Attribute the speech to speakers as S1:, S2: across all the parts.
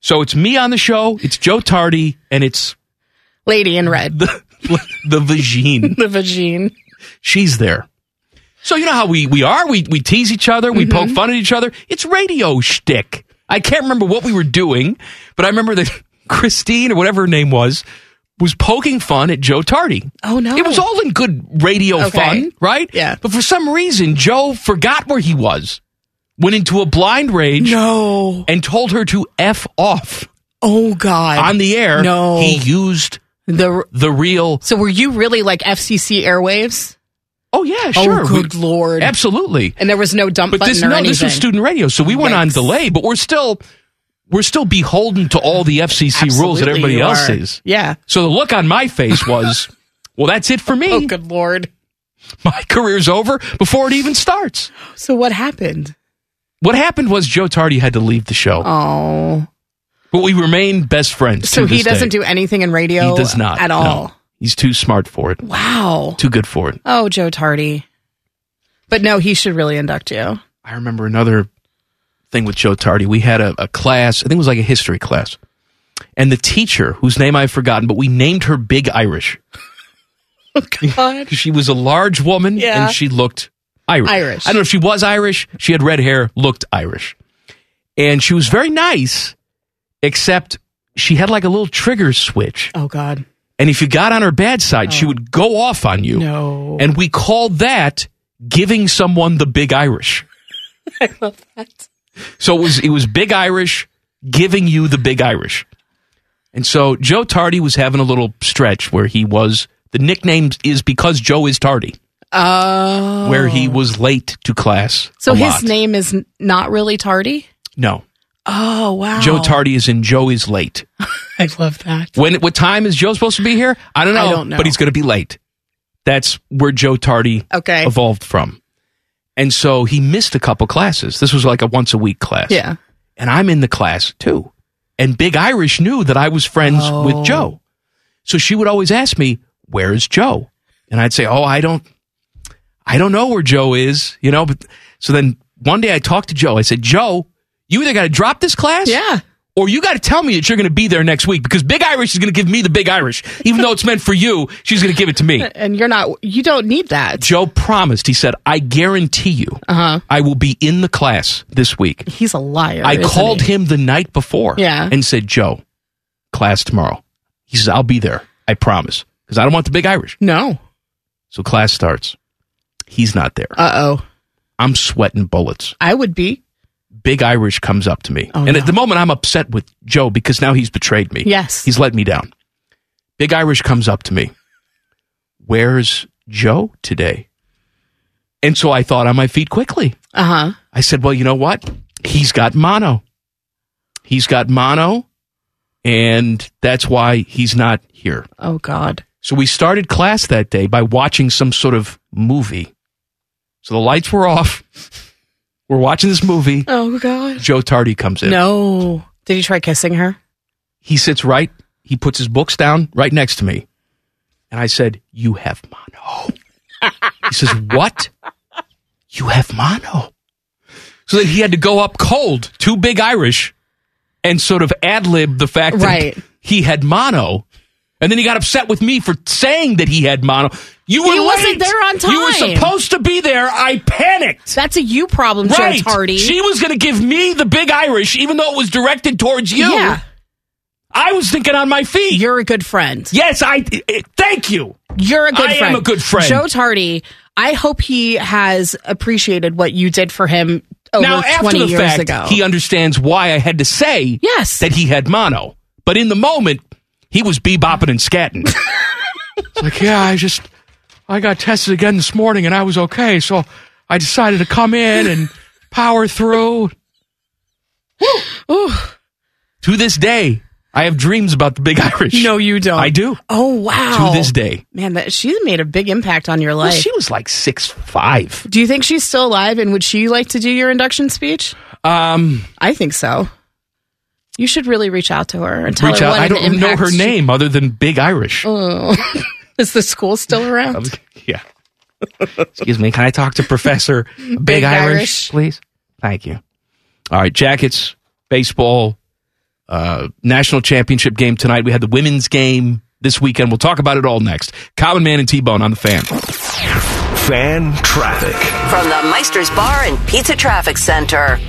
S1: so it's me on the show it's joe tardy and it's
S2: Lady in red.
S1: the the vagine
S2: The vagine.
S1: she's there. So you know how we, we are. We we tease each other. We
S2: Mm-hmm.
S1: poke fun at each other. It's radio shtick. I can't remember what we were doing, but I remember that Christine or whatever her name was was poking fun at Joe Tardy.
S2: Oh, no.
S1: It was all in good radio
S2: Okay.
S1: fun, right?
S2: Yeah.
S1: But for some reason, Joe forgot where he was, went into a blind rage,
S2: No.
S1: and told her to f off
S2: Oh, God.
S1: on the air.
S2: No.
S1: he used
S2: the
S1: the real.
S2: So were you really like FCC airwaves?
S1: Oh yeah, sure.
S2: Oh,
S1: we-
S2: good lord!
S1: Absolutely.
S2: And there was no dump
S1: But
S2: button
S1: this
S2: or
S1: no,
S2: anything.
S1: this was student radio, so we went on
S2: Yikes.
S1: delay. But we're still we're still beholden to all the FCC rules that
S2: Absolutely
S1: everybody
S2: you
S1: else
S2: are.
S1: is.
S2: Yeah.
S1: So the look on my face was, well, that's it for me.
S2: Oh, good lord!
S1: My career's over before it even starts.
S2: So what happened?
S1: What happened was Joe Tardy had to leave the show,
S2: Oh,
S1: but we remain best friends.
S2: so
S1: to
S2: he
S1: this day.
S2: doesn't do anything in radio.
S1: He does not
S2: at
S1: no.
S2: all.
S1: He's too smart for it.
S2: Wow.
S1: Too good for it.
S2: Oh, Joe Tardy. But no, he should really induct you.
S1: I remember another thing with Joe Tardy. We had a, a class, I think it was like a history class. And the teacher, whose name I've forgotten, but we named her Big Irish.
S2: Oh, God.
S1: She was a large woman
S2: Yeah.
S1: and she looked Irish.
S2: Irish.
S1: I don't know if she was Irish. She had red hair, looked Irish. And she was very nice, except she had like a little trigger switch.
S2: Oh God. Oh.
S1: And if you got on her bad side, she would go off on you.
S2: No.
S1: And we called that giving someone the Big Irish.
S2: I love that.
S1: So it was it was Big Irish giving you the Big Irish. And so Joe Tardy was having a little stretch where he was the nickname is because Joe is tardy,
S2: Oh.
S1: where he was late to class.
S2: So
S1: a
S2: his
S1: lot.
S2: name is n- not really Tardy.
S1: No.
S2: Oh wow.
S1: Joe Tardy is in Joe is late.
S2: I love that.
S1: When what time is Joe supposed to be here? I don't know,
S2: I don't know.
S1: but he's going to be late. That's where Joe Tardy
S2: Okay.
S1: evolved from. And so he missed a couple classes. This was like a once a week class.
S2: Yeah.
S1: and I'm in the class too. And Big Irish knew that I was friends
S2: Oh.
S1: with Joe. So she would always ask me, "Where's Joe?" And I'd say, "Oh, I don't I don't know where Joe is, you know, but so then one day I talked to Joe. I said, "Joe, you either got to drop this class
S2: Yeah.
S1: or you got to tell me that you're going to be there next week because Big Irish is going to give me the Big Irish. Even though it's meant for you, she's going to give it to me."
S2: And you're not. You don't need that.
S1: Joe promised. He said, "I guarantee you,
S2: Uh-huh.
S1: I will be in the class this week."
S2: He's a liar.
S1: I
S2: isn't
S1: called
S2: he?
S1: him the night before
S2: Yeah.
S1: and said, Joe, class tomorrow. He says, I'll be there. I promise. Because I don't want the big Irish.
S2: No.
S1: So class starts. He's not there.
S2: Uh oh.
S1: I'm sweating bullets.
S2: I would be.
S1: Big Irish comes up to me.
S2: Oh,
S1: and
S2: no.
S1: at the moment, I'm upset with Joe because now he's betrayed me.
S2: Yes.
S1: He's let me down. Big Irish comes up to me. Where's Joe today? And so I thought on my feet quickly.
S2: Uh huh.
S1: I said, well, you know what? He's got mono. He's got mono, and that's why he's not here.
S2: Oh God.
S1: So we started class that day by watching some sort of movie. So the lights were off. We're watching this movie.
S2: Oh God.
S1: Joe Tardy comes in.
S2: No. Did he try kissing her?
S1: He sits right. He puts his books down right next to me. And I said, You have mono. he says, What? You have mono. So that he had to go up cold, too big Irish, and sort of ad lib the fact
S2: Right.
S1: that he had mono. And then he got upset with me for saying that he had mono. You were
S2: He wasn't
S1: late.
S2: there on
S1: You were
S2: time.
S1: supposed to be there. I panicked.
S2: That's a you problem,
S1: right.
S2: Joe Tardy.
S1: She was going to give me the big Irish, even though it was directed towards you.
S2: Yeah.
S1: I was thinking on my feet.
S2: You're a good friend.
S1: yes, I. i- i- thank you.
S2: You're a good
S1: I am
S2: friend.
S1: a good friend.
S2: Joe Tardy, I hope he has appreciated what you did for him over
S1: now, after
S2: 20
S1: the
S2: years
S1: fact,
S2: ago.
S1: he understands why I had to say
S2: Yes.
S1: that he had mono. But in the moment, he was bebopping and scatting. it's like, yeah, I just I got tested again this morning and I was okay, so I decided to come in and power through.
S2: Ooh.
S1: To this day, I have dreams about the Big Irish.
S2: No, you don't.
S1: I do.
S2: Oh, wow.
S1: To this day.
S2: Man, that, she's made a big impact on your
S1: Well,
S2: life.
S1: she was like six five.
S2: do you think she's still alive and would she like to do your induction speech?
S1: Um,
S2: I think so. You should really reach out to her and tell
S1: reach
S2: her
S1: out.
S2: what
S1: I
S2: an
S1: don't know
S2: impact
S1: her
S2: she- Oh.
S1: name other than Big Irish.
S2: Is the school still around?
S1: Yeah. Excuse me. Can I talk to Professor Big,
S2: Big
S1: Irish,
S2: Irish.
S1: please? Thank you. All right. Jackets, baseball, uh, national championship game tonight. We had the women's game this weekend. We'll talk about it all next. Common Man and T Bone on the fan.
S3: Fan traffic.
S4: From the Meister's Bar and Pizza Traffic Center.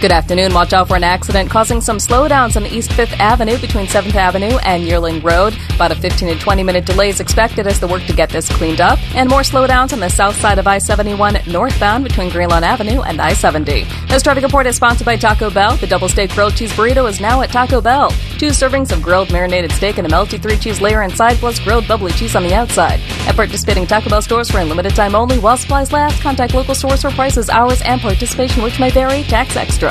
S5: Good afternoon. Watch out for an accident causing some slowdowns on East 5th Avenue between 7th Avenue and Yearling Road. About a 15 to 20 minute delay is expected as the work to get this cleaned up. And more slowdowns on the south side of I 71 northbound between Greenlawn Avenue and I 70. This traffic report is sponsored by Taco Bell. The double steak grilled cheese burrito is now at Taco Bell. Two servings of grilled marinated steak and a melty three cheese layer inside plus grilled bubbly cheese on the outside. At participating Taco Bell stores for a limited time only while supplies last, contact local stores for prices, hours, and participation, which may vary. Tax extra.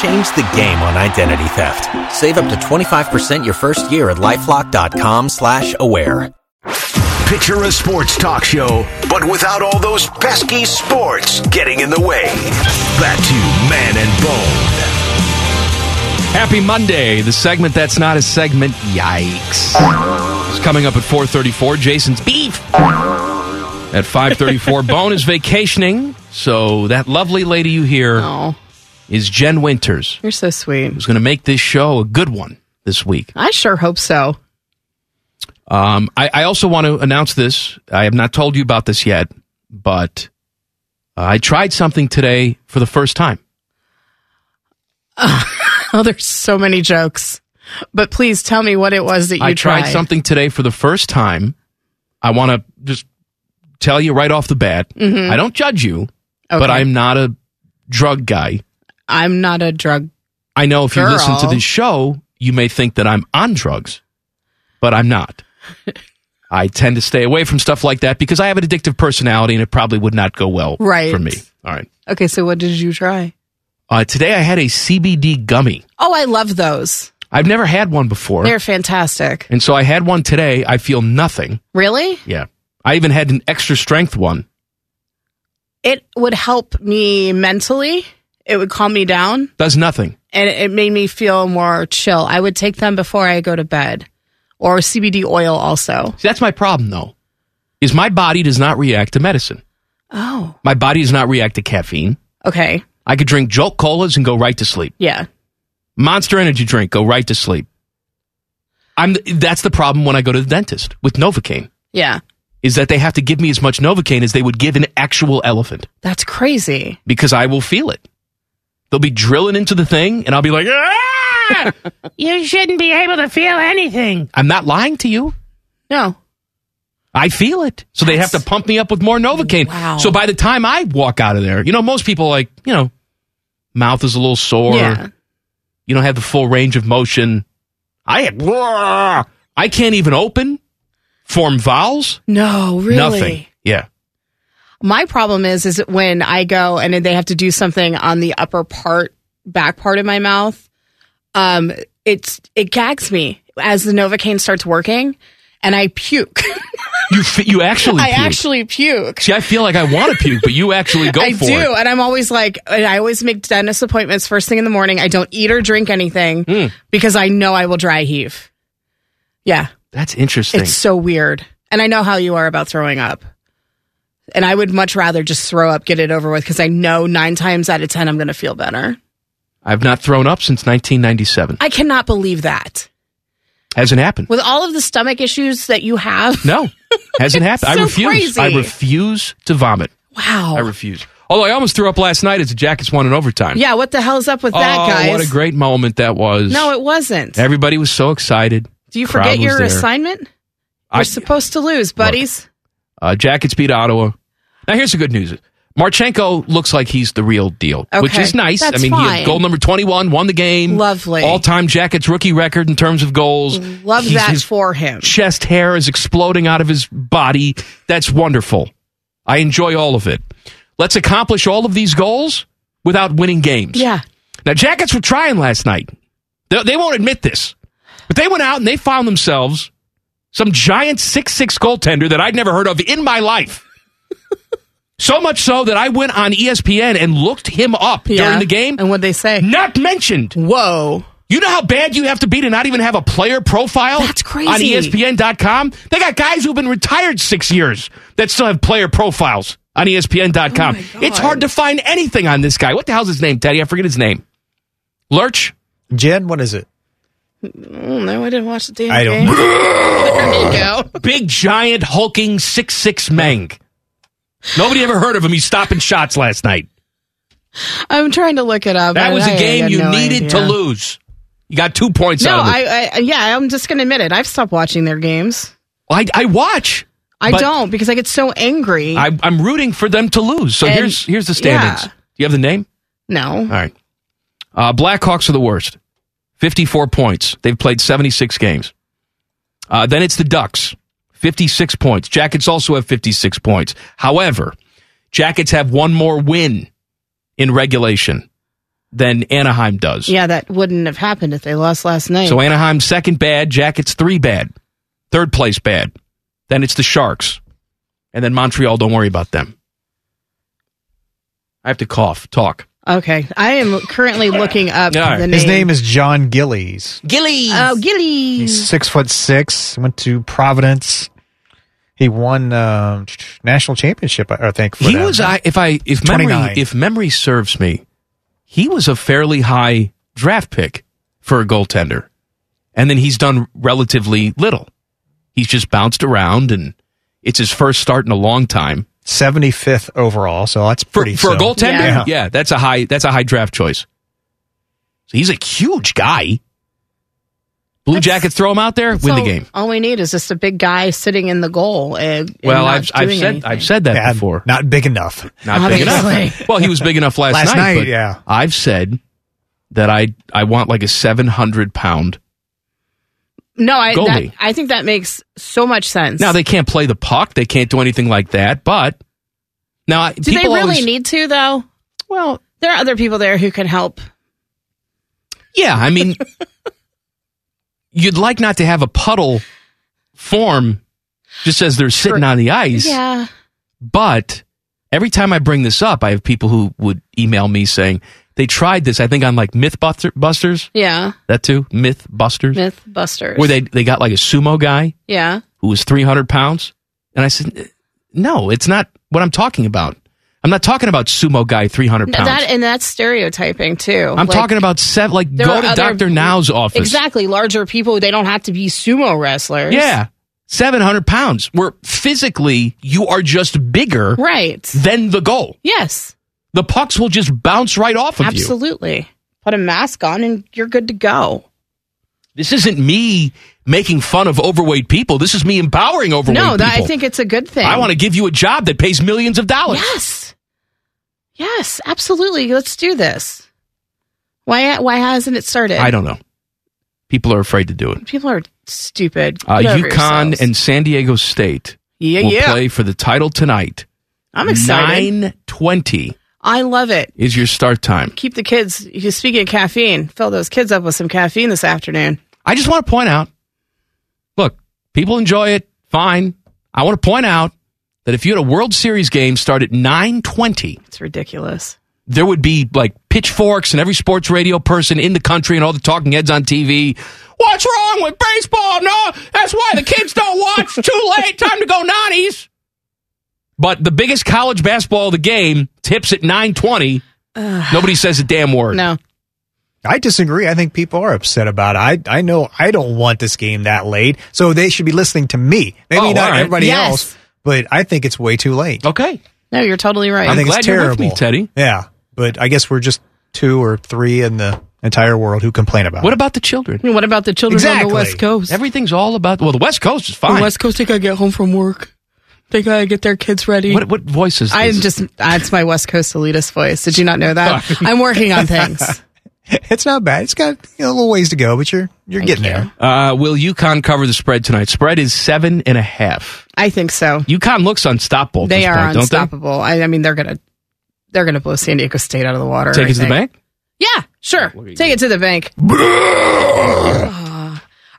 S6: Change the game on identity theft. Save up to 25% your first year at LifeLock.com slash aware.
S3: Picture a sports talk show, but without all those pesky sports getting in the way. Back to Man and Bone.
S1: Happy Monday. The segment that's not a segment. Yikes. It's coming up at 4:34. Jason's beef. At 5:34, Bone is vacationing. So that lovely lady you hear is
S2: Oh,
S1: Jen Winters.
S2: you're so sweet.
S1: who's going to make this show a good one this week.
S2: I sure hope so.
S1: Um, I, I also want to announce this. I have not told you about this yet, but uh, I tried something today for the first time.
S2: Oh, there's so many jokes. But please tell me what it was that you
S1: I tried, something today for the first time. I want to just tell you right off the bat. I don't judge you, but
S2: Mm-hmm. Okay.
S1: I'm not a drug guy.
S2: I'm not a drug.
S1: I know if you listen to
S2: Girl.
S1: this show, you may think that I'm on drugs, but I'm not. I tend to stay away from stuff like that because I have an addictive personality and it probably would not go well
S2: Right.
S1: for me. All right.
S2: Okay, so what did you try?
S1: Uh, today I had a CBD gummy.
S2: Oh, I love those.
S1: I've never had one before.
S2: They're fantastic.
S1: And so I had one today. I feel nothing.
S2: Really?
S1: Yeah. I even had an extra strength one.
S2: It would help me mentally. It would calm me down
S1: Does nothing.
S2: and it it made me feel more chill. I would take them before I go to bed or CBD oil also.
S1: See, that's my problem though, is my body does not react to medicine.
S2: Oh,
S1: My body does not react to caffeine.
S2: okay.
S1: I could drink jolt colas and go right to sleep.
S2: Yeah.
S1: Monster Energy drink, go right to sleep. I'm that's the problem when I go to the dentist with Novocaine
S2: Yeah.
S1: is that they have to give me as much Novocaine as they would give an actual elephant
S2: That's crazy.
S1: because I will feel it. They'll be drilling into the thing and I'll be like, "Ah!"
S2: You shouldn't be able to feel anything.
S1: I'm not lying to you.
S2: No.
S1: I feel it. So they have to pump me up with more Novocaine.
S7: Wow.
S1: So by the time I walk out of there, you know, most people like, you know, mouth is a little sore.
S7: Yeah.
S1: You don't have the full range of motion. I I can't even open, form vowels.
S2: No, really.
S1: Nothing. Yeah.
S2: My problem is is when I go and they have to do something on the upper part, back part of my mouth. Um, it's it gags me as the novocaine starts working, and I puke.
S1: You f- you actually
S2: I
S1: puke.
S2: actually puke.
S1: See, I feel like I want to puke, but you actually go
S2: I
S1: for
S2: do,
S1: it.
S2: and I'm always like, and I always make dentist appointments first thing in the morning. I don't eat or drink anything
S1: Hmm.
S2: because I know I will dry heave. Yeah,
S1: That's interesting.
S2: it's so weird, and I know how you are about throwing up. And I would much rather just throw up, get it over with, because I know nine times out of ten I'm going to feel better.
S1: I've not thrown up since 1997.
S2: I cannot believe that.
S1: Hasn't happened.
S2: With all of the stomach issues that you have,
S1: No, hasn't
S2: It's
S1: happened.
S2: so
S1: I refuse.
S2: crazy.
S1: I refuse to vomit.
S2: Wow.
S1: I refuse. Although I almost threw up last night as the Jackets won in overtime.
S2: yeah, what the hell's up with that,
S1: oh,
S2: guys?
S1: what a great moment that was.
S2: no, it wasn't.
S1: Everybody was so excited.
S2: Do you
S1: Crowd
S2: forget
S1: was
S2: your
S1: there.
S2: assignment? You're
S1: I,
S2: supposed to lose, buddies.
S1: uh, Jackets beat Ottawa. Now here's the good news. Marchenko looks like he's the real deal, which
S2: Okay,
S1: is nice. I
S2: that's
S1: mean, he
S2: fine.
S1: had goal number 21, won the game.
S2: Lovely.
S1: All-time Jackets rookie record in terms of goals.
S2: Love
S1: He's-
S2: that
S1: his
S2: for him.
S1: chest hair is exploding out of his body. That's wonderful. I enjoy all of it. Let's accomplish all of these goals without winning games.
S2: Yeah.
S1: Now, Jackets were trying last night. They, they won't admit this, but they went out and they found themselves some giant 6 6 goaltender that I'd never heard of in my life. so much so that I went on E ESPN and looked him up during the game.
S2: And what they say?
S1: Not mentioned.
S2: Whoa.
S1: You know how bad you have to be to not even have a player profile? That's
S2: crazy.
S1: On E ESPN.com? They got guys who've been retired six years that still have player profiles on E
S2: Oh
S1: ESPN.com. it's hard to find anything on this guy. What the hell's his name, Teddy? I forget his name. Lurch?
S8: Jen, what is it?
S2: Mm, no, I didn't watch the damn
S8: I don't-
S2: game. there you go.
S1: Big, giant, hulking, six six Mang. Nobody ever heard of him. He's stopping shots last night.
S2: I'm trying to look it up.
S1: That
S2: I-
S1: was
S2: I-
S1: a
S2: I
S1: game
S2: had
S1: you
S2: no
S1: needed to
S2: idea.
S1: lose. You got two points
S2: No,
S1: out of it.
S2: I, I, yeah, I'm just gonna admit it. I've stopped watching their games.
S1: I, I watch.
S2: I
S1: but-
S2: don't because I get so angry.
S1: I, I'm rooting for them to lose. So
S2: And-
S1: here's here's the standings.
S2: yeah.
S1: Do you have the name?
S2: no.
S1: All right. Uh, Blackhawks are the worst. 54 points. They've played 76 games. Uh, then it's the Ducks, 56 points. Jackets also have 56 points. However, Jackets have one more win in regulation than Anaheim does.
S2: Yeah, that wouldn't have happened if they lost last night.
S1: So Anaheim's second bad, Jackets three bad, third place bad. Then it's the Sharks, and then Montreal. Don't worry about them. I have to cough, talk.
S2: okay, I am currently looking up
S1: All right.
S2: the name.
S8: His name is John Gillies.
S1: Gillies.
S2: Oh, Gillies.
S8: He's six foot six. Went to Providence. He won um, national championship, I I think. for
S1: He
S8: them.
S1: was, I, if I, if memory,
S8: 29.
S1: if memory serves me, he was a fairly high draft pick for a goaltender, and then he's done relatively little. He's just bounced around, and it's his first start in a long time.
S8: 75th overall. So that's
S1: for,
S8: pretty
S1: for a
S8: so-
S1: goaltender. Yeah.
S8: Yeah.
S1: that's a high that's a high draft choice. So he's a huge guy. Blue Jackets throw him out there, win the
S2: So
S1: game.
S2: All we need is just a big guy sitting in the goal. And, and
S1: Well,
S2: not
S1: I've I've
S2: doing
S1: said
S2: anything.
S1: I've said that
S8: Yeah,
S1: before.
S8: Not big enough.
S1: Not big
S2: Obviously.
S1: enough. Well, he was big enough last,
S8: Last night,
S1: but
S8: yeah.
S1: I've said that I I want like a seven hundred pound.
S2: No, I that,
S1: Goalie.
S2: I think that makes so much sense.
S1: Now they can't play the puck, they can't do anything like that. But now I-
S2: do they
S1: people
S2: really
S1: always-
S2: need to though?
S1: Well,
S2: There are other people there who can help.
S1: Yeah, I mean, you'd like not to have a puddle form just as they're sitting on the ice.
S2: Yeah.
S1: But every time I bring this up, I have people who would email me saying they tried this. I think on like MythBusters,
S2: Yeah.
S1: that too, MythBusters,
S2: Mythbusters.
S1: where they they got like a sumo guy
S2: Yeah.
S1: who was 300 pounds. And I said, no, it's not what I'm talking about. I'm not talking about sumo guy 300
S2: No,
S1: pounds.
S2: that and that's stereotyping too.
S1: I'm
S2: Like,
S1: talking about sev- like
S2: there
S1: go
S2: are
S1: to
S2: other-
S1: Dr. Now's office.
S2: Exactly. Larger people, they don't have to be sumo wrestlers.
S1: Yeah. 700 pounds, where physically you are just bigger
S2: Right.
S1: than the goal.
S2: Yes.
S1: The pucks will just bounce right off of you.
S2: Absolutely. Put a mask on and you're good to go.
S1: This isn't me making fun of overweight people. This is me empowering overweight
S2: no,
S1: people.
S2: that, I think it's a good thing.
S1: I want to give you a job that pays millions of dollars.
S2: Yes. Yes, absolutely. Let's do this. Why why hasn't it started?
S1: I don't know. People are afraid to do it.
S2: People are stupid.
S1: Uh,
S2: Get over
S1: UConn
S2: yourselves.
S1: and San Diego State
S2: Yeah,
S1: will
S2: yeah.
S1: play for the title tonight.
S2: I'm excited.
S1: 9:20
S2: I love it.
S1: is your start time.
S2: Keep the kids. you- Speaking of caffeine, fill those kids up with some caffeine this afternoon.
S1: I just want to point out look, people enjoy it, fine. I want to point out that if you had a World Series game start at 9:20,
S2: It's ridiculous.
S1: there would be like pitchforks and every sports radio person in the country and all the talking heads on TV. What's wrong with baseball? No, that's why the kids don't watch. Too late. Time to go nannies. But the biggest college basketball of the game tips at 9:20. Nobody says a damn word.
S2: No.
S8: I disagree. I think people are upset about it. I, I know I don't want this game that late, so they should be listening to me. Maybe
S1: Oh,
S8: not
S1: all right.
S8: everybody
S2: Yes.
S8: else, but I think it's way too late.
S1: Okay.
S2: No, you're totally right.
S8: I think
S1: glad
S8: it's
S1: you're
S8: terrible,
S1: with me, Teddy.
S8: Yeah, but I guess we're just two or three in the entire world who complain about
S1: What
S8: it.
S1: about the children?
S2: I mean, what about the children on
S8: Exactly.
S2: the West Coast?
S1: Everything's all about well, the West Coast is
S2: the
S1: fine.
S2: West Coast, they gotta get home from work. They gotta get their kids ready.
S1: what what voice is this?
S2: I'm just that's my West Coast elitist voice. Did you not know that? I'm working on things.
S8: It's not bad. It's got you know, a little ways to go, but you're you're getting there.
S1: Uh, will UConn cover the spread tonight? Spread is seven and a half.
S2: I think so.
S1: UConn looks unstoppable. At
S2: They
S1: this
S2: are
S1: point, Don't
S2: unstoppable. I, I mean, they're gonna they're gonna blow San Diego State out of the water.
S1: they? Take
S2: I
S1: it to the
S2: think.
S1: bank.
S2: Yeah, sure. Take it to the bank. Are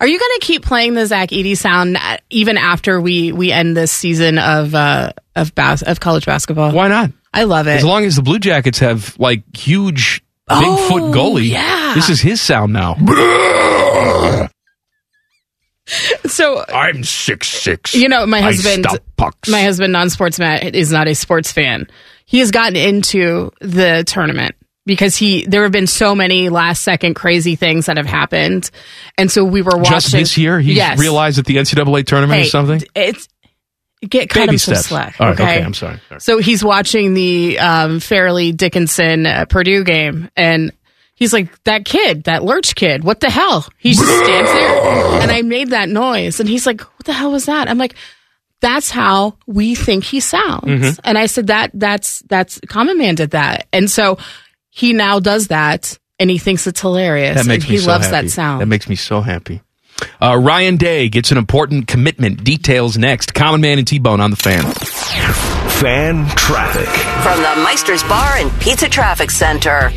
S2: you going to keep playing the Zach Eady sound uh, even after we we end this season of uh, of bas- of college basketball?
S1: Why not?
S2: I love it.
S1: As long as the Blue Jackets have like huge Bigfoot goalie,
S2: Oh, yeah.
S1: this is his sound now.
S2: so
S1: I'm six six.
S2: You know, my husband-
S1: I stop pucks.
S2: my husband, non sports Matt, is not a sports fan. He has gotten into the tournament because he there have been so many last second crazy things that have happened, and so we were watching
S1: Just this year, he
S2: Yes.
S1: realized that the NCAA tournament
S2: Hey,
S1: or something.
S2: d- It's get cut
S1: Baby
S2: him some
S1: steps.
S2: slack.
S1: All right, okay, I'm sorry. All right.
S2: So he's watching the um, Fairleigh Dickinson uh, Purdue game, and he's like, "That kid, that Lurch kid, what the hell?" He just stands there, and I made that noise, and he's like, "What the hell was that?" I'm like. That's how we think he sounds.
S1: Mm-hmm.
S2: And I said that that's that's common man did that. And so he now does that and he thinks it's hilarious.
S1: That makes
S2: and
S1: me
S2: he
S1: so
S2: loves
S1: happy.
S2: that sound.
S1: That makes me so happy. Uh, Ryan Day gets an important commitment. Details next. Common Man and T Bone on the fan.
S3: Fan traffic.
S4: From the Meister's Bar and Pizza Traffic Center.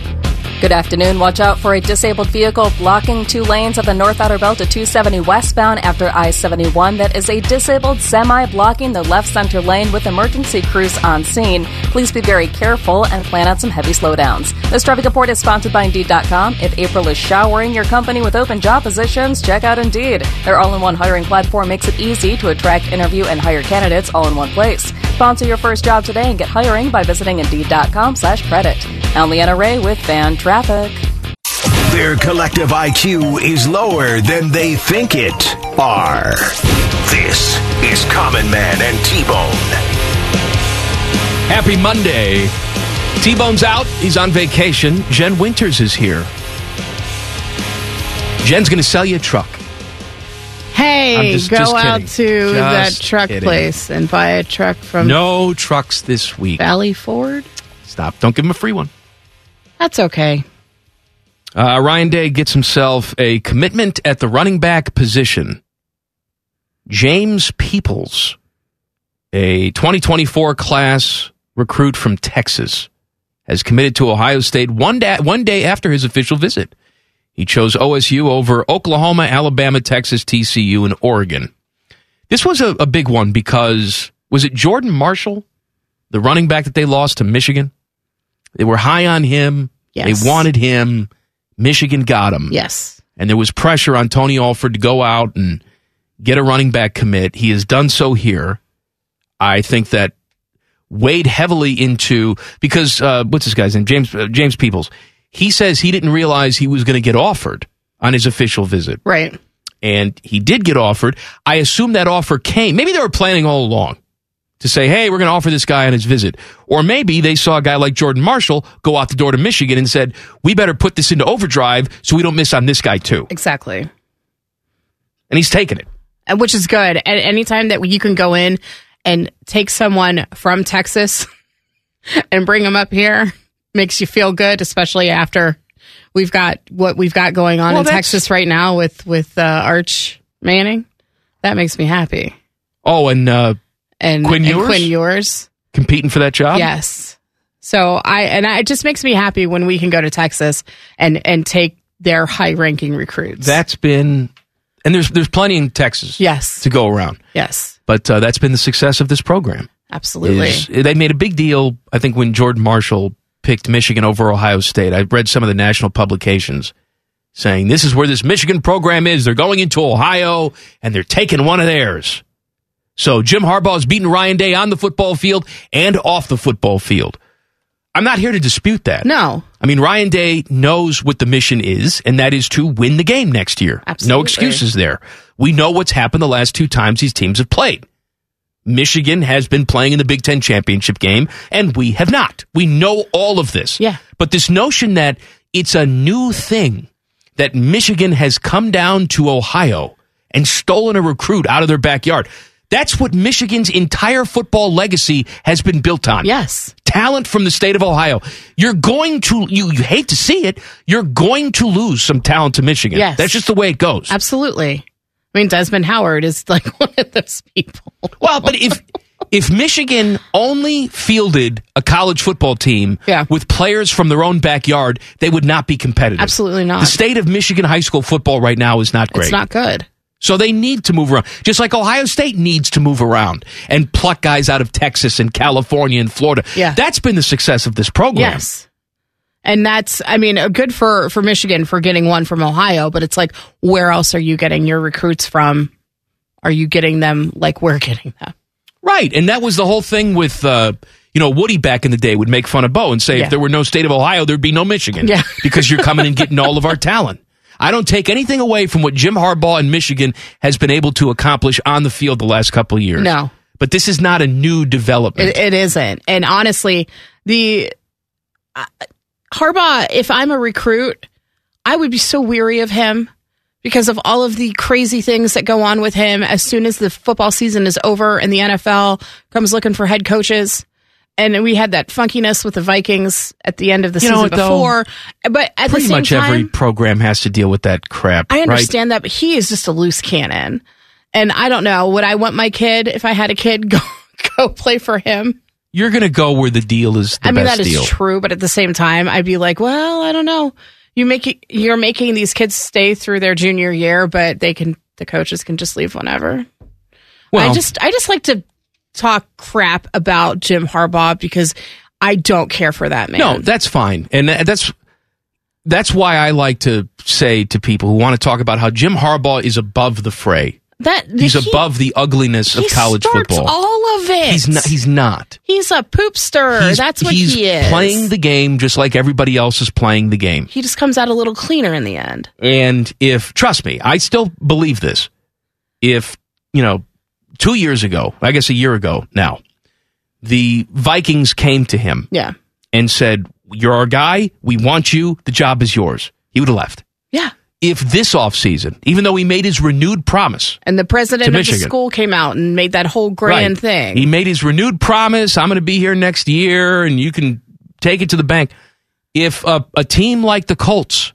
S5: Good afternoon. Watch out for a disabled vehicle blocking two lanes of the North Outer Belt at 270 westbound after I 71. That is a disabled semi blocking the left center lane with emergency crews on scene. Please be very careful and plan out some heavy slowdowns. This traffic report is sponsored by Indeed.com. If April is showering your company with open job positions, check out Indeed. Their all in one hiring platform makes it easy to attract, interview, and hire candidates all in one place. Sponsor your first job today and get hiring by visiting Indeed.com slash credit. I'm Leanna Ray with Fan Traffic.
S3: Their collective IQ is lower than they think it are. This is Common Man and T-Bone.
S1: Happy Monday. T Bone's out. He's on vacation. Jen Winters is here. Jen's going to sell you a truck. I'm
S2: Hey,
S1: just-
S2: go
S1: just
S2: out
S1: kidding.
S2: to
S1: Just
S2: that truck
S1: kidding.
S2: place and buy a truck from
S1: No trucks this week.
S2: Valley Ford.
S1: Stop. Don't give him a free one.
S2: That's okay.
S1: Uh, Ryan Day gets himself a commitment at the running back position. James Peoples, a 2024 class recruit from Texas, has committed to Ohio State one day, one day after his official visit. He chose OSU over Oklahoma, Alabama, Texas, TCU, and Oregon. This was a, a big one because was it Jordan Marshall, the running back that they lost to Michigan? They were high on him.
S2: Yes.
S1: They wanted him. Michigan got him.
S2: Yes.
S1: And there was pressure on Tony Alford to go out and get a running back commit. He has done so here. I think that weighed heavily into because uh, what's this guy's name? James uh, James Peoples. He says he didn't realize he was going to get offered on his official visit,
S2: Right.
S1: and he did get offered. I assume that offer came. Maybe they were planning all along to say, "Hey, we're going to offer this guy on his visit," or maybe they saw a guy like Jordan Marshall go out the door to Michigan and said, "We better put this into overdrive so we don't miss on this guy too."
S2: Exactly.
S1: and he's taking it.
S2: uh, which is good. And anytime that you can go in and take someone from Texas and bring them up here makes you feel good, especially after we've got what we've got going on
S1: Well,
S2: in
S1: that's-
S2: Texas right now with with uh, Arch Manning. That makes me happy.
S1: Oh, and uh,
S2: And
S1: Quinn
S2: and
S1: Ewers?
S2: Quinn Ewers.
S1: competing for that job.
S2: Yes. So I and I, it just makes me happy when we can go to Texas and and take their high ranking recruits.
S1: that's been, and there's there's plenty in Texas.
S2: Yes.
S1: to go around.
S2: yes,
S1: But uh, that's been the success of this program.
S2: absolutely.
S1: is- they made a big deal, I think, when Jordan Marshall picked Michigan over Ohio State. I read some of the national publications saying this is where this Michigan program is. They're going into Ohio and they're taking one of theirs. So Jim Harbaugh has beaten Ryan Day on the football field and off the football field. I'm not here to dispute that.
S2: No.
S1: I mean, Ryan Day knows what the mission is, and that is to win the game next year. No
S2: Absolutely.
S1: excuses there. We know what's happened the last two times these teams have played. Michigan has been playing in the Big Ten championship game, and we have not. We know all of this.
S2: Yeah.
S1: But this notion that it's a new thing that Michigan has come down to Ohio and stolen a recruit out of their backyard. That's what Michigan's entire football legacy has been built on
S2: Yes.
S1: talent from the state of Ohio. You're going to you, you hate to see it. You're going to lose some talent to Michigan.
S2: Yes.
S1: That's just the way it goes.
S2: Absolutely. I mean, Desmond Howard is like one of those people.
S1: Well, but if if Michigan only fielded a college football team
S2: Yeah.
S1: with players from their own backyard, they would not be competitive.
S2: Absolutely not.
S1: The state of Michigan high school football right now is not great.
S2: It's not good.
S1: So they need to move around. Just like Ohio State needs to move around and pluck guys out of Texas and California and Florida.
S2: Yeah.
S1: That's been the success of this program.
S2: Yes. And that's, I mean, uh, good for for Michigan for getting one from Ohio, but it's like, where else are you getting your recruits from? Are you getting them like we're getting them?
S1: Right, and that was the whole thing with uh, you know Woody back in the day would make fun of Bo and say
S2: Yeah.
S1: if there were no state of Ohio, there'd be no Michigan
S2: Yeah.
S1: because you're coming and getting all of our talent. I don't take anything away from what Jim Harbaugh in Michigan has been able to accomplish on the field the last couple of years.
S2: No.
S1: but this is not a new development.
S2: It, it isn't. And honestly, the uh, Harbaugh, if I'm a recruit, I would be so weary of him because of all of the crazy things that go on with him as soon as the football season is over and the NFL comes looking for head coaches. And we had that funkiness with the Vikings at the end of the
S1: You know
S2: season
S1: what, though?
S2: before. But at the
S1: Pretty
S2: same
S1: much
S2: time,
S1: every program has to deal with that crap.
S2: I
S1: right?
S2: understand that, but he is just a loose cannon. And I don't know, would I want my kid, if I had a kid, go go play for him?
S1: You're going to go where the deal is the
S2: I mean,
S1: best
S2: that is
S1: deal.
S2: true, but at the same time, I'd be like, well, I don't know. You make it, you're making these kids stay through their junior year, but they can the coaches can just leave whenever.
S1: Well,
S2: I just I just like to talk crap about Jim Harbaugh because I don't care for that man.
S1: No, that's fine, and tha- that's that's why I like to say to people who want to talk about how Jim Harbaugh is above the fray.
S2: that
S1: He's
S2: he-
S1: above the ugliness of
S2: he
S1: college
S2: starts
S1: football.
S2: All of it.
S1: he's not. He's not.
S2: He's a poopster.
S1: He's-
S2: that's what
S1: he's
S2: he is.
S1: Playing the game just like everybody else is playing the game.
S2: he just comes out a little cleaner in the end.
S1: And if trust me, I still believe this. If you know, two years ago, I guess a year ago now, the Vikings came to him
S2: Yeah.
S1: and said, "You're our guy. We want you. The job is yours." He would have left.
S2: Yeah.
S1: if this offseason, even though he made his renewed promise,
S2: And the
S1: To
S2: president of the
S1: Michigan.
S2: school came out and made that whole grand
S1: Right.
S2: thing.
S1: he made his renewed promise, I'm going to be here next year and you can take it to the bank. If a, a team like the Colts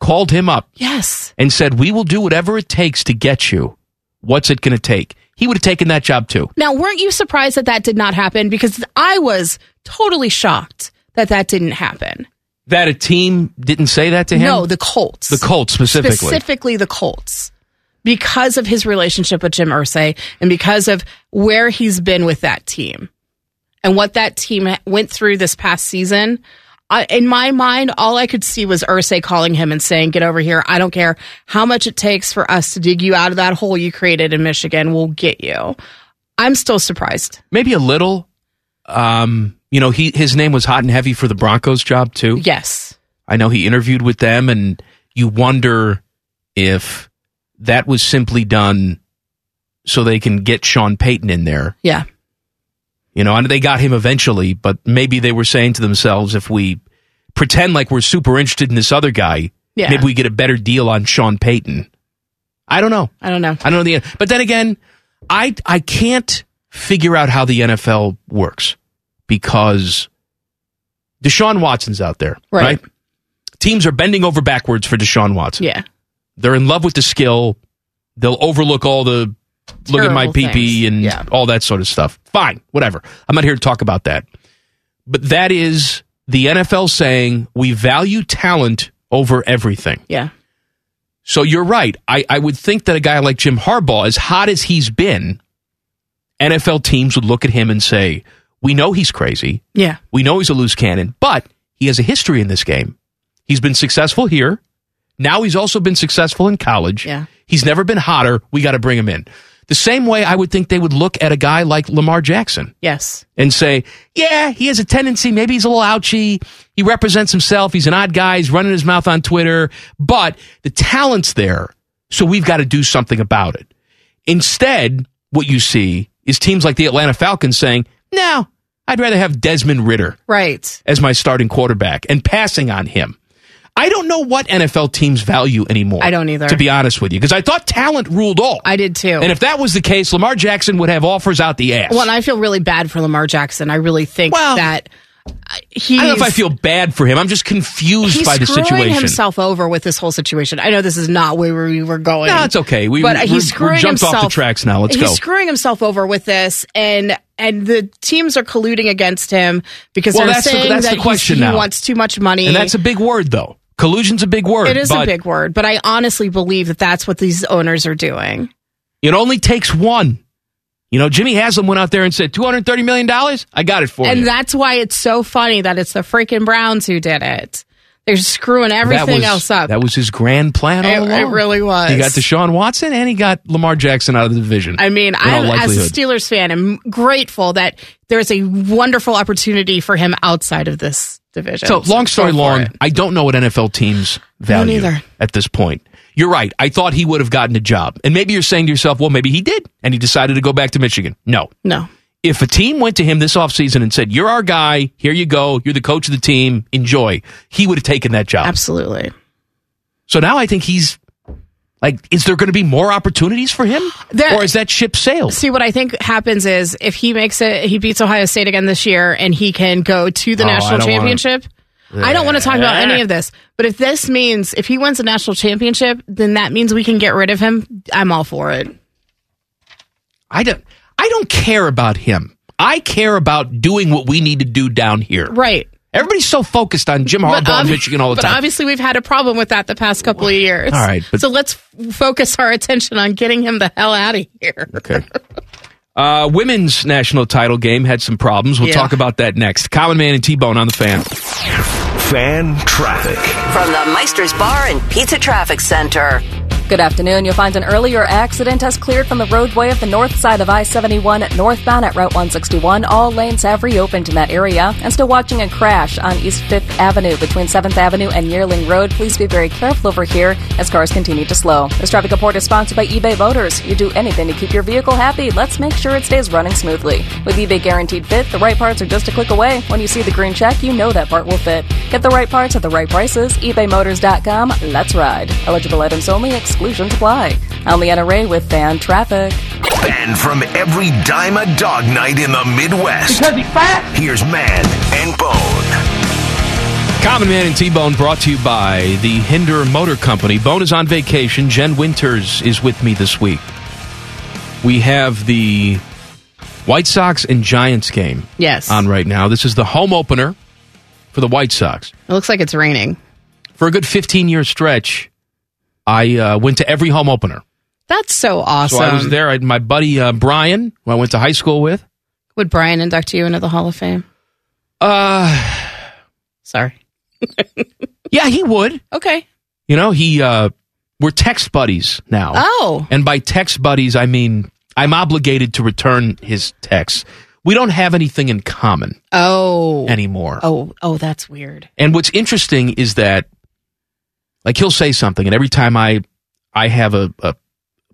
S1: called him up
S2: yes.
S1: and said, We will do whatever it takes to get you, what's it going to take? He would have taken that job too.
S2: Now, weren't you surprised that that did not happen? Because I was totally shocked that that didn't happen.
S1: That a team didn't say that to him?
S2: No, the Colts.
S1: The Colts specifically.
S2: Specifically the Colts. Because of his relationship with Jim Ursay and because of where he's been with that team and what that team went through this past season. I, in my mind, all I could see was Ursay calling him and saying, Get over here. I don't care how much it takes for us to dig you out of that hole you created in Michigan. We'll get you. I'm still surprised.
S1: Maybe a little. Um, you know, he his name was hot and heavy for the Broncos job too.
S2: Yes.
S1: I know he interviewed with them, and you wonder if that was simply done so they can get Sean Payton in there.
S2: Yeah.
S1: You know, and they got him eventually, but maybe they were saying to themselves, if we pretend like we're super interested in this other guy,
S2: Yeah.
S1: maybe we get a better deal on Sean Payton. I don't know.
S2: I don't know.
S1: I don't know the. But then again, I I can't figure out how the NFL works because Deshaun Watson's out there, right?
S2: Right.
S1: Teams are bending over backwards for Deshaun Watson.
S2: Yeah.
S1: They're in love with the skill. They'll overlook all the look at my
S2: Terrible
S1: PP
S2: things.
S1: and
S2: Yeah.
S1: all that sort of stuff. Fine, whatever. I'm not here to talk about that. But that is the NFL saying we value talent over everything.
S2: Yeah.
S1: So you're right. I, I would think that a guy like Jim Harbaugh, as hot as he's been, NFL teams would look at him and say, We know he's crazy.
S2: Yeah.
S1: We know he's a loose cannon, but he has a history in this game. He's been successful here. Now he's also been successful in college.
S2: Yeah.
S1: He's never been hotter. We got to bring him in. The same way I would think they would look at a guy like Lamar Jackson
S2: Yes.
S1: and say, yeah, he has a tendency. Maybe he's a little ouchy. He represents himself. He's an odd guy. He's running his mouth on Twitter, but the talent's there. So we've got to do something about it. Instead, what you see is teams like the Atlanta Falcons saying, no, I'd rather have Desmond Ritter
S2: Right.
S1: as my starting quarterback and passing on him. I don't know what NFL teams value anymore.
S2: I don't either.
S1: To be honest with you, because I thought talent ruled all.
S2: I did too.
S1: and if that was the case, Lamar Jackson would have offers out the ass.
S2: well, and I feel really bad for Lamar Jackson. I really think
S1: Well,
S2: that he.
S1: I don't know if I feel bad for him. I'm just confused
S2: He's
S1: by the
S2: screwing
S1: situation.
S2: himself over with this whole situation. I know this is not where we were going.
S1: No, it's okay. We-
S2: but
S1: we-
S2: he's
S1: we- we
S2: screwing
S1: jumped off the
S2: himself
S1: tracks now. Let's
S2: he's
S1: go.
S2: screwing himself over with this, and and the teams are colluding against him because
S1: Well,
S2: they're
S1: that's the-
S2: saying
S1: that's the
S2: that he's-
S1: question
S2: he
S1: now.
S2: wants too much money,
S1: and that's a big word, though. Collusion's a big word.
S2: it is a
S1: but
S2: big word. But I honestly believe that that's what these owners are doing.
S1: It only takes one. You know, Jimmy Haslam went out there and said, $230 million? I got it for
S2: and
S1: you.
S2: that's why it's so funny that it's the freaking Browns who did it. They're screwing everything
S1: was,
S2: else up.
S1: That was his grand plan all
S2: It- it
S1: along.
S2: really was.
S1: He got Deshaun Watson and he got Lamar Jackson out of the division.
S2: I
S1: in
S2: mean,
S1: all
S2: I, as a
S1: likelihood.
S2: Steelers fan, I'm grateful that there's a wonderful opportunity for him outside of this division.
S1: So long
S2: go
S1: story
S2: for
S1: long,
S2: it.
S1: I don't know what NFL teams value
S2: neither.
S1: at this point. You're right. I thought he would have gotten a job. And maybe you're saying to yourself, well, maybe he did. And he decided to go back to Michigan. No.
S2: No.
S1: If a team went to him this offseason and said, you're our guy, here you go, you're the coach of the team, enjoy, he would have taken that job.
S2: Absolutely.
S1: So now I think he's like, is there going to be more opportunities for him?
S2: There-
S1: or is that ship sailed?
S2: See, what I think happens is if he makes it, he beats Ohio State again this year and he can go to the
S1: Oh, I
S2: national
S1: don't wanna-
S2: championship. I don't want to talk about any of this, but if this means if he wins a national championship, then that means we can get rid of him. I'm all for it.
S1: I don't I don't care about him. I care about doing what we need to do down here.
S2: Right.
S1: Everybody's so focused on Jim Harbaugh
S2: ob-
S1: and Michigan all the
S2: but
S1: time.
S2: obviously, we've had a problem with that the past couple of years.
S1: All right, but-
S2: so let's f- focus our attention on getting him the hell out of here.
S1: okay. Uh, women's national title game had some problems. We'll
S2: Yeah.
S1: talk about that next. Common Man and T Bone on the fan.
S3: Fan traffic.
S4: From the Meisters Bar and Pizza Traffic Center.
S5: Good afternoon. You'll find an earlier accident has cleared from the roadway of the north side of I 71 northbound at Route 161. All lanes have reopened in that area. And still watching a crash on East 5th Avenue between 7th Avenue and Yearling Road. Please be very careful over here as cars continue to slow. This traffic report is sponsored by E eBay Motors. You do anything to keep your vehicle happy. Let's make sure it stays running smoothly. With eBay Guaranteed Fit, the right parts are just a click away. When you see the green check, you know that part will fit. Get the right parts at the right prices. ebaymotors.com. Let's ride. Eligible items only. Exclusions apply. I'm Leanna Ray with Fan Traffic.
S3: Banned from every dime a dog night in the Midwest. Because he's fat. Here's Man and Bone.
S1: Common Man and T Bone brought to you by the Hinder Motor Company. Bone is on vacation. Jen Winters is with me this week. We have the White Sox and Giants game
S2: Yes,
S1: on right now. This is the home opener for the White Sox.
S2: it looks like it's raining.
S1: For a good 15 year stretch, I uh, went to every home opener.
S2: That's so awesome.
S1: So I was there. I, my buddy uh, Brian, who I went to high school with.
S2: Would Brian induct you into the Hall of Fame?
S1: Uh,
S2: Sorry.
S1: yeah, he would.
S2: Okay.
S1: You know, he uh, we're text buddies now.
S2: Oh,
S1: And by text buddies, I mean I'm obligated to return his texts. We don't have anything in common
S2: oh,
S1: anymore.
S2: oh, oh. That's weird.
S1: And what's interesting is that, like, he'll say something, and every time I, I have a, a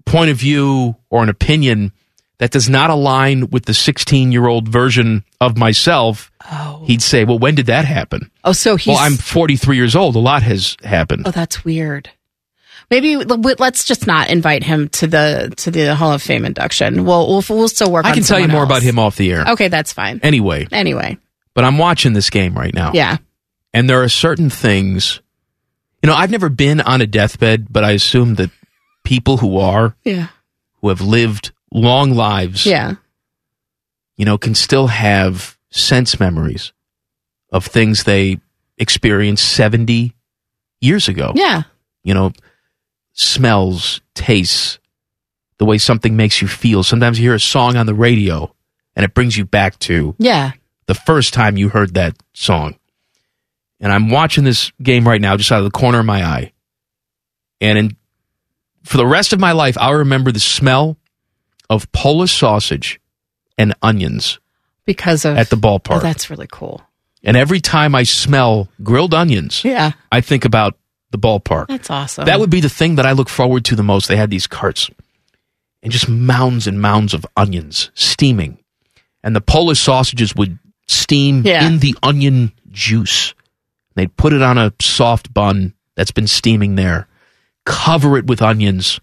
S1: point of view or an opinion that does not align with the 16 year old version of myself,
S2: Oh,
S1: he'd say, "Well, when did that happen?"
S2: oh. So he's.
S1: Well, I'm 43 years old. A lot has happened.
S2: Oh, that's weird. Maybe we- let's just not invite him to the to the Hall of Fame induction. We'll we'll, we'll still work.
S1: I
S2: on
S1: can tell you
S2: someone
S1: more
S2: else.
S1: about him off the air.
S2: Okay, that's fine.
S1: Anyway,
S2: Anyway,
S1: but I'm watching this game right now.
S2: yeah.
S1: And there are certain things, you know, I've never been on a deathbed, but I assume that people who are,
S2: Yeah.
S1: who have lived long lives,
S2: Yeah.
S1: you know, can still have sense memories of things they experienced 70 years ago.
S2: Yeah.
S1: You know, smells, tastes, the way something makes you feel. Sometimes you hear a song on the radio and it brings you back to
S2: Yeah.
S1: the first time you heard that song. And I'm watching this game right now just out of the corner of my eye. And in, for the rest of my life, I'll remember the smell of Polish sausage and onions
S2: Because of
S1: at the ballpark.
S2: Oh, that's really cool.
S1: and every time I smell grilled onions,
S2: Yeah.
S1: I think about the ballpark.
S2: That's awesome.
S1: That would be the thing that I look forward to the most. They had these carts and just mounds and mounds of onions steaming. And the Polish sausages would steam
S2: Yeah.
S1: in the onion juice. They'd put it on a soft bun that's been steaming there, cover it with onions.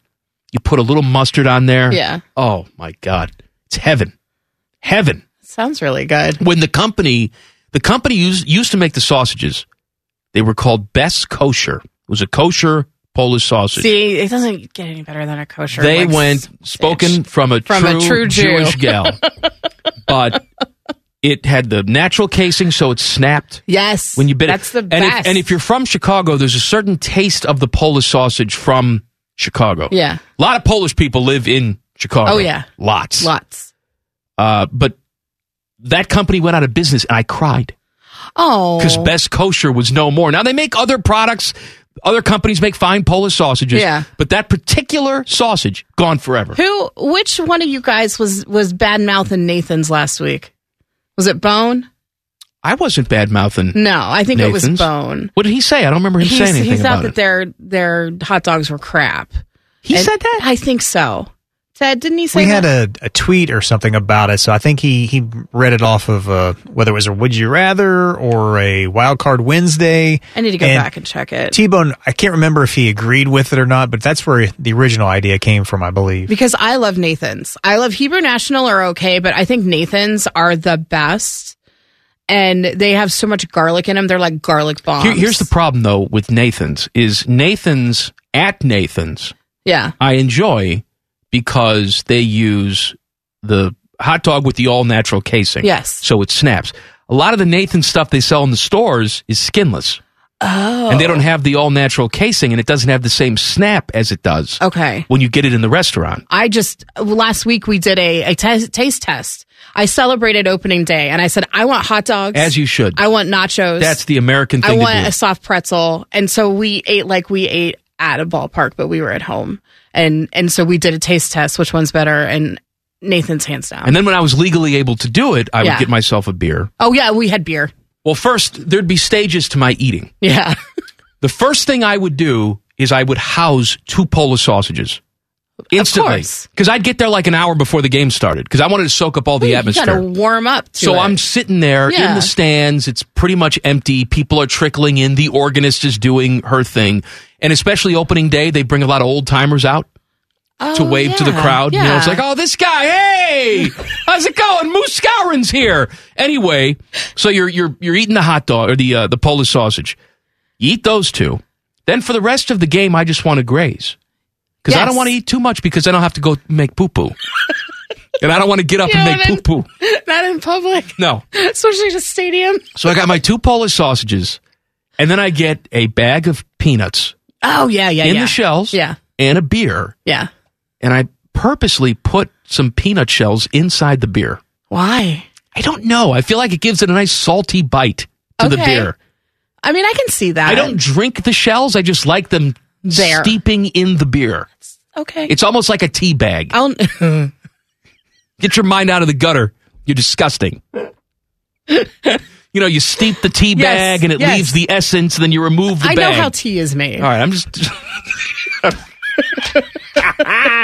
S1: You put a little mustard on there.
S2: Yeah.
S1: Oh my God. It's heaven. Heaven
S2: sounds really good.
S1: when the company the company used used to make the sausages they were called best kosher it was a kosher polish sausage
S2: See, it doesn't get any better than a kosher.
S1: they
S2: like,
S1: went spoken from a
S2: From a
S1: true,
S2: true Jew.
S1: jewish gal but it had the natural casing so it snapped
S2: Yes.
S1: when you bit
S2: that's
S1: it
S2: the
S1: and,
S2: best.
S1: If, and if you're from chicago there's a certain taste of the polish sausage from chicago
S2: Yeah.
S1: a lot of polish people live in chicago
S2: Oh, yeah.
S1: lots
S2: Lots.
S1: uh, but that company went out of business and i cried
S2: Oh.
S1: because Best Kosher was no more. Now they make other products. Other companies make fine Polish sausages.
S2: Yeah.
S1: But that particular sausage, gone forever.
S2: Who? Which one of you guys was was bad mouthing Nathan's last week? Was it Bone?
S1: I wasn't bad mouthing.
S2: No, I think it was
S1: Nathan's.
S2: Bone.
S1: What did he say? I don't remember him
S2: He's-
S1: saying
S2: he
S1: anything
S2: thought
S1: about
S2: that
S1: it.
S2: their their hot dogs were crap.
S1: He
S2: And
S1: said that?
S2: I think so. Ted, didn't he say
S8: we
S2: that?
S8: had a, a tweet or something about it, so I think he, he read it off of uh, whether it was a Would You Rather or a Wild Card Wednesday.
S2: I need to go back and check it.
S8: T Bone, I can't remember if he agreed with it or not, but that's where the original idea came from, I believe.
S2: because I love Nathan's. I love Hebrew National are okay, but I think Nathan's are the best. And they have so much garlic in them. They're like garlic bombs.
S1: Here- here's the problem, though, with Nathan's is Nathan's at Nathan's.
S2: yeah.
S1: I enjoy because they use the hot dog with the all natural casing.
S2: Yes.
S1: So it snaps. A lot of the Nathan stuff they sell in the stores is skinless.
S2: Oh.
S1: and they don't have the all natural casing and it doesn't have the same snap as it does
S2: Okay.
S1: when you get it in the restaurant.
S2: I just last week we did a, a tes- taste test. I celebrated opening day and I said I want hot dogs.
S1: As you should.
S2: I want nachos.
S1: That's the American
S2: I
S1: thing to
S2: want
S1: do.
S2: a soft pretzel. And so we ate like we ate at a ballpark, but we were at home. And and so we did a taste test, which one's better and Nathan's hands down.
S1: and then when I was legally able to do it, I
S2: Yeah.
S1: would get myself a beer.
S2: oh yeah, we had beer.
S1: Well, first there'd be stages to my eating.
S2: Yeah.
S1: The first thing I would do is I would house two Polish sausages instantly
S2: course.
S1: because I'd get there like an hour before the game started because I wanted to soak up all the
S2: You
S1: atmosphere.
S2: gotta warm up to
S1: So
S2: it.
S1: I'm sitting there
S2: Yeah.
S1: in the stands. It's pretty much empty. People are trickling in. The organist is doing her thing. And especially opening day, they bring a lot of old timers out to
S2: Oh,
S1: wave to the
S2: yeah,
S1: crowd. You know, it's
S2: yeah.
S1: like, oh, this guy, hey, how's it going? Moose Scourin's here. Anyway, so you're you're you're eating the hot dog or the uh, the Polish sausage. You eat those two. Then for the rest of the game, I just want to graze because I
S2: Yes.
S1: don't want to eat too much because I don't have to go make poo poo, and I don't want to get up
S2: You know
S1: and
S2: what
S1: make
S2: I mean?
S1: poo poo.
S2: not in public,
S1: No.
S2: especially the stadium.
S1: So I got my two Polish sausages, and then I get a bag of peanuts
S2: Oh yeah, yeah,
S1: in
S2: yeah.
S1: the shells
S2: Yeah.
S1: and a beer.
S2: Yeah.
S1: And I purposely put some peanut shells inside the beer.
S2: Why?
S1: I don't know. I feel like it gives it a nice salty bite to the
S2: Okay.
S1: beer.
S2: I mean, I can see that.
S1: I don't drink the shells. I just like them
S2: There.
S1: steeping in the beer.
S2: Okay.
S1: It's almost like a tea bag.
S2: I'll.
S1: Get your mind out of the gutter. You're disgusting. you know, you steep the tea
S2: Yes,
S1: bag and it
S2: yes.
S1: leaves the essence, then you remove the
S2: I
S1: bag.
S2: know how tea is made.
S1: All right, I'm just.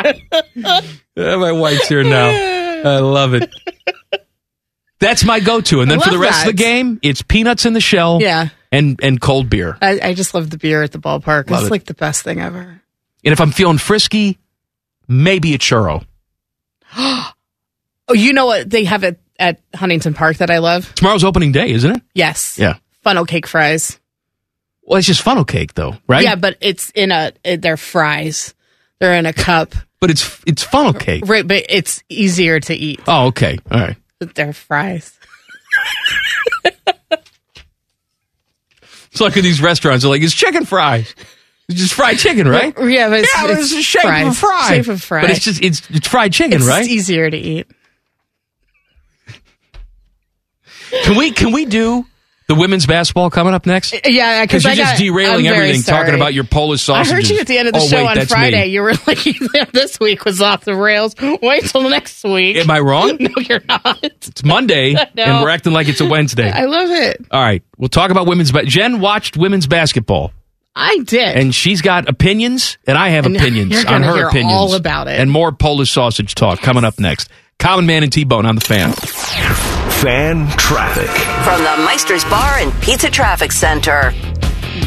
S1: Uh, my wife's here now. I love it. That's my go-to, and then
S2: I
S1: for the
S2: love
S1: rest of the
S2: that.
S1: game, it's peanuts in the shell,
S2: Yeah.
S1: and and cold beer.
S2: I, I just love the beer at the ballpark.
S1: Love
S2: it's
S1: it.
S2: like the best thing ever.
S1: And if I'm feeling frisky, maybe a churro.
S2: oh, you know what they have it at Huntington Park that I love?
S1: Tomorrow's opening day, isn't it?
S2: Yes.
S1: Yeah.
S2: Funnel cake fries.
S1: Well, it's just funnel cake though, right?
S2: Yeah, but it's in a it- they're fries. They're in a cup.
S1: But it's it's funnel cake.
S2: Right, but it's easier to eat.
S1: Oh, okay. All right.
S2: But They're fries.
S1: It's like in these restaurants. They're like, it's chicken fries. It's just fried chicken, right?
S2: But- yeah, but it's,
S1: yeah, but it's, a shape of a fry.
S2: Shape of fry.
S1: But it's just it's, it's fried chicken,
S2: It's
S1: right?
S2: easier to eat.
S1: Can we can we do the women's basketball coming up next?
S2: Yeah, because
S1: because you're
S2: uh, I
S1: just
S2: got-
S1: derailing
S2: I'm very
S1: everything, talking
S2: sorry.
S1: about your Polish sausages.
S2: I heard you at the end of the
S1: Oh,
S2: show
S1: wait,
S2: on
S1: that's me.
S2: Friday. You were like, "This week was off the rails. Wait till next week."
S1: Am I wrong?
S2: No, you're not.
S1: It's Monday,
S2: No.
S1: and we're acting like it's a Wednesday.
S2: I love it.
S1: All right, we'll talk about women's. But Jen watched women's basketball,
S2: I did.
S1: and she's got opinions, and I have
S2: And
S1: opinions
S2: you're
S1: on
S2: gonna
S1: her
S2: hear
S1: opinions.
S2: all about it.
S1: and more Polish sausage talk coming up next. Common Man and T Bone on the fan.
S3: Fan traffic.
S4: From the Meister's Bar and Pizza Traffic Center.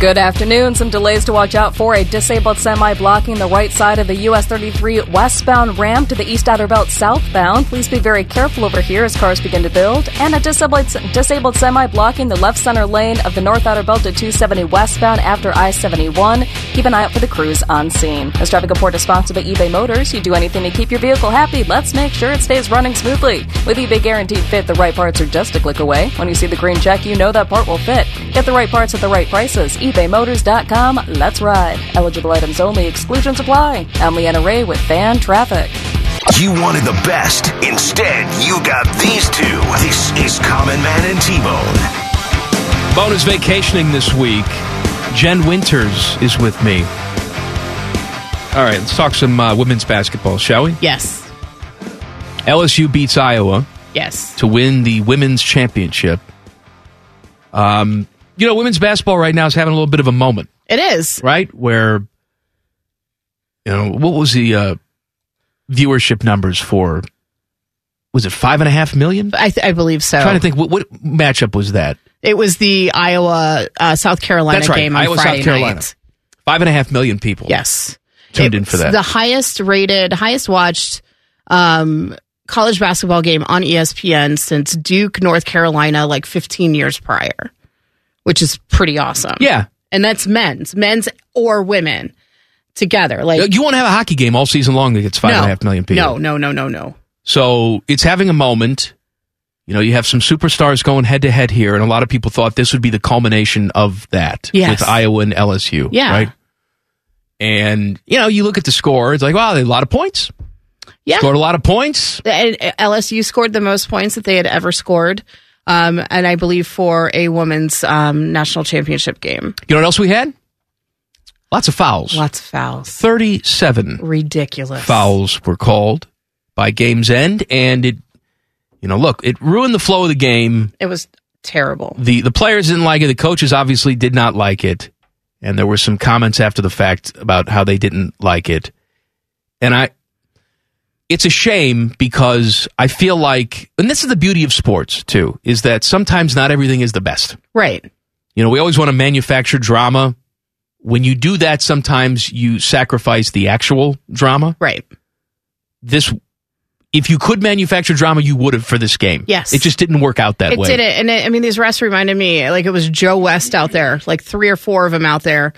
S5: Good afternoon. Some delays to watch out for. A disabled semi blocking the right side of the US 33 westbound ramp to the East Outer Belt southbound. Please be very careful over here as cars begin to build. And a disabled, disabled semi blocking the left center lane of the North Outer Belt to 270 westbound after I 71. Keep an eye out for the crews on scene. This traffic report is sponsored by eBay Motors. You do anything to keep your vehicle happy. Let's make sure it stays running smoothly. With eBay Guaranteed Fit, the right parts are just a click away. When you see the green check, you know that part will fit. Get the right parts at the right prices. ebaymotors.com. Let's ride. Eligible items only. Exclusions apply. I'm Leanna Ray with Fan Traffic.
S3: You wanted the best. Instead, you got these two. This is Common Man and T Bone.
S1: Bonus vacationing this week. Jen Winters is with me. All right, let's talk some uh, women's basketball, shall we?
S2: yes,
S1: LSU beats Iowa.
S2: yes.
S1: to win the women's championship. Um, you know, women's basketball right now is having a little bit of a moment,
S2: It is.
S1: right? Where you know what was the uh, viewership numbers for? Was it five and a half million?
S2: I, th- I believe so.
S1: trying to think, what, what matchup was that?
S2: It was the Iowa uh, South Carolina
S1: That's right,
S2: game on
S1: Iowa, South
S2: Friday
S1: Carolina.
S2: night.
S1: Five and a half million people.
S2: Yes,
S1: tuned in for
S2: It's
S1: that.
S2: The highest rated, highest watched um, college basketball game on E ESPN since Duke, North Carolina, like 15 years prior, which is pretty awesome.
S1: yeah,
S2: and that's men's, men's or women together. Like
S1: you want to have a hockey game all season long that gets five and a half million people.
S2: No, no, no, no, no.
S1: So it's having a moment. You know, you have some superstars going head to head here, and a lot of people thought this would be the culmination of that
S2: Yes.
S1: with Iowa and LSU.
S2: Yeah.
S1: Right. And, you know, you look at the score, it's like, wow, they had a lot of points.
S2: Yeah.
S1: Scored a lot of points.
S2: And LSU scored the most points that they had ever scored. Um, and I believe for a women's um, national championship game.
S1: You know what else we had? Lots of fouls.
S2: Lots of fouls.
S1: 37
S2: Ridiculous.
S1: fouls were called by game's end. And it, you know, look, it ruined the flow of the game.
S2: It was terrible.
S1: the the players didn't like it. The coaches obviously did not like it, and there were some comments after the fact about how they didn't like it. And I, it's a shame because I feel like, and this is the beauty of sports too, is that sometimes not everything is the best.
S2: Right.
S1: You know, we always want to manufacture drama. When you do that, sometimes you sacrifice the actual drama.
S2: Right.
S1: This, if you could manufacture drama, you would have for this game.
S2: Yes.
S1: it just didn't work out that
S2: It
S1: way.
S2: did it. And it, I mean, these refs reminded me like it was Joe West out there, like three or four of them out there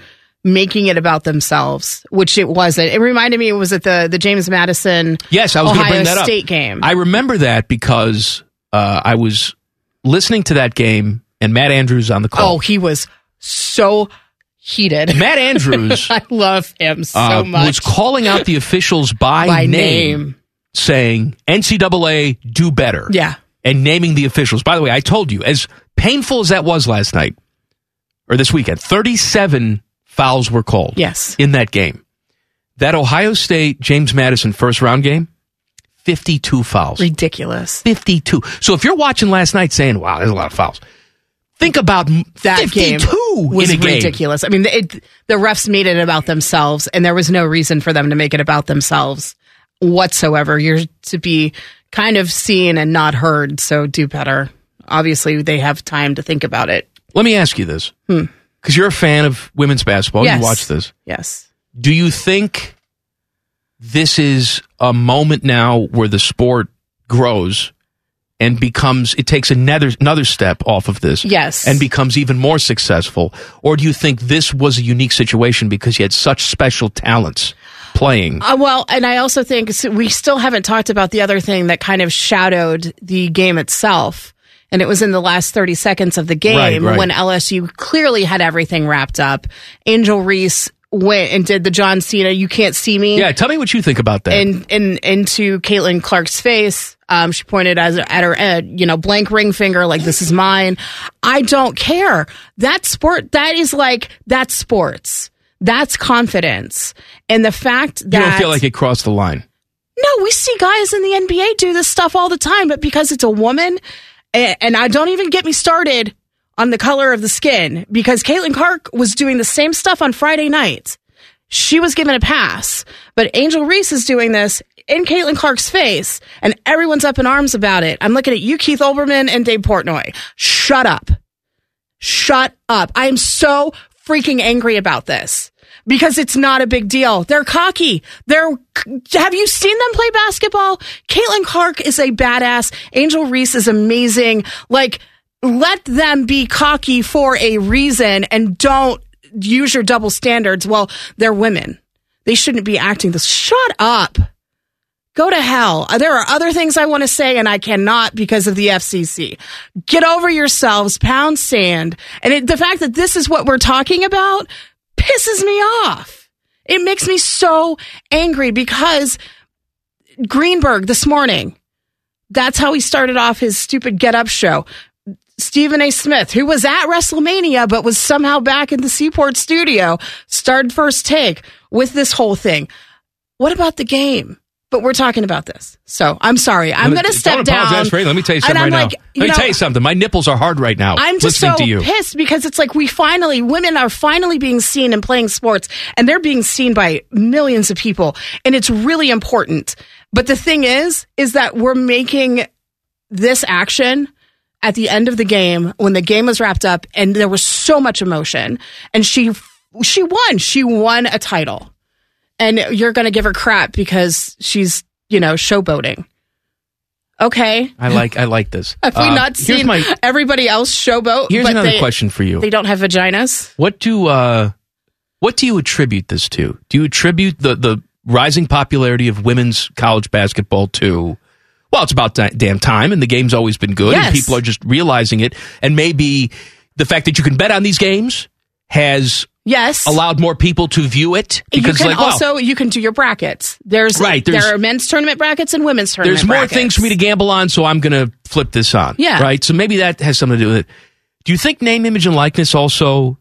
S2: making it about themselves, which it wasn't. It reminded me it was at the, the James Madison
S1: Yes, I was going to
S2: Ohio
S1: bring that
S2: State
S1: up.
S2: game.
S1: I remember that because uh, I was listening to that game and Matt Andrews on the call.
S2: oh, he was so heated.
S1: Matt Andrews
S2: I love him so
S1: uh,
S2: much.
S1: was calling out the officials by,
S2: By
S1: name,
S2: name.
S1: saying NCAA do better.
S2: Yeah.
S1: and naming the officials. By the way, I told you as painful as that was last night or this weekend, thirty-seven fouls were called.
S2: Yes.
S1: in that game, that Ohio State James Madison first round game, fifty-two fouls.
S2: Ridiculous.
S1: 52. So if you're watching last night saying, wow, there's a lot of fouls, think about m-
S2: That
S1: 52
S2: game was
S1: in a game.
S2: ridiculous. I mean, it, the refs made it about themselves, and there was no reason for them to make it about themselves whatsoever. You're to be kind of seen and not heard, so do better. Obviously, they have time to think about it.
S1: Let me ask you this because you're a fan of women's basketball.
S2: Hmm. Yes.
S1: You watch this.
S2: Yes.
S1: Do you think this is a moment now where the sport grows and becomes it takes another another step off of this
S2: Yes.
S1: and becomes even more successful or do you think this was a unique situation because you had such special talents playing
S2: Uh, well, and I also think s- we still haven't talked about the other thing that kind of shadowed the game itself. And it was in the last 30 seconds of the game
S7: Right, right.
S2: when LSU clearly had everything wrapped up. Angel Reese went and did the John Cena, you can't see me.
S1: yeah tell me what you think about that
S2: And and into Caitlin Clark's face. Um, she pointed as at her uh, you know blank ring finger like this is mine. I don't care. That sport that is like that's sports. That's confidence. And the fact
S1: you
S2: that
S1: don't feel like it crossed the line
S2: no, we see guys in the NBA do this stuff all the time, but because it's a woman, a- and I don't even get me started on the color of the skin, because Caitlin Clark was doing the same stuff on Friday night. She was given a pass, but Angel Reese is doing this in Caitlin Clark's face, and everyone's up in arms about it. I'm looking at you, Keith Olbermann, and Dave Portnoy. Shut up. Shut up. I am so freaking angry about this because it's not a big deal. They're cocky. They're, have you seen them play basketball? Caitlin Clark is a badass. Angel Reese is amazing. Like, let them be cocky for a reason and don't use your double standards. Well, they're women. They shouldn't be acting this. Shut up. Go to hell. Uh, There are other things I want to say, and I cannot because of the FCC. Get over yourselves, pound sand. And it, the fact that this is what we're talking about pisses me off. It makes me so angry because Greenberg this morning, that's how he started off his stupid get up show. Stephen A. Smith, who was at WrestleMania but was somehow back in the Seaport studio, started first take with this whole thing. What about the game? But we're talking about this. So I'm sorry. I'm
S1: Let
S2: going
S1: me-
S2: to step
S1: don't
S2: down.
S1: apologize for anything. let me tell you
S2: And
S1: something
S2: I'm
S1: right
S2: like,
S1: now
S2: you
S1: let me
S2: know,
S1: tell you something my nipples are hard right now
S2: I'm just
S1: listening
S2: so
S1: to you
S2: pissed because it's like we finally, women are finally being seen and playing sports, and they're being seen by millions of people, and it's really important. But the thing is, is that we're making this action at the end of the game when the game was wrapped up, and there was so much emotion, and she she won, she won a title, and you're going to give her crap because she's you know showboating. Okay,
S1: I like I like this.
S2: have we
S1: Uh,
S2: not
S1: Here's
S2: seen
S1: my
S2: everybody else showboat?
S1: Here's
S2: but
S1: another
S2: they-
S1: question for you.
S2: They don't have vaginas.
S1: What do uh, what do you attribute this to? Do you attribute the the rising popularity of women's college basketball to? Well, it's about da- damn time, and the game's always been good,
S9: Yes.
S1: and people are just realizing it, and maybe the fact that you can bet on these games has
S2: yes
S1: allowed more people to view it
S2: You
S1: because
S2: can
S1: like wow,
S2: also you can do your brackets. There's
S1: Right, there's-
S2: there are men's tournament brackets and women's tournament.
S1: there's more
S2: brackets.
S1: things for me to gamble on, so I'm going to flip this on.
S2: Yeah.
S1: Right? So maybe that has something to do with it. Do you think name, image, and likeness also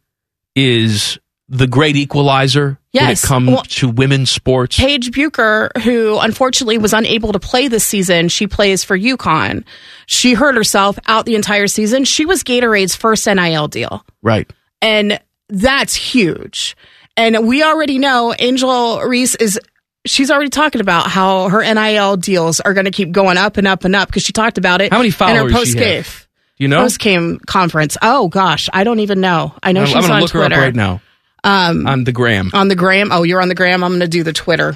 S1: is the great equalizer when it
S2: Yes.
S1: comes
S2: Well-
S1: to women's sports?
S2: Paige Bucher, who unfortunately was unable to play this season, she plays for UConn. She hurt herself out the entire season. She was Gatorade's first NIL deal.
S1: Right.
S2: and that's huge. And we already know Angel Reese is she's already talking about how her NIL deals are going to keep going up and up and up because she talked about it.
S1: How many
S2: in her
S1: followers
S2: post
S1: she have? Do you know?
S2: post game conference? Oh gosh, I don't even know. I know
S1: I'm,
S2: she's
S1: I'm gonna
S2: on
S1: look
S2: Twitter
S1: her up right now
S2: Um,
S1: on the gram.
S2: on the gram. Oh, you're on the gram. I'm going to do the Twitter.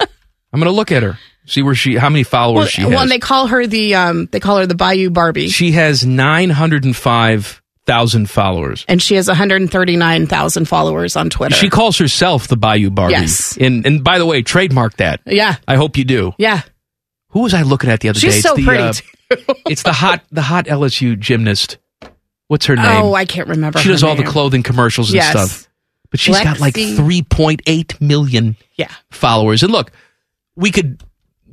S1: I'm going to look at her, see where she, how many followers
S2: Well,
S1: she has.
S2: well, and they call her the um, they call her the Bayou Barbie,
S1: she has 905,000 followers.
S2: and she has 139,000 followers on Twitter.
S1: She calls herself the Bayou Barbie.
S2: Yes.
S1: And, and by the way, trademark that.
S2: yeah,
S1: I hope you do.
S2: yeah.
S1: Who was I looking at the other
S2: She's
S1: day?
S2: so
S1: the,
S2: pretty,
S1: uh, it's the hot the hot LSU gymnast. What's her name?
S2: Oh, I can't remember.
S1: She
S2: her
S1: does all the
S2: name.
S1: clothing commercials and
S2: Yes.
S1: stuff. But she's got like
S2: Lexi.
S1: 3.8 million
S2: Yeah.
S1: followers. And look, we could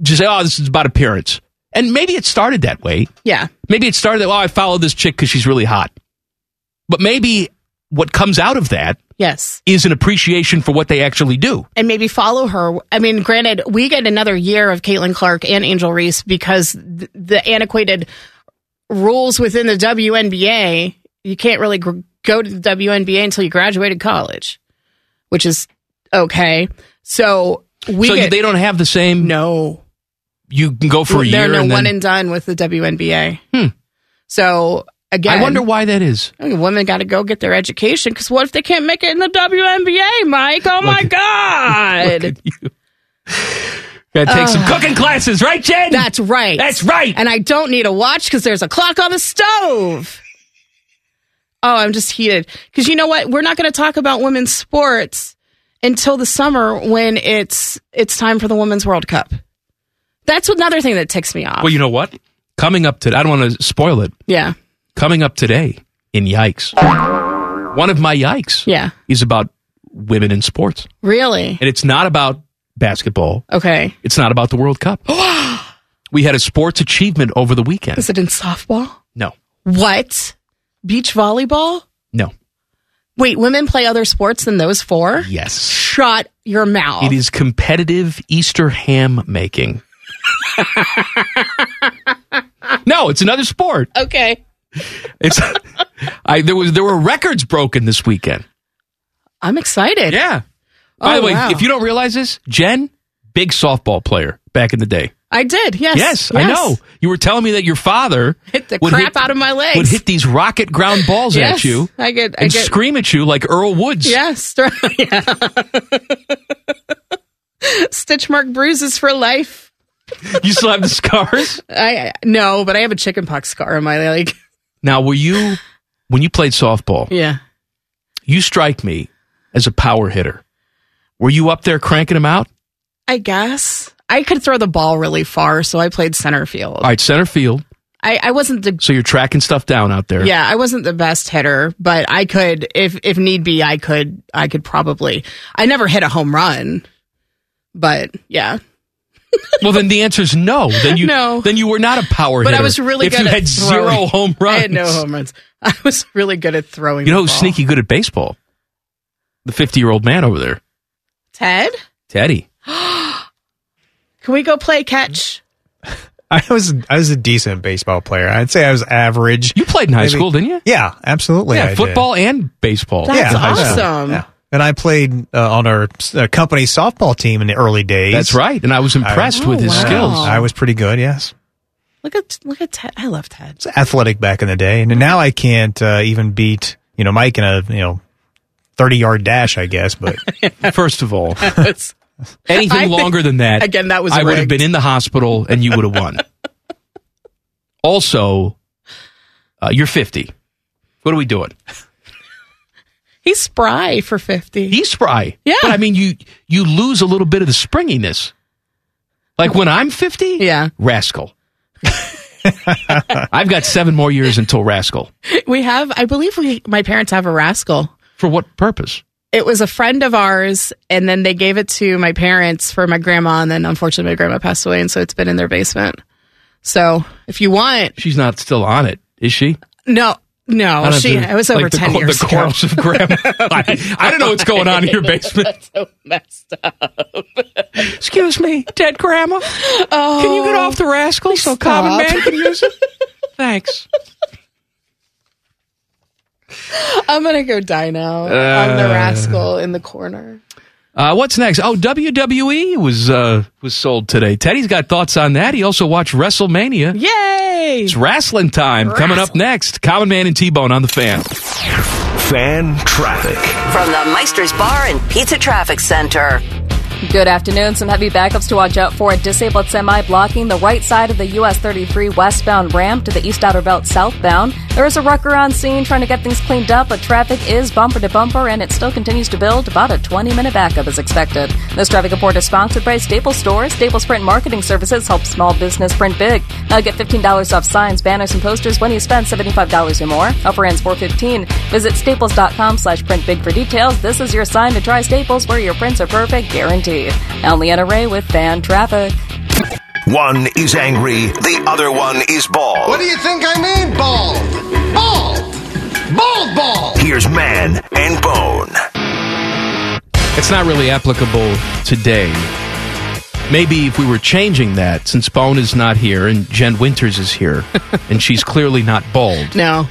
S1: just say, oh, this is about appearance. And maybe it started that way.
S2: Yeah.
S1: Maybe it started that, well, I follow this chick because she's really hot. But maybe what comes out of that
S2: Yes.
S1: is an appreciation for what they actually do.
S2: And maybe follow her. I mean, granted, we get another year of Caitlin Clark and Angel Reese because th- the antiquated rules within the WNBA, you can't really gr- go to the WNBA until you graduated college, which is okay. So we
S1: so
S2: get,
S1: they don't have the same.
S2: No.
S1: You can go for a
S2: they're
S1: year
S2: no
S1: and then
S2: one and done with the WNBA. So again.
S1: I wonder why that is.
S2: I mean, women got to go get their education because what if they can't make it in the WNBA, Mike? Oh my God.
S1: Gotta take some cooking classes, right, Jen?
S2: That's right.
S1: That's right.
S2: And I don't need a watch because there's a clock on the stove. Oh, I'm just heated. Because you know what? We're not going to talk about women's sports until the summer when it's it's time for the Women's World Cup. That's another thing that ticks me off.
S1: Well, you know what? Coming up today, I don't want to spoil it.
S2: yeah.
S1: Coming up today in Yikes. One of my Yikes
S2: Yeah.
S1: is about women in sports.
S2: Really?
S1: And it's not about basketball,
S2: Okay.
S1: it's not about the World Cup. we had a sports achievement over the weekend.
S2: Is it in softball?
S1: No,
S2: What? Beach volleyball?
S1: no.
S2: Wait, women play other sports than those four?
S1: Yes.
S2: Shut your mouth.
S1: It is competitive Easter ham making. no, it's another sport.
S2: Okay.
S1: It's I there was there were records broken this weekend.
S2: I'm excited.
S1: Yeah. By
S2: Oh,
S1: the way,
S2: wow.
S1: if you don't realize this, Jen, big softball player back in the day.
S2: I did. Yes.
S1: Yes, I know. You were telling me that your father
S2: Hit the
S1: would
S2: crap out of my legs.
S1: Would hit these rocket ground balls
S2: Yes,
S1: at you
S2: I get. I
S1: and
S2: get.
S1: scream at you like Earl Woods.
S2: yes. yeah. Stitch mark bruises for life.
S1: You still have the scars?
S2: I no, but I have a chicken pox scar on my leg.
S1: Now, were you when you played softball?
S2: Yeah.
S1: You strike me as a power hitter. Were you up there cranking them out?
S2: I guess I could throw the ball really far, so I played center field.
S1: All right, center field.
S2: I, I wasn't the
S1: So you're tracking stuff down out there.
S2: Yeah, I wasn't the best hitter, but I could, if if need be, I could, I could probably. I never hit a home run, but yeah,
S1: Well, then the answer is no. Then you
S2: No.
S1: then you were not a power
S2: but
S1: hitter.
S2: I was really
S1: if
S2: good.
S1: you
S2: at
S1: had
S2: throwing.
S1: zero home runs.
S2: I had no home runs. I was really good at throwing.
S1: You know
S2: the
S1: who's
S2: ball.
S1: sneaky good at baseball? The 50 year old man over there,
S2: Ted.
S1: Teddy.
S2: Can we go play catch?
S8: I was I was a decent baseball player. I'd say I was average.
S1: You played in high
S8: Maybe-
S1: school, didn't you?
S8: Yeah, absolutely. I
S1: Yeah,
S8: did.
S1: football and baseball.
S2: That's
S8: high school.
S2: awesome.
S8: Yeah. And I played uh, on our uh, company softball team in the early days.
S1: That's right. And I was impressed
S2: Oh,
S1: with his
S2: wow.
S1: skills.
S8: I was pretty good. Yes,
S2: Look at look at Ted. I love Ted.
S8: it's athletic back in the day, and now I can't uh, even beat you know Mike in a you know thirty yard dash, I guess. But
S1: First of all,
S2: It's-
S1: anything
S2: I think-
S1: longer than that,
S2: again, that was
S1: I would have
S2: rigged.
S1: been in the hospital and you would have won. also, uh, you're 50. What are we doing?
S2: He's spry for fifty.
S1: He's spry.
S2: Yeah.
S1: But I mean, you you lose a little bit of the springiness. Like when I'm 50,
S2: Yeah.
S1: rascal. I've got seven more years until rascal.
S2: we have, I believe, we my parents have a rascal.
S1: For what purpose?
S2: it was a friend of ours and then they gave it to my parents for my grandma and then unfortunately my grandma passed away and so it's been in their basement so if you want
S1: She's not still on it, is she?
S2: no no
S1: Out of
S2: Oh, she
S1: the-
S2: it was over
S1: like
S2: 10
S1: the, cor-
S2: years
S1: The
S2: ago
S1: corpse of grandma. I, I don't know what's going on in your basement.
S2: so messed up
S1: Excuse me, dead grandma. Can you get off the rascal so common man can
S2: Oh.
S1: use it? Thanks.
S2: i'm gonna go die now on the rascal in the corner
S1: Uh, what's next? Oh, WWE was uh, was sold today. Teddy's got thoughts on that. He also watched WrestleMania.
S2: yay
S1: It's wrestling time coming up next. Common Man and T Bone on the fan.
S3: Fan traffic.
S4: From the Meister's Bar and Pizza Traffic Center.
S5: Good afternoon. Some heavy backups to watch out for. A disabled semi blocking the right side of the US 33 westbound ramp to the East Outer Belt southbound. There is a wrecker on scene trying to get things cleaned up, but traffic is bumper to bumper and it still continues to build. About a 20 minute backup is expected. This traffic report is sponsored by Staples Stores. Staples Print Marketing Services help small business print big. Now get $15 off signs, banners, and posters when you spend $75 or more. Upper ends 415. Visit staples.com slash print big for details. This is your sign to try Staples where your prints are perfect, guaranteed. I'm Leanna Ray with Fan Traffic.
S3: One is angry, the other one is bald.
S10: What do you think I mean, bald? Bald! Bald, bald!
S3: Here's Man and Bone.
S1: It's not really applicable today. Maybe if we were changing that, since Bone is not here and Jen Winters is here, and she's clearly not bald.
S2: no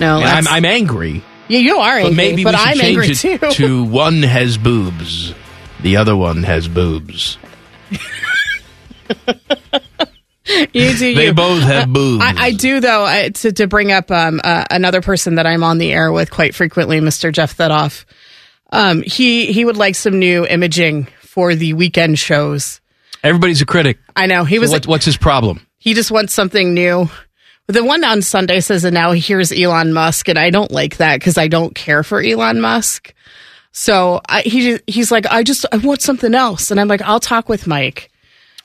S2: no
S1: And
S2: that's-
S1: I'm, I'm angry,
S2: yeah, you are angry
S1: but maybe
S2: but
S1: we should
S2: i'm
S1: change
S2: angry
S1: it
S2: too
S1: to one has boobs, the other one has boobs.
S2: You do.
S1: They
S2: you.
S1: both have boobs.
S2: I, I do though I, to to bring up um uh, another person that I'm on the air with quite frequently, Mr. Jeff Thedoff. Um, he he would like some new imaging for the weekend shows.
S1: Everybody's a critic.
S2: I know he
S1: So
S2: was.
S1: what- what's his problem?
S2: he just wants something new. The one on Sunday says, and now here's Elon Musk, and I don't like that because I don't care for Elon Musk. So I, he he's like, I just I want something else, and I'm like, I'll talk with Mike.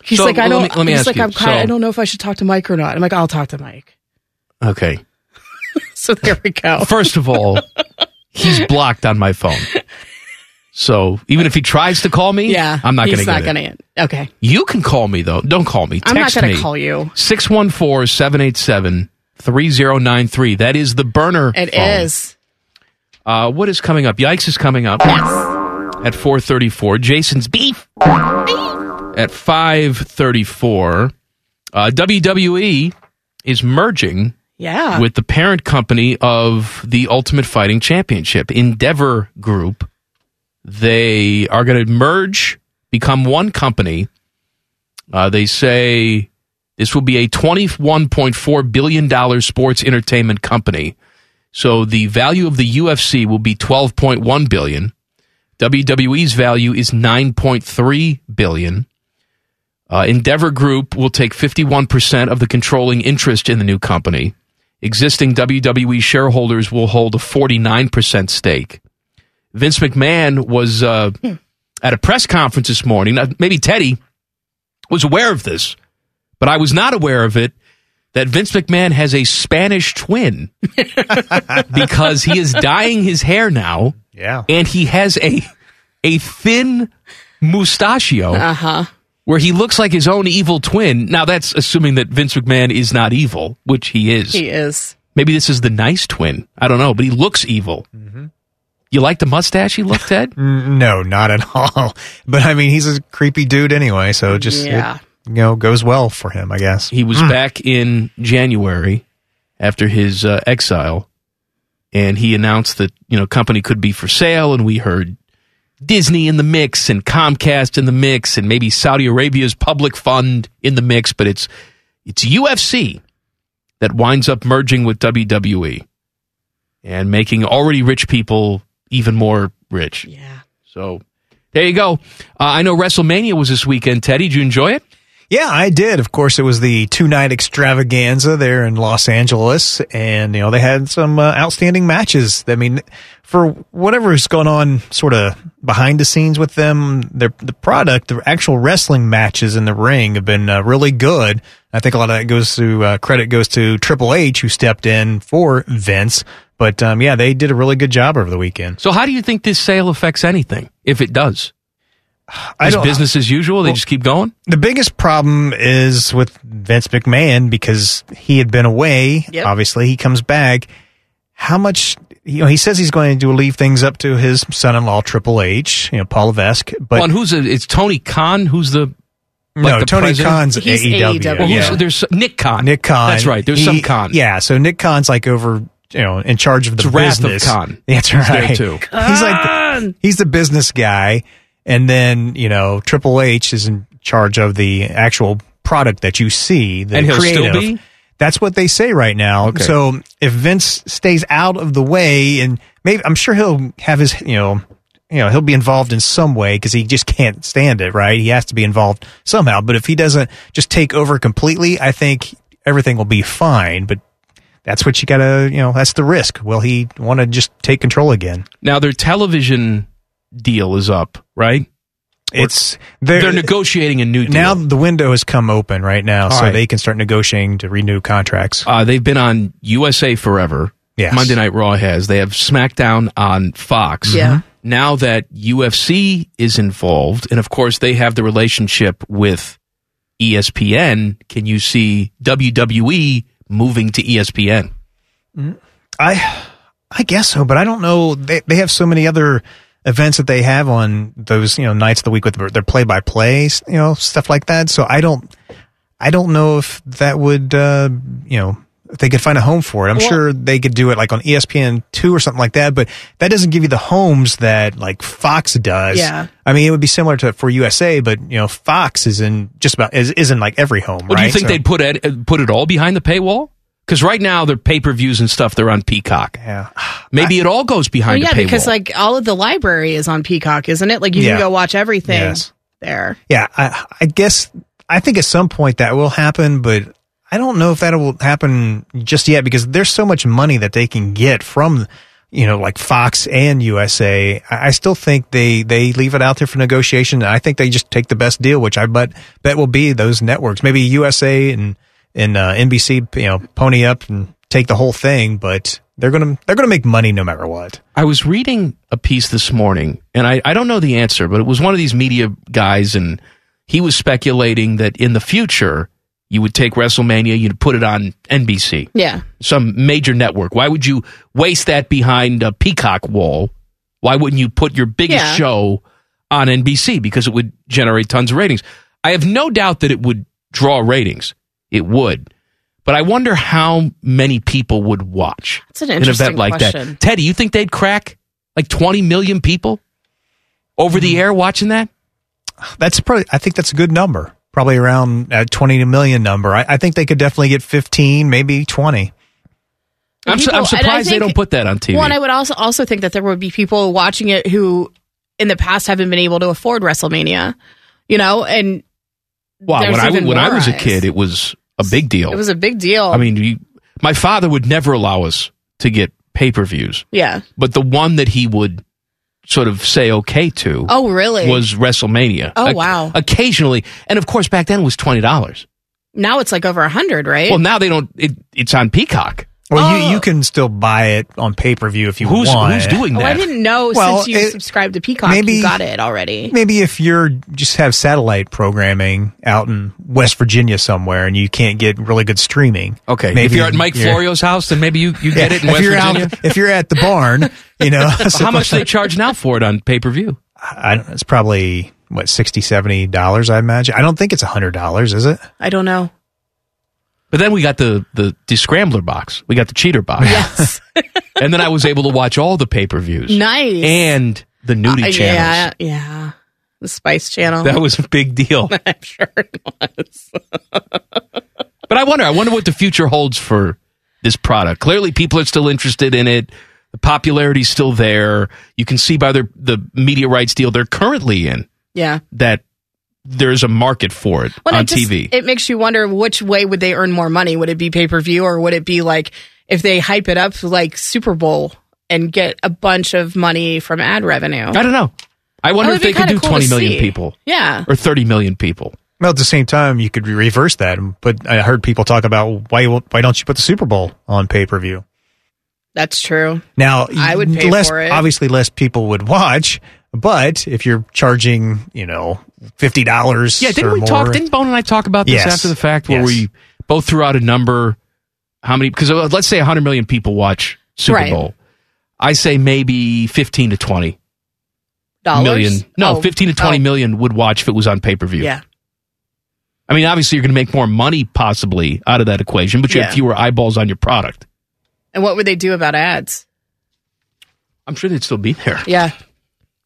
S2: He's
S1: So,
S2: like, I
S1: let
S2: don't.
S1: me- let me
S2: he's
S1: ask
S2: like,
S1: you.
S2: I'm kind
S1: So-
S2: I don't know if I should talk to Mike or not. I'm like, I'll talk to Mike.
S1: Okay.
S2: So there we go.
S1: First of all, he's blocked on my phone. So even if he tries to call me,
S2: yeah,
S1: I'm not going
S2: He's
S1: to
S2: not
S1: get
S2: gonna.
S1: it.
S2: Okay,
S1: You can call me though. Don't call me.
S2: I'm not
S1: Text
S2: gonna
S1: me.
S2: call you.
S1: 614-787-3093. That is the burner.
S2: It is.
S1: phone. Uh, what is coming up? Yikes is coming up. At 4:34, Jason's beef. At 5:34, uh, WWE is merging
S2: Yeah.
S1: with the parent company of the Ultimate Fighting Championship, Endeavor Group. They are going to merge, become one company. Uh, they say this will be a $21.4 billion sports entertainment company. So the value of the UFC will be 12.1 billion. WWE's value is 9.3 billion. Uh, Endeavor Group will take 51% of the controlling interest in the new company. Existing WWE shareholders will hold a 49% stake. Vince McMahon was uh, at a press conference this morning. Now, maybe Teddy was aware of this, but I was not aware of it that Vince McMahon has a Spanish twin because he is dyeing his hair now.
S8: Yeah.
S1: And he has a a thin mustachio
S2: Uh huh.
S1: where he looks like his own evil twin. Now that's assuming that Vince McMahon is not evil, which he is.
S2: He is.
S1: Maybe this is the nice twin. I don't know, but he looks evil. You like the mustache he looked at?
S8: N- No, not at all. But I mean, he's a creepy dude anyway, so it just it,
S1: Yeah.
S8: you know goes well for him, I guess.
S1: He was back in January after his uh, exile, and he announced that you know company could be for sale, and we heard Disney in the mix, and Comcast in the mix, and maybe Saudi Arabia's public fund in the mix, but it's it's UFC that winds up merging with WWE and making already rich people even more rich.
S2: Yeah.
S1: So there you go. Uh, I know WrestleMania was this weekend. Teddy, did you enjoy it?
S8: Yeah, I did. Of course, it was the two night extravaganza there in Los Angeles, and you know they had some uh, outstanding matches. I mean, for whatever's going on, sort of behind the scenes with them, their the product, the actual wrestling matches in the ring have been uh, really good. I think a lot of that goes to uh, credit goes to Triple H who stepped in for Vince. But um, yeah, they did a really good job over the weekend.
S1: So how do you think this sale affects anything, if it does?
S8: I
S1: Is
S8: don't-
S1: business as usual? They just keep going?
S8: The biggest problem is with Vince McMahon because he had been away.
S1: Yep.
S8: Obviously, he comes back. How much? You know, he says he's going to leave things up to his son-in-law Triple H. You know, Paul Levesque. But
S1: well, and who's a, it's Tony Khan? Who's the like
S8: no,
S1: the
S8: Tony
S1: president?
S8: Khan's AEW.
S1: Well, who's-
S8: yeah.
S1: There's Nick Khan.
S8: Nick Khan.
S1: That's right. There's
S8: He-
S1: some Khan.
S8: Yeah. So Nick Khan's like over. You know, in charge of the
S1: It's Wrath of
S8: business.
S1: Khan.
S8: That's
S1: He's there
S8: right.
S1: too.
S8: He's like the, he's the business guy, and then you know Triple H is in charge of the actual product that you see. The
S1: And he'll still
S8: creative.
S1: be?
S8: That's what they say right now.
S1: Okay.
S8: So if Vince stays out of the way, and maybe I'm sure he'll have his, you know, you know, he'll be involved in some way because he just can't stand it. Right? He has to be involved somehow. But if he doesn't just take over completely, I think everything will be fine. But that's what you gotta, you know, that's the risk. Will he want to just take control again?
S1: Now their television deal is up, right?
S8: It's
S1: They're, negotiating a new deal.
S8: now the window has come open right now,
S1: All
S8: so
S1: right.
S8: they can start negotiating to renew contracts.
S1: Uh, they've been on USA Forever.
S8: Yes.
S1: Monday Night Raw has. They have SmackDown on Fox.
S2: Yeah. Mhm.
S8: Mm-hmm.
S1: Now that UFC is involved, and of course they have the relationship with E ESPN, can you see WWE moving to E ESPN?
S8: I I guess so, but I don't know. They they have so many other events that they have on those you know nights of the week with their play by plays, you know, stuff like that. So I don't I don't know if that would uh, you know if they could find a home for it. I'm
S2: Well-
S8: sure they could do it like on E ESPN two or something like that, but that doesn't give you the homes that like Fox does.
S2: Yeah.
S8: I mean, it would be similar to for USA, but you know, Fox is in just about is, is in like every home.
S1: Well,
S8: right?
S1: do you think
S8: So-
S1: they'd put it put it all behind the paywall? Because right now their pay per views and stuff they're on Peacock.
S8: Yeah,
S1: maybe it all goes
S2: Well,
S1: behind
S2: yeah,
S1: a paywall.
S2: because like all of the library is on Peacock, isn't it? Like you
S8: Yeah.
S2: can go watch everything
S8: Yes.
S2: there.
S8: Yeah, I, I guess I think at some point that will happen, but I don't know if that will happen just yet because there's so much money that they can get from you know like Fox and USA. I, I still think they they leave it out there for negotiation. I think they just take the best deal, which I bet bet will be those networks, maybe USA and and uh, NBC, you know, pony up and take the whole thing, but. They're gonna they're gonna make money no matter what.
S1: I was reading a piece this morning, and I, I don't know the answer, but it was one of these media guys, and he was speculating that in the future you would take WrestleMania, you'd put it on NBC,
S2: Yeah.
S1: some major network. Why would you waste that behind a Peacock wall? Why wouldn't you put your biggest
S2: Yeah.
S1: show on NBC because it would generate tons of ratings? I have no doubt that it would draw ratings. It would. But I wonder how many people would watch
S2: That's an interesting
S1: event like
S2: question.
S1: that. Teddy, you think they'd crack like 20 million people over
S2: Mm.
S1: the air watching that?
S8: that's probably I think that's a good number. Probably around uh, twenty million number. I, I think they could definitely get fifteen, maybe twenty.
S1: I'm, su-
S2: People-
S1: I'm
S2: and I
S1: surprised they
S2: think-
S1: don't put that on TV.
S2: Well, and I would also also think that there would be people watching it who, in the past, haven't been able to afford WrestleMania. You know, and
S1: Wow,
S2: there's
S1: when I
S2: even
S1: when I
S2: more
S1: was a
S2: eyes.
S1: kid, it was a big deal.
S2: it was a big deal.
S1: I mean, you, my father would never allow us to get pay per views,
S2: yeah.
S1: but the one that he would sort of say okay to
S2: Oh, really?
S1: was WrestleMania.
S2: Oh,
S1: Oc-
S2: wow.
S1: Occasionally, and of course, back then it was twenty dollars.
S2: now it's like over a hundred, right?
S1: Well, now they don't. It, it's on Peacock.
S8: Well,
S2: Oh.
S8: you you can still buy it on pay per view if you
S1: Who's-
S8: want.
S1: who's doing
S2: Oh, I didn't know
S8: Well,
S2: since you
S8: it-
S2: subscribed to Peacock,
S8: maybe-
S2: you got it already.
S8: Maybe if you're just have satellite programming out in West Virginia somewhere and you can't get really good streaming.
S1: Okay,
S8: maybe
S1: if you're at Mike
S8: you're-
S1: Florio's house, then maybe you, you get it in
S8: if
S1: West
S8: you're
S1: Virginia.
S8: out, if you're at the barn, you know
S1: How much they charge now for it on pay per view?
S8: I don't, it's probably what 60 dollars. I imagine. I don't think it's hundred dollars, is it?
S2: I don't know.
S1: But then we got the, the the scrambler box. We got the cheater box.
S2: Yes.
S1: and then I was able to watch all the pay per views.
S2: Nice.
S1: And the nudie
S2: Uh,
S1: channels.
S2: yeah, yeah. The Spice Channel.
S1: That was a big deal.
S2: I'm sure it was.
S1: But I wonder, I wonder what the future holds for this product. Clearly, people are still interested in it. The popularity's still there. You can see by their the media rights deal they're currently in
S2: Yeah.
S1: that there's a market for it
S2: Well,
S1: on
S2: it just-
S1: TV.
S2: It makes you wonder which way would they earn more money? Would it be pay per view or would it be like if they hype it up like Super Bowl and get a bunch of money from ad revenue?
S1: I don't know. I wonder
S2: That
S1: if
S2: would
S1: they
S2: be
S1: could
S2: kinda
S1: do
S2: cool
S1: 20
S2: to
S1: million
S2: see.
S1: people
S2: Yeah.
S1: or 30 million people.
S8: Well, at the same time, you could re- reverse that. But I heard people talk about why won't- why don't you put the Super Bowl on pay per view?
S2: That's true.
S8: Now,
S2: I would pay
S8: less,
S2: for it.
S8: Obviously, less people would watch. But if you're charging, you know, fifty dollars,
S1: Yeah, didn't we talk? Didn't Bone and I talk about this
S8: Yes.
S1: after the fact, where
S8: Yes.
S1: we both threw out a number? How many? Because uh, let's say 100 million people watch Super
S2: Right.
S1: Bowl. I say maybe 15 to 20
S2: Dollars?
S1: million. No,
S2: Oh.
S1: 15 to twenty
S2: Oh,
S1: million would watch if it was on pay per view.
S2: Yeah.
S1: I mean, obviously, you're going to make more money possibly out of that equation, but you have
S2: Yeah.
S1: fewer eyeballs on your product.
S2: And what would they do about ads?
S1: I'm sure they'd still be there.
S2: Yeah.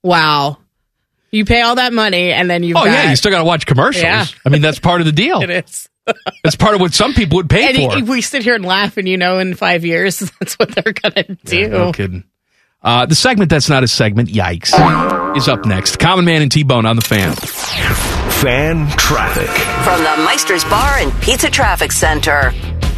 S2: Wow. You pay all that money and then you've
S1: Oh,
S2: got
S1: yeah. You still got to watch commercials.
S2: Yeah.
S1: I mean, that's part of the deal.
S2: it is.
S1: That's part of what some people would pay
S2: And
S1: for.
S2: if we sit here and laugh, and you know, in five years, that's what they're gonna do.
S1: Yeah, no kidding. Uh, the segment that's not a segment, yikes, is up next. Common Man and T Bone on the fan.
S3: Fan traffic.
S4: From the Meister's Bar and Pizza Traffic Center.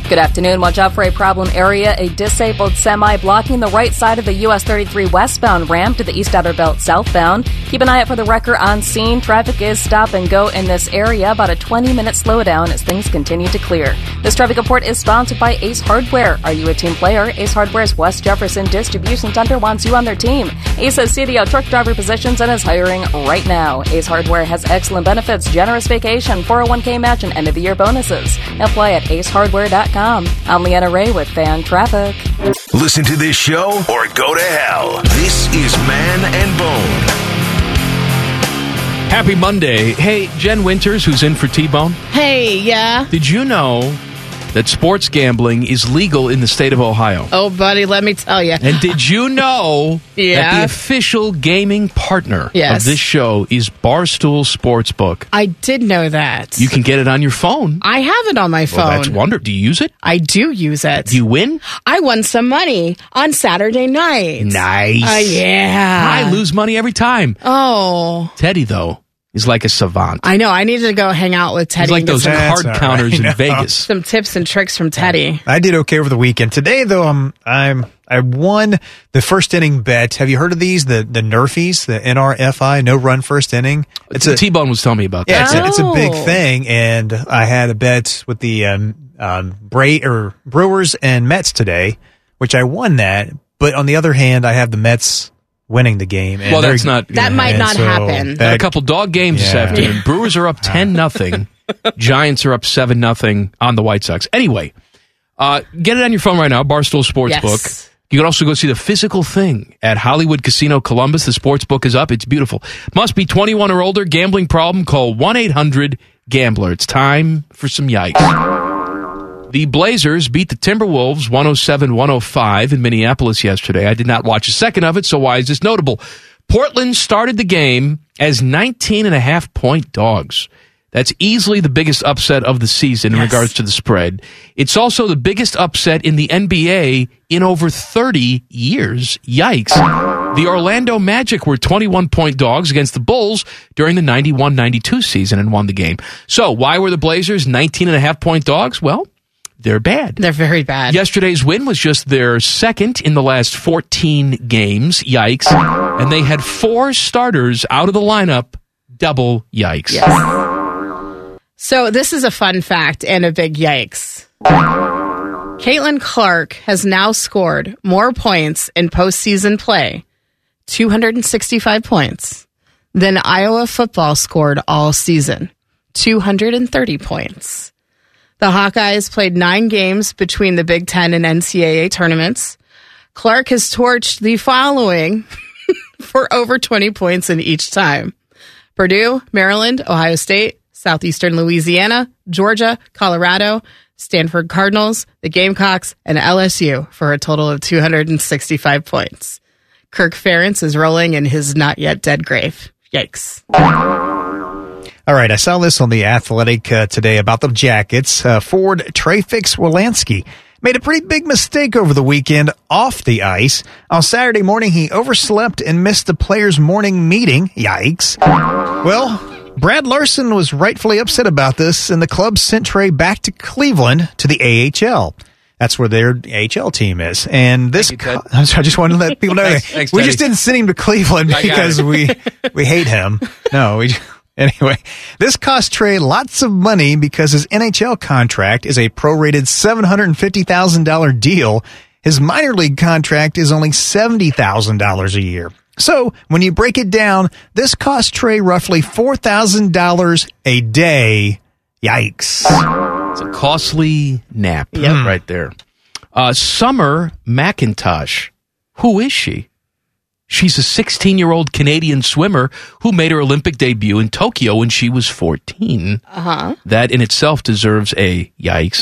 S5: Good afternoon. Watch out for a problem area. A disabled semi blocking the right side of the US 33 westbound ramp to the East Outer Belt southbound. Keep an eye out for the wrecker on scene. Traffic is stop and go in this area. About a 20 minute slowdown as things continue to clear. This traffic report is sponsored by Ace Hardware. Are you a team player? Ace Hardware's West Jefferson Distribution Center wants you on their team. Ace has CDL truck driver positions and is hiring right now. Ace Hardware has excellent benefits, generous vacation, 401k match, and end of the year bonuses. Apply at acehardware.com. I'm Leanna Ray with Fan Traffic.
S3: Listen to this show or go to hell. This is Man and Bone.
S1: Happy Monday. Hey, Jen Winters, who's in for T Bone.
S2: Hey, yeah.
S1: Did you know that sports gambling is legal in the state of Ohio.
S2: Oh, buddy, let me tell you.
S1: And did you know that
S2: Yeah.
S1: the official gaming partner
S2: Yes.
S1: of this show is Barstool Sportsbook?
S2: I did know that.
S1: You can get it on your phone.
S2: I have it on my phone.
S1: Well, that's wonder. Do you use it?
S2: I do use it.
S1: Do you win?
S2: I won some money on Saturday night.
S1: Nice.
S2: Oh, yeah.
S1: I lose money every time.
S2: Oh,
S1: Teddy though is like a savant.
S2: I know. I needed to go hang out with Teddy.
S1: He's like
S2: and get
S1: those
S2: some,
S1: card
S8: all
S1: counters
S8: right.
S1: in
S8: No.
S1: Vegas.
S2: some tips and tricks from Teddy.
S8: I did okay over the weekend. Today though, I'm I'm I won the first inning bet. Have you heard of these? The the Nerfies, the NRFI, no run first inning. It's a
S1: T-Bone was telling me about
S8: yeah,
S1: that.
S8: it's a, it's a big
S2: Oh.
S8: thing. And I had a bet with the um, um, Bray or Brewers and Mets today, which I won that. But on the other hand, I have the Mets winning the game. And
S1: Well,
S8: they're-
S1: that's not- That
S2: might
S8: and
S2: not happen.
S1: Had
S8: that-
S1: a couple dog games this
S8: Yeah.
S1: afternoon. Brewers are up ten nothing. Giants are up seven nothing on the White Sox. Anyway, uh, get it on your phone right now. Barstool Sportsbook.
S2: Yes.
S1: You can also go see the physical thing at Hollywood Casino Columbus. The sports book is up. It's beautiful. Must be 21 or older. Gambling problem? Call 1 800 Gambler. It's time for some yikes. The Blazers beat the Timberwolves 107 105 in Minneapolis yesterday. I did not watch a second of it, so why is this notable? Portland started the game as 19 and a half point dogs. That's easily the biggest upset of the season in regards to the spread. It's also the biggest upset in the NBA in over 30 years. Yikes. The Orlando Magic were 21 point dogs against the Bulls during the 91 92 season and won the game. So, why were the Blazers 19 and a half point dogs? Well, they're bad.
S2: They're very bad.
S1: Yesterday's win was just their second in the last 14 games. Yikes. And they had four starters out of the lineup. Double yikes.
S2: So this is a fun fact and a big yikes. Caitlin Clark has now scored more points in postseason play, 265 points, than Iowa football scored all season, 230 points. The Hawkeyes played nine games between the Big Ten and NCAA tournaments. Clark has torched the following for over 20 points in each time. Purdue, Maryland, Ohio State, Southeastern Louisiana, Georgia, Colorado, Stanford Cardinals, the Gamecocks, and LSU for a total of 265 points. Kirk Ferentz is rolling in his not yet dead grave. Yikes.
S8: All right, I saw this on the Athletic uh, today about the Jackets. Uh, forward Trayfix Wolanski made a pretty big mistake over the weekend off the ice. On Saturday morning, he overslept and missed the players' morning meeting. Yikes! Well, Brad Larson was rightfully upset about this, and the club sent Trey back to Cleveland to the AHL. That's where their AHL team is, and this. I'm sorry, I just wanted to let people know
S1: Thanks- thanks,
S8: we
S1: Teddy.
S8: just didn't send him to Cleveland
S1: I got
S8: because
S1: it.
S8: we we hate him. No, we anyway. This cost Trey lots of money because his NHL contract is a prorated seven hundred and fifty thousand dollar deal. His minor league contract is only seventy thousand dollars a year. So when you break it down, this cost Trey roughly four thousand dollars a day. Yikes!
S1: It's a costly nap
S8: Yep.
S1: right there. Uh, Summer McIntosh. Who is she? She's a 16 year old Canadian swimmer who made her Olympic debut in Tokyo when she was 14.
S2: Uh-huh.
S1: That in itself deserves a yikes.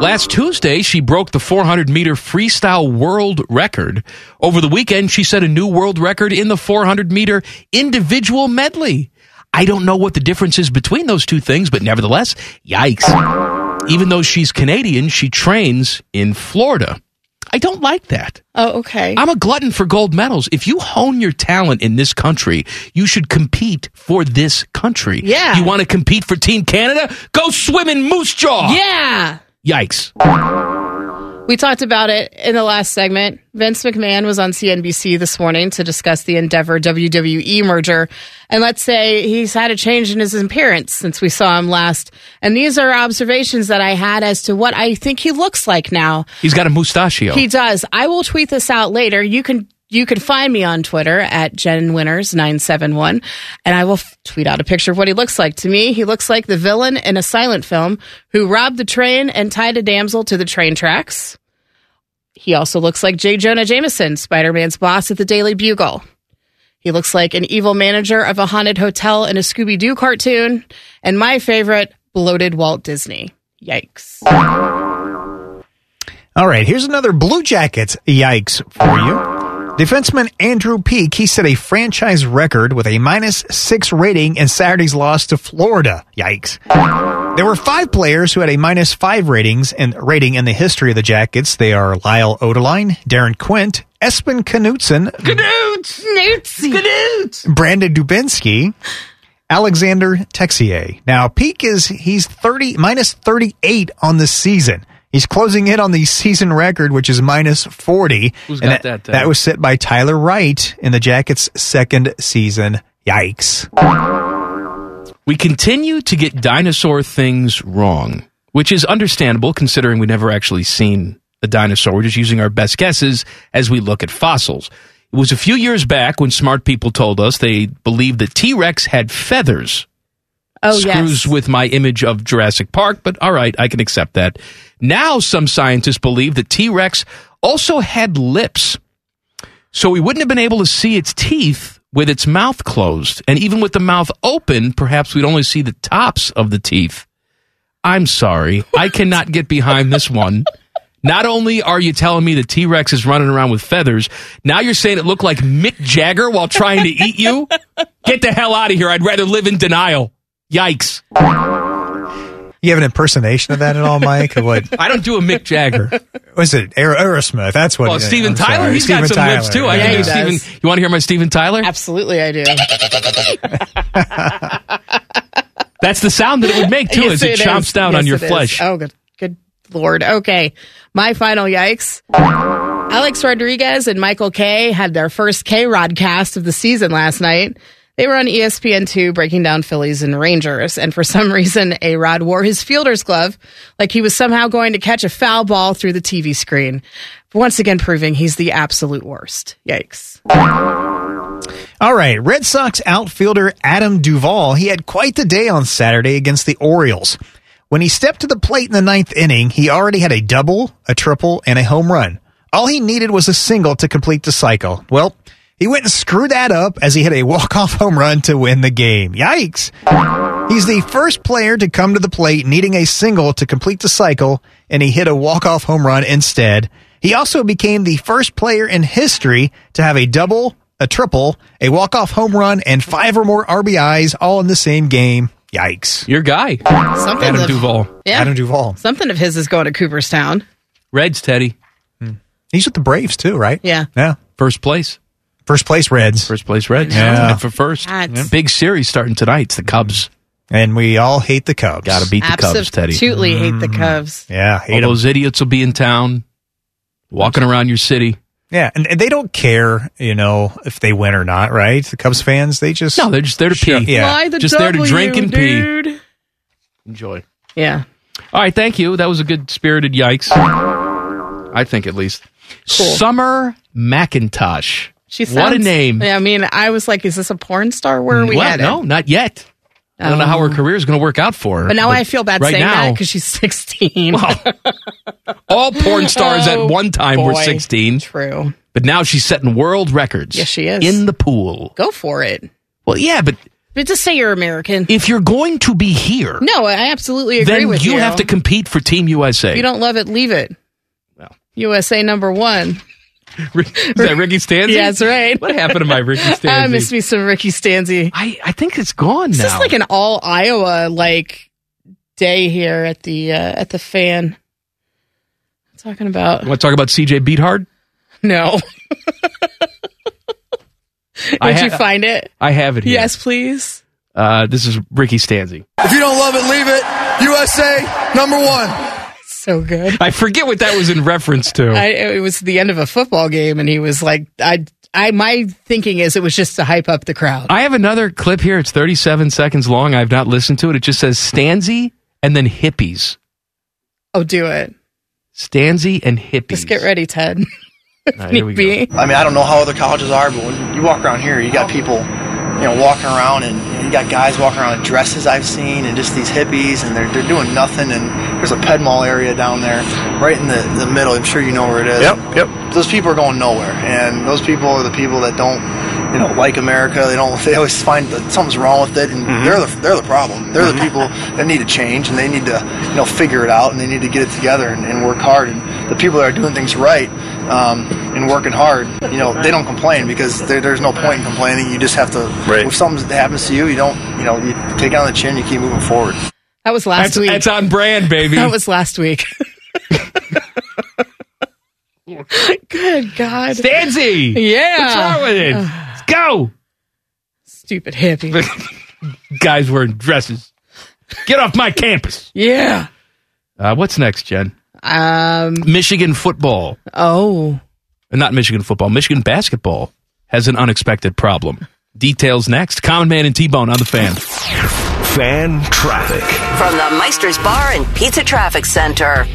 S1: Last Tuesday, she broke the 400 meter freestyle world record. Over the weekend, she set a new world record in the 400 meter individual medley. I don't know what the difference is between those two things, but nevertheless, yikes. Even though she's Canadian, she trains in Florida. I don't like that.
S2: Oh, okay.
S1: I'm a glutton for gold medals. If you hone your talent in this country, you should compete for this country.
S2: Yeah.
S1: You want to compete for Team Canada? Go swim in Moose Jaw.
S2: yeah.
S1: Yikes.
S2: We talked about it in the last segment. Vince McMahon was on CNBC this morning to discuss the Endeavor WWE merger. And let's say he's had a change in his appearance since we saw him last. And these are observations that I had as to what I think he looks like now.
S1: He's got a mustachio.
S2: He does. I will tweet this out later. You can you can find me on Twitter at Jen Winners nine seven one, and I will f- tweet out a picture of what he looks like. To me, he looks like the villain in a silent film who robbed the train and tied a damsel to the train tracks. He also looks like J. Jonah Jameson, Spider Man's boss at the Daily Bugle. He looks like an evil manager of a haunted hotel in a Scooby Doo cartoon, and my favorite, bloated Walt Disney. Yikes.
S8: All right, here's another Blue Jackets yikes for you. Defenseman Andrew Peak, he set a franchise record with a minus six rating in Saturday's loss to Florida. Yikes. There were five players who had a minus five ratings and rating in the history of the Jackets. They are Lyle Odeline, Darren Quint, Espen Knutson,
S2: Knoots! Knootsy!
S8: Brandon Dubinsky, Alexander Texier. Now, peak is he's 30 minus 38 on the season. He's closing in on the season record, which is minus 40.
S1: Who's
S8: and
S1: got that, uh,
S8: that was set by Tyler Wright in the Jackets' second season. Yikes.
S1: We continue to get dinosaur things wrong, which is understandable considering we've never actually seen a dinosaur. We're just using our best guesses as we look at fossils. It was a few years back when smart people told us they believed that T Rex had feathers.
S2: Oh,
S1: Screws
S2: yes.
S1: with my image of Jurassic Park, but all right, I can accept that. Now, some scientists believe that T Rex also had lips. So we wouldn't have been able to see its teeth with its mouth closed. And even with the mouth open, perhaps we'd only see the tops of the teeth. I'm sorry. I cannot get behind this one. Not only are you telling me the T Rex is running around with feathers, now you're saying it looked like Mick Jagger while trying to eat you? Get the hell out of here. I'd rather live in denial. Yikes.
S8: You have an impersonation of that at all, Mike? Or what
S1: I don't do a Mick Jagger.
S8: was it? Aer- Aerosmith. That's what
S2: uh,
S1: Well,
S8: it is.
S1: Steven
S8: I'm
S1: Tyler,
S8: sorry.
S1: he's
S8: Steven
S1: got some lips too. I
S8: yeah.
S1: can
S2: he
S1: do
S2: does.
S1: Steven. You want to hear my Steven Tyler?
S2: Absolutely, I do.
S1: That's the sound that it would make too
S2: Yes,
S1: as it,
S2: is.
S1: chomps down
S2: Yes,
S1: on your
S2: it is.
S1: flesh.
S2: Oh, good, good lord. Okay, my final yikes. Alex Rodriguez and Michael K had their first K Rod cast of the season last night. They were on E ESPN2 breaking down Phillies and Rangers, and for some reason, A Rod wore his fielder's glove like he was somehow going to catch a foul ball through the TV screen. Once again, proving he's the absolute worst. Yikes.
S8: All right, Red Sox outfielder Adam Duvall, he had quite the day on Saturday against the Orioles. When he stepped to the plate in the ninth inning, he already had a double, a triple, and a home run. All he needed was a single to complete the cycle. Well, he went and screwed that up as he hit a walk-off home run to win the game. Yikes! He's the first player to come to the plate needing a single to complete the cycle, and he hit a walk-off home run instead. He also became the first player in history to have a double, a triple, a walk-off home run, and five or more RBIs all in the same game. Yikes.
S1: Your guy,
S2: Something
S1: Adam
S2: of,
S1: Duvall.
S2: Yeah.
S8: Adam Duvall.
S2: Something of his is going to Cooperstown.
S1: Reds, Teddy.
S8: Hmm. He's with the Braves too, right?
S2: Yeah.
S8: Yeah.
S1: First place.
S8: First place Reds.
S1: First place Reds.
S8: Yeah.
S1: And For first.
S2: That's-
S1: Big series starting tonight. It's the Cubs.
S8: And we all hate the Cubs.
S1: Got to beat the Cubs, Teddy.
S2: Absolutely hate the Cubs.
S8: Yeah,
S1: All
S8: hate 'em.
S1: those idiots will be in town, walking around your city.
S8: Yeah, and, and they don't care, you know, if they win or not, right? The Cubs fans, they just
S1: No, they're just there to pee.
S8: Yeah.
S2: Buy the
S1: Just there to
S2: W,
S1: drink and pee.
S2: dude.
S1: Enjoy.
S2: Yeah.
S1: All right, thank you. That was a good spirited yikes. I think at least. Summer McIntosh.
S2: She sounds,
S1: what a name.
S2: Yeah, I mean, I was like, is this a porn star? Where are we
S1: well,
S2: at?
S1: no, not yet. I don't know how her career is going to work out for her.
S2: But now I feel bad
S1: right
S2: saying
S1: now,
S2: that because she's 16.
S1: all porn stars
S2: Oh,
S1: at one time were
S2: boy.
S1: 16,
S2: True.
S1: but now she's setting world records.
S2: Yes, she is.
S1: In the pool.
S2: Go for it.
S1: Well, yeah, but
S2: But just say you're American.
S1: if you're going to be here,
S2: No, I absolutely agree
S1: then
S2: with
S1: you,
S2: you.
S1: have to compete for Team USA.
S2: If you don't love it, leave it.
S1: Well.
S2: USA number one.
S1: Is that Ricky Stanzi?
S2: Yeah, that's right.
S1: What happened to my Ricky Stanzi?
S2: I miss me some Ricky Stanzi.
S1: I, I think it's gone
S2: This
S1: now.
S2: is like an all Iowa like day here at the uh, at the fan. Talking about
S1: Want to talk about CJ Beathard?
S2: no. Did
S1: I
S2: you
S1: ha-
S2: find it?
S1: I have it here.
S2: Yes, please.
S1: Uh, this is Ricky Stanzi.
S10: If you don't love it, leave it. USA number one.
S2: So good.
S1: I forget what that was in reference to.
S2: I, it was the end of a football game, and he was like, "I, I." My thinking is it was just to hype up the crowd.
S1: I have another clip here. It's 37 seconds long. I've not listened to it. It just says Stanzi and then hippies.
S2: oh, do it.
S1: Stanzi and hippies.
S2: Just get ready, Ted.
S1: All right, here we go.
S2: Maybe.
S7: I mean, I don't know how other colleges are, but when you walk around here, you got people, you know, walking around, and you, know, you got guys walking around in dresses I've seen, and just these hippies, and they're, they're doing nothing. And there's a Ped Mall area down there, right in the, the middle. I'm sure you know where it is. Yep, yep. Those people are going nowhere, and those people are the people that don't you know like America. They don't. They always find that something's wrong with it, and
S1: Mm-hmm.
S11: Mhm.
S7: they're the they're the problem. They're the people that need to change, and they need to you know figure it out, and they need to get it together and, and work hard. And the people that are doing things right um, and working hard, you know, they don't complain because there, there's no point in complaining. You just have to.
S1: Right.
S7: If something happens to you, you don't. You know, you take it on the chin. You keep moving forward.
S2: That was last
S1: That's,
S2: week.
S1: that's on brand, baby.
S2: That was last week. Good God.
S1: Stancy!
S2: Yeah.
S1: What's wrong with it? Let's go!
S2: Stupid hippie.
S1: Guys wearing dresses. Get off my campus.
S2: Yeah.
S1: Uh, what's next, Jen?
S2: Um,
S1: Michigan football. Uh,
S2: Oh.
S1: Not Michigan football. Michigan basketball has an unexpected problem. Details next. Common Man and T Bone on the fan.
S3: Fan traffic.
S4: From the Meister's Bar and Pizza Traffic Center.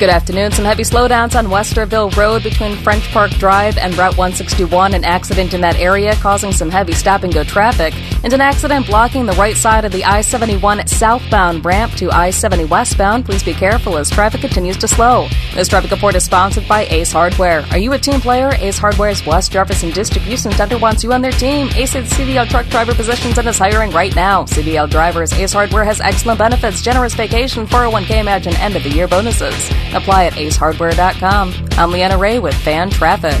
S5: Good afternoon. Some heavy slowdowns on Westerville Road between French Park Drive and Route 161. An accident in that area causing some heavy stop and go traffic, and an accident blocking the right side of the I 71 southbound ramp to I 70 westbound. Please be careful as traffic continues to slow. This traffic report is sponsored by Ace Hardware. Are you a team player? Ace Hardware's West Jefferson Distribution Center wants you on their team. Ace is CDL truck driver positions and is hiring right now. CDL drivers, Ace Hardware has excellent benefits, generous vacation, 401k match, and end of the year bonuses. Apply at acehardware.com. I'm Leanna Ray with Fan Traffic.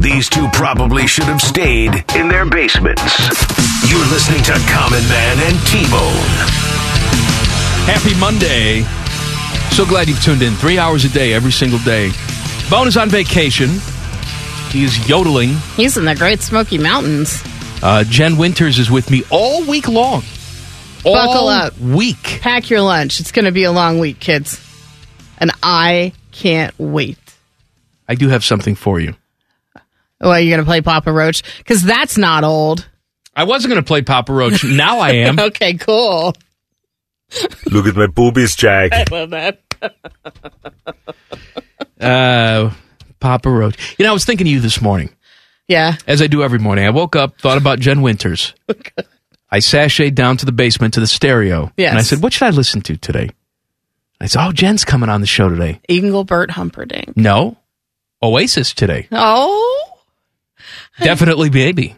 S3: These two probably should have stayed in their basements. You're listening to Common Man and T Bone.
S1: Happy Monday. So glad you've tuned in. Three hours a day, every single day. Bone is on vacation. He is yodeling.
S2: He's in the Great Smoky Mountains.
S1: Uh, Jen Winters is with me all week long. All
S2: Buckle up.
S1: Week.
S2: Pack your lunch. It's going to be a long week, kids. And I can't wait.
S1: I do have something for you.
S2: Well, you're going to Oh, play Papa Roach? Because that's not old.
S1: I wasn't going to play Papa Roach. Now I am.
S2: okay, cool.
S12: Look at my boobies, Jack.
S2: I love that.
S1: Uh, Papa Roach. You know, I was thinking of you this morning,
S2: Yeah.
S1: as I do every morning. I woke up, thought about Jen Winters. I sashayed down to the basement to the stereo.
S2: Yes.
S1: And I said, What should I listen to today? I said, Oh, Jen's coming on the show today.
S2: Engelbert Humperdinck.
S1: No, Oasis today.
S2: Oh,
S1: Definitely Baby.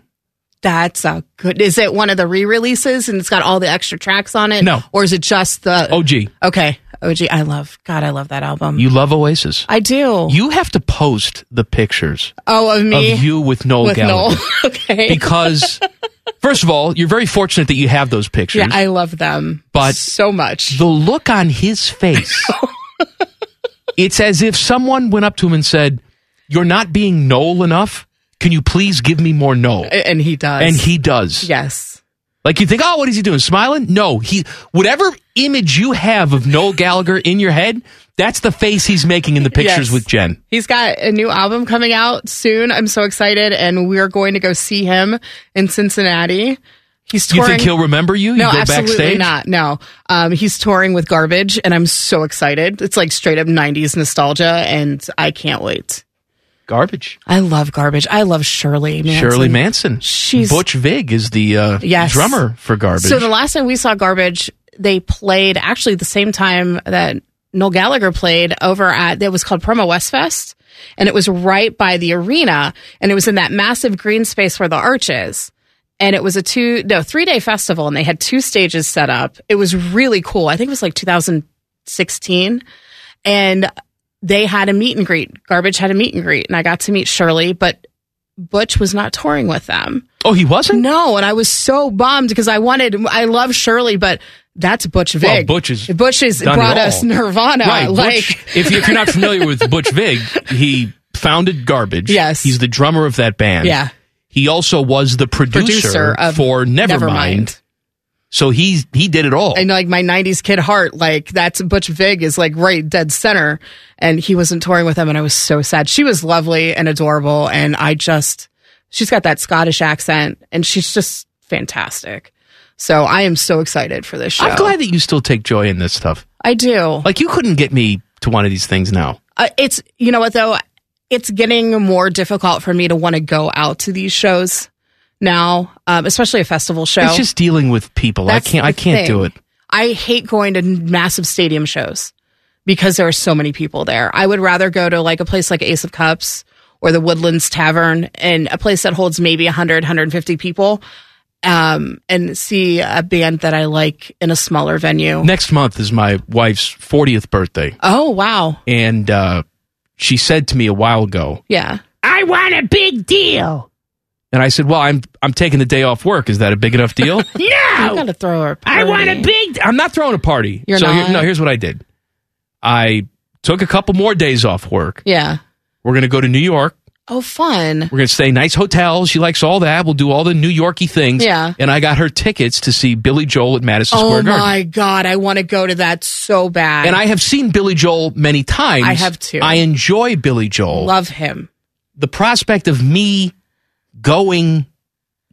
S2: that's a good. Is it one of the re releases and it's got all the extra tracks on it?
S1: No.
S2: Or is it just the.
S1: OG.
S2: Okay. OG. I love. God, I love that album.
S1: You love Oasis.
S2: Um, I do.
S1: You have to post the pictures
S2: Oh, of me.
S1: of you with Noel
S2: with
S1: Gallagher.
S2: Noel. okay.
S1: because, first of all, you're very fortunate that you have those pictures.
S2: Yeah, I love them.
S1: but
S2: so much.
S1: The look on his face. it's as if someone went up to him and said, "You're not being Noel enough. Can you please give me more Noel?"
S2: A- And he does.
S1: And he does.
S2: Yes.
S1: Like you think, "Oh, what is he doing? Smiling?" No, he whatever image you have of Noel Gallagher in your head, that's the face he's making in the pictures
S2: Yes.
S1: with Jen.
S2: He's got a new album coming out soon. I'm so excited, and we're going to go see him in Cincinnati. He's
S1: You
S2: touring.
S1: think he'll remember you? You
S2: no,
S1: go
S2: absolutely
S1: backstage?
S2: not. No, um, he's touring with Garbage, and I'm so excited. It's like straight up '90s nostalgia, and I can't wait.
S1: Garbage.
S2: I love Garbage. I love Shirley. Manson.
S1: Shirley Manson.
S2: She's-
S1: Butch Vig is the uh,
S2: Yes.
S1: drummer for Garbage.
S2: So the last time we saw Garbage, they played actually the same time that Noel Gallagher played over at that was called Promo West Fest, and it was right by the arena, and it was in that massive green space where the arch is. And it was a two no three day festival, and they had two stages set up. It was really cool. I think it was like 2016, and they had a meet and greet. Garbage had a meet and greet, and I got to meet Shirley, but Butch was not touring with them.
S1: Oh, he wasn't?
S2: No, and I was so bummed because I wanted I love Shirley, but that's Butch Vig.
S1: Well, Oh, Butch is
S2: Butch has
S1: done it
S2: brought us
S1: all.
S2: Nirvana.
S1: Right,
S2: like
S1: Butch- if, you- if you're not familiar with Butch Vig, he founded Garbage.
S2: Yes.
S1: he's the drummer of that band.
S2: Yeah.
S1: he also was the producer,
S2: Producer of
S1: for Nevermind.
S2: Nevermind.
S1: So he he did it all.
S2: and like my '90s kid heart, like that's Butch Vig is like right dead center, and he wasn't touring with them, and I was so sad. She was lovely and adorable, and I just she's got that Scottish accent and she's just fantastic. So I am so excited for this show. Oh.
S1: I'm glad that you still take joy in this stuff.
S2: I do.
S1: Like you couldn't get me to one of these things now.
S2: Uh, it's you know what though, it's getting more difficult for me to want to go out to these shows now, um, especially a festival show.
S1: It's just dealing with people.
S2: That's
S1: I can't.
S2: the
S1: I can't do
S2: thing.
S1: it.
S2: I hate going to massive stadium shows because there are so many people there. I would rather go to like a place like Ace of Cups or the Woodlands Tavern and a place that holds maybe 100, 150 people um, and see a band that I like in a smaller venue.
S1: Next month is my wife's 40th birthday,
S2: Oh, wow.
S1: and uh, she said to me a while ago,
S2: Yeah.
S13: I want a big deal.
S1: and I said, "Well, I'm I'm taking the day off work. Is that a big enough deal?"
S13: No.
S2: You gotta throw her.
S13: I want a
S1: big. I'm not throwing a party.
S13: You're
S1: so
S13: not?
S1: Here, no, here's what I did. I took a couple more days off work.
S2: Yeah.
S1: We're gonna go to New York.
S2: Oh, fun.
S1: We're gonna stay in nice hotels. She likes all that. We'll do all the New Yorky things.
S2: Yeah.
S1: And I got her tickets to see Billy Joel at Madison
S2: Oh
S1: Square Garden.
S2: my God. I want to go to that so bad.
S1: And I have seen Billy Joel many times.
S2: I have too.
S1: I enjoy Billy Joel.
S2: love him.
S1: the prospect of me going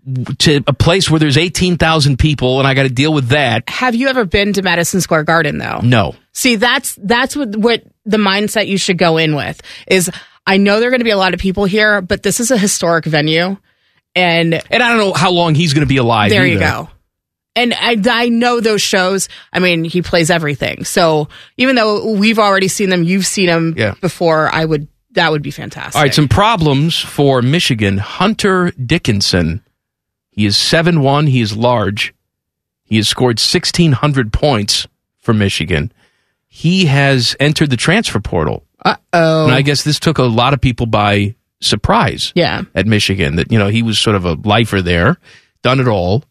S1: w- to a place where there's 18,000 people and I got to deal with that.
S2: Have you ever been to Madison Square Garden though?
S1: No.
S2: See, that's that's what what the mindset you should go in with is I know there're going to be a lot of people here, but this is a historic venue and
S1: And I don't know how long he's going to be alive.
S2: there you
S1: either.
S2: go. And I, I know those shows. I mean, he plays everything. So even though we've already seen them, you've seen them
S1: Yeah.
S2: before. I would that would be fantastic.
S1: All right, some problems for Michigan. Hunter Dickinson. He is 7 1. He is large. He has scored 1,600 points for Michigan. He has entered the transfer portal.
S2: Uh oh.
S1: And I guess this took a lot of people by surprise.
S2: Yeah.
S1: At Michigan, that, you know, he was sort of a lifer there, done it all,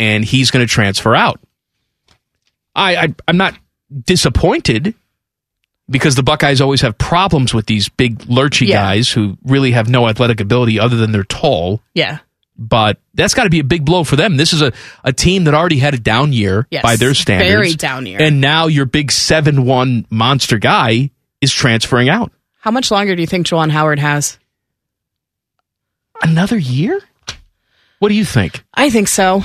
S1: and he's going to transfer out. I, I, I'm not disappointed because the Buckeyes always have problems with these big, lurchy
S2: Yeah.
S1: guys who really have no athletic ability other than they're tall.
S2: Yeah.
S1: But that's got to be a big blow for them. This is a, a team that already had a down year
S2: Yes,
S1: by their
S2: very
S1: standards.
S2: down year.
S1: And now your big 7 1 monster guy is transferring out.
S2: How much longer do you think Jawan Howard has?
S1: Another year? What do you think?
S2: I think so.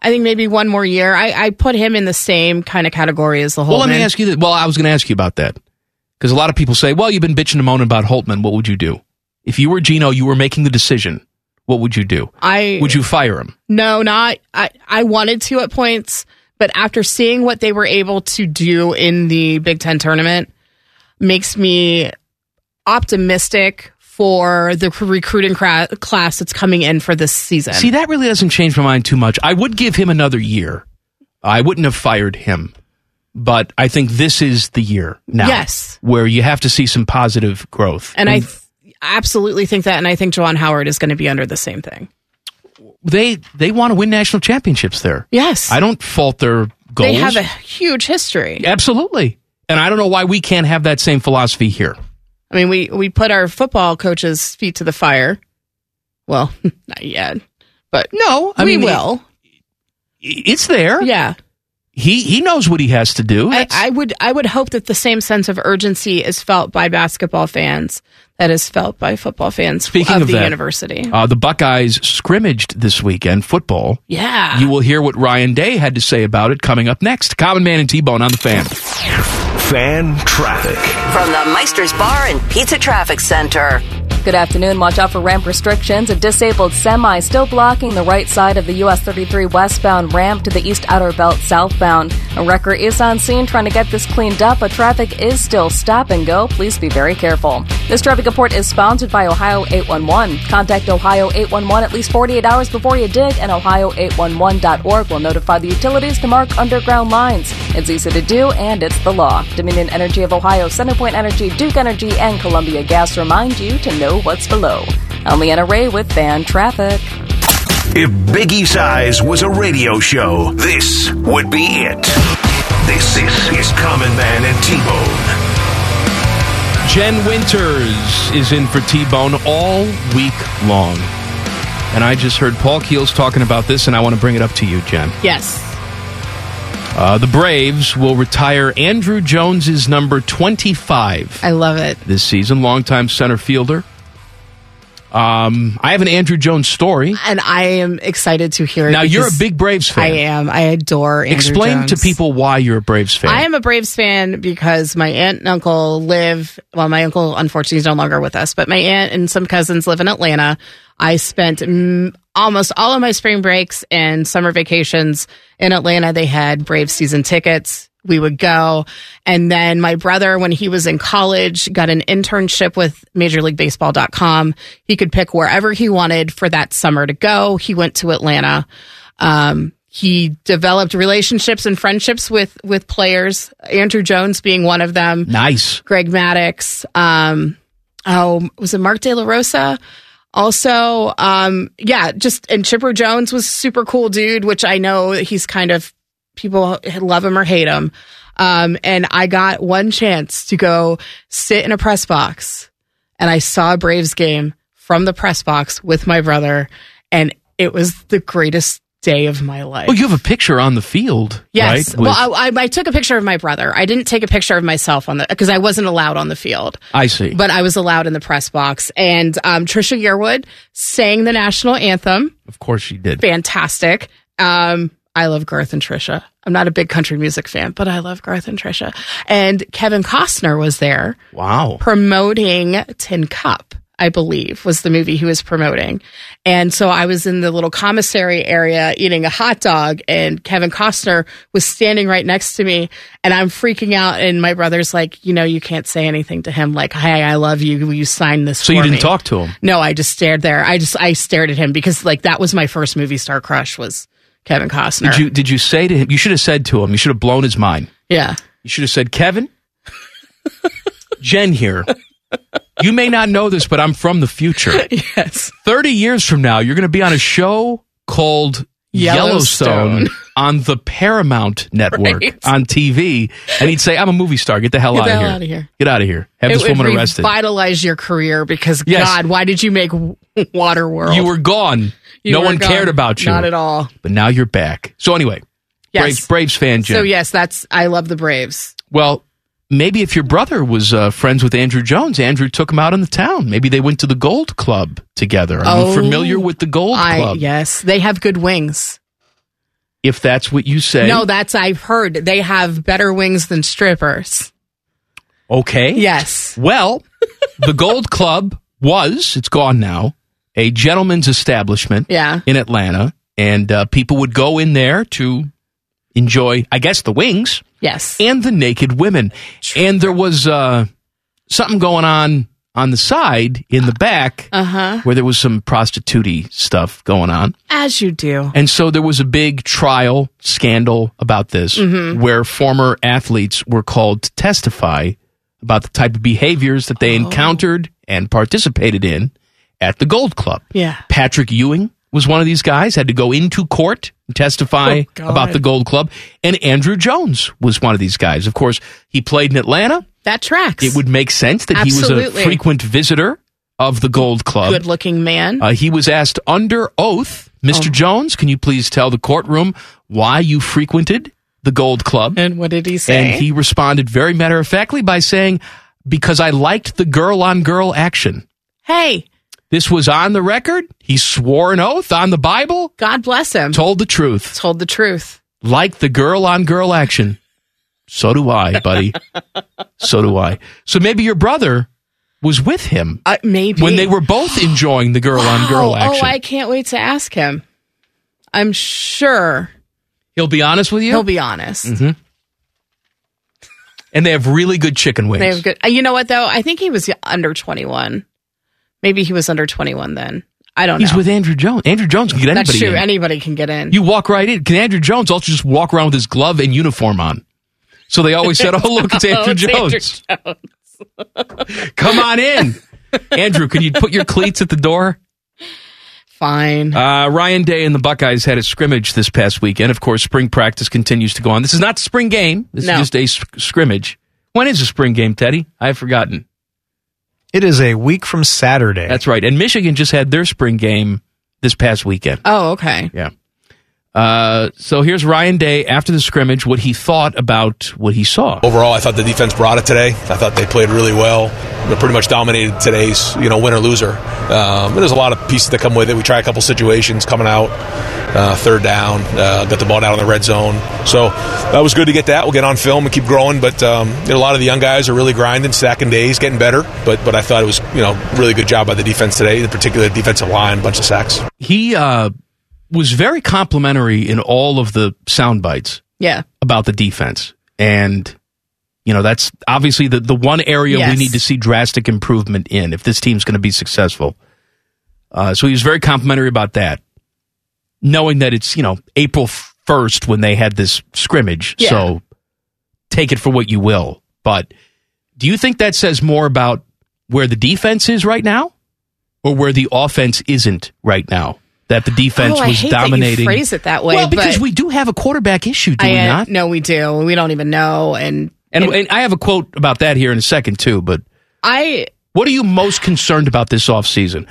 S2: I think maybe one more year. I, I put him in the same kind of category as the whole.
S1: Well, let me ask you that. Well, I was going to ask you about that because a lot of people say, well, you've been bitching and moaning about Holtman. What would you do? If you were Gino, you were making the decision. What would you do?
S2: I
S1: would you fire him?
S2: No, not I. I wanted to at points, but after seeing what they were able to do in the Big Ten tournament, makes me optimistic for the c- recruiting cra- class that's coming in for this season.
S1: See, that really doesn't change my mind too much. I would give him another year. I wouldn't have fired him, but I think this is the year now.
S2: Yes.
S1: Where you have to see some positive growth.
S2: and I th- absolutely think that, and I think Jawan Howard is going to be under the same thing.
S1: they they want to win national championships there.
S2: Yes.
S1: I don't fault their goals.
S2: They have a huge history.
S1: Absolutely. And I don't know why we can't have that same philosophy here.
S2: I mean, we we put our football coaches' feet to the fire. Well, not yet, but no,
S1: I
S2: we
S1: mean,
S2: will.
S1: It's there.
S2: Yeah,
S1: He he knows what he has to do.
S2: I, I would I would hope that the same sense of urgency is felt by basketball fans that is felt by football fans
S1: Speaking
S2: of,
S1: of
S2: the
S1: that,
S2: university.
S1: Uh, the Buckeyes scrimmaged this weekend football.
S2: Yeah.
S1: You will hear what Ryan Day had to say about it coming up next. Common Man and T Bone on the fan.
S3: Fan traffic.
S4: From the Meister's Bar and Pizza Traffic Center.
S5: Good afternoon. Watch out for ramp restrictions. A disabled semi still blocking the right side of the US 33 westbound ramp to the East Outer Belt southbound. A wrecker is on scene trying to get this cleaned up, but traffic is still stop and go. Please be very careful. This traffic report is sponsored by Ohio 811. Contact Ohio 811 at least 48 hours before you dig, and Ohio811.org will notify the utilities to mark underground lines. It's easy to do, and it's the law. Dominion Energy of Ohio, CenterPoint Energy, Duke Energy, and Columbia Gas remind you to know what's below. I'm Leanna Ray with Fan Traffic.
S3: If Biggie Size was a radio show, this would be it. This is, is Common Man and T Bone.
S1: Jen Winters is in for T Bone all week long. And I just heard Paul Keels talking about this, and I want to bring it up to you, Jen.
S2: yes,
S1: Uh, the Braves will retire Andrew Jones's number 25
S2: I love it.
S1: this season, longtime center fielder. Um, I have an Andrew Jones story.
S2: And I am excited to hear it.
S1: Now, you're a
S2: because
S1: big Braves fan.
S2: I am. I adore Andrew
S1: Explain
S2: Jones.
S1: to people why you're a Braves fan.
S2: I am a Braves fan because my aunt and uncle live. Well, my uncle unfortunately is no longer with us, but my aunt and some cousins live in Atlanta. I spent mm, almost all of my spring breaks and summer vacations in Atlanta. They had Braves season tickets. We would go, and then my brother, when he was in college, got an internship with MajorLeagueBaseball.com. He could pick wherever he wanted for that summer to go. He went to Atlanta. Um, he developed relationships and friendships with with players. Andrew Jones being one of them.
S1: Nice.
S2: Greg Maddox. Um, oh, was it Mark De La Rosa? Also, um, yeah, just and Chipper Jones was a super cool dude, which I know he's kind of people love him or hate him. Um, and I got one chance to go sit in a press box and I saw a Braves game from the press box with my brother, and it was the greatest day of my life.
S1: Well, Oh, you have a picture on the field,
S2: Yes.
S1: right? with-
S2: well, I, I, I took a picture of my brother. I didn't take a picture of myself on the because I wasn't allowed on the field,
S1: I see.
S2: but I was allowed in the press box. And um, Trisha Yearwood sang the national anthem.
S1: of course she did.
S2: Fantastic. Um, I love Garth and Trisha. I'm not a big country music fan, but I love Garth and Trisha. And Kevin Costner was there
S1: Wow.
S2: promoting Tin Cup, I believe, was the movie he was promoting. And so I was in the little commissary area eating a hot dog, and Kevin Costner was standing right next to me, and I'm freaking out. And my brother's like, You know, you can't say anything to him, like, Hey, I love you. Will you sign this?
S1: So you
S2: for
S1: didn't
S2: me?"
S1: talk to him.
S2: No, I just stared there. I just, I stared at him because, like, that was my first movie star crush was Kevin Costner.
S1: Did you did you say to him you should have said to him, you should have blown his mind.
S2: yeah.
S1: You should have said, Kevin, Jen here. You may not know this, but I'm from the future.
S2: Yes.
S1: 30 years from now, you're going to be on a show called
S2: Yellowstone.
S1: Yellowstone, on the Paramount Network
S2: Right.
S1: on TV. And he'd say, I'm a movie star. Get the hell,
S2: Get
S1: out,
S2: the
S1: of
S2: hell
S1: here.
S2: outta here.
S1: Get out of here. Have
S2: it
S1: this
S2: would
S1: woman arrested.
S2: revitalize your career because
S1: Yes.
S2: God, why did you make Waterworld?
S1: You were gone.
S2: You
S1: no
S2: were
S1: one
S2: gone.
S1: cared about you.
S2: Not at all.
S1: But now you're back. So anyway,
S2: Yes.
S1: Braves, Braves fan Jen.
S2: So yes, that's I love the Braves.
S1: Well, maybe if your brother was uh, friends with Andrew Jones, Andrew took him out in the town. Maybe they went to the Gold Club together. Are you familiar with the Gold
S2: Oh, I-
S1: Club?
S2: Yes, they have good wings.
S1: If that's what you say.
S2: No, that's I've heard they have better wings than strippers.
S1: okay.
S2: Yes.
S1: Well, the Gold Club was, it's gone now, a gentleman's establishment
S2: Yeah.
S1: in Atlanta. And uh, people would go in there to enjoy, I guess, the wings.
S2: Yes.
S1: And the naked women. And there was uh, something going on on the side in the back
S2: Uh huh.
S1: where there was some prostitute stuff going on.
S2: As you do.
S1: And so there was a big trial scandal about this
S2: Mhm.
S1: where former athletes were called to testify about the type of behaviors that
S2: Oh.
S1: they encountered and participated in at the Gold Club.
S2: Yeah.
S1: Patrick Ewing was one of these guys, had to go into court and testify
S2: Oh, God.
S1: about the Gold Club. And Andrew Jones was one of these guys. Of course, he played in Atlanta.
S2: That tracks.
S1: It would make sense that he was
S2: Absolutely.
S1: a frequent visitor of the Gold Club.
S2: Good looking man.
S1: Uh, he was asked under oath, Mr.
S2: Oh.
S1: Jones, can you please tell the courtroom why you frequented the Gold Club?
S2: And what did he say?
S1: And he responded very matter of factly by saying, because I liked the girl on girl action.
S2: hey,
S1: This was on the record. He swore an oath on the Bible.
S2: God bless him.
S1: Told the truth.
S2: Told the truth.
S1: Like the girl on girl action. So do I, buddy. so do I. So maybe your brother was with him
S2: uh, maybe
S1: when they were both enjoying the girl on girl
S2: oh,
S1: action.
S2: oh, I can't wait to ask him. I'm sure
S1: He'll be honest with you.
S2: he'll be honest.
S1: hmm And they have really good chicken wings.
S2: They have good. uh, You know what though? I think he was under 21. Maybe he was under 21 then. I don't
S1: He's
S2: know.
S1: with Andrew Jones. Andrew Jones can get anybody
S2: That's true.
S1: in.
S2: Anybody can get in.
S1: you walk right in. Can Andrew Jones also just walk around with his glove and uniform on? So they always said, "Oh, look, it's Andrew Jones. Come on in, Andrew. Can you put your cleats at the door?"
S2: Fine.
S1: Uh, Ryan Day and the Buckeyes had a scrimmage this past weekend. Of course, spring practice continues to go on. This is not the spring game. This
S2: No.
S1: is just a sc- scrimmage. When is a spring game, Teddy? I've forgotten.
S8: It is a week from Saturday.
S1: That's right. And Michigan just had their spring game this past weekend.
S2: Oh, okay.
S1: Yeah. Uh, so here's Ryan Day after the scrimmage, what he thought about what he saw.
S14: Overall, I thought the defense brought it today. I thought they played really well. They pretty much dominated today's, you know, winner loser. Um, there's a lot of pieces that come with it. We try a couple situations coming out, uh, third down, uh, got the ball down in the red zone. So that was good to get that. We'll get on film and keep growing. But um, you know, a lot of the young guys are really grinding, stacking days, getting better. But but I thought it was you know really good job by the defense today, in particular defensive line, bunch of sacks.
S1: He uh, was very complimentary in all of the sound bites
S2: Yeah.
S1: about the defense. And, you know, that's obviously the, the one area
S2: Yes.
S1: we need to see drastic improvement in if this team's going to be successful. Uh, so he was very complimentary about that, knowing that it's, you know, April 1st when they had this scrimmage.
S2: Yeah.
S1: So take it for what you will. But do you think that says more about where the defense is right now or where the offense isn't right now? That the defense
S2: oh, I
S1: was
S2: hate That you
S1: dominating.
S2: phrase it that way.
S1: Well, because
S2: but
S1: we do have a quarterback issue, do
S2: I,
S1: we
S2: uh,
S1: not?
S2: No, we do. We don't even know. And
S1: And, and I have a quote about that here in a second, too. But
S2: I
S1: what are you most concerned about this offseason?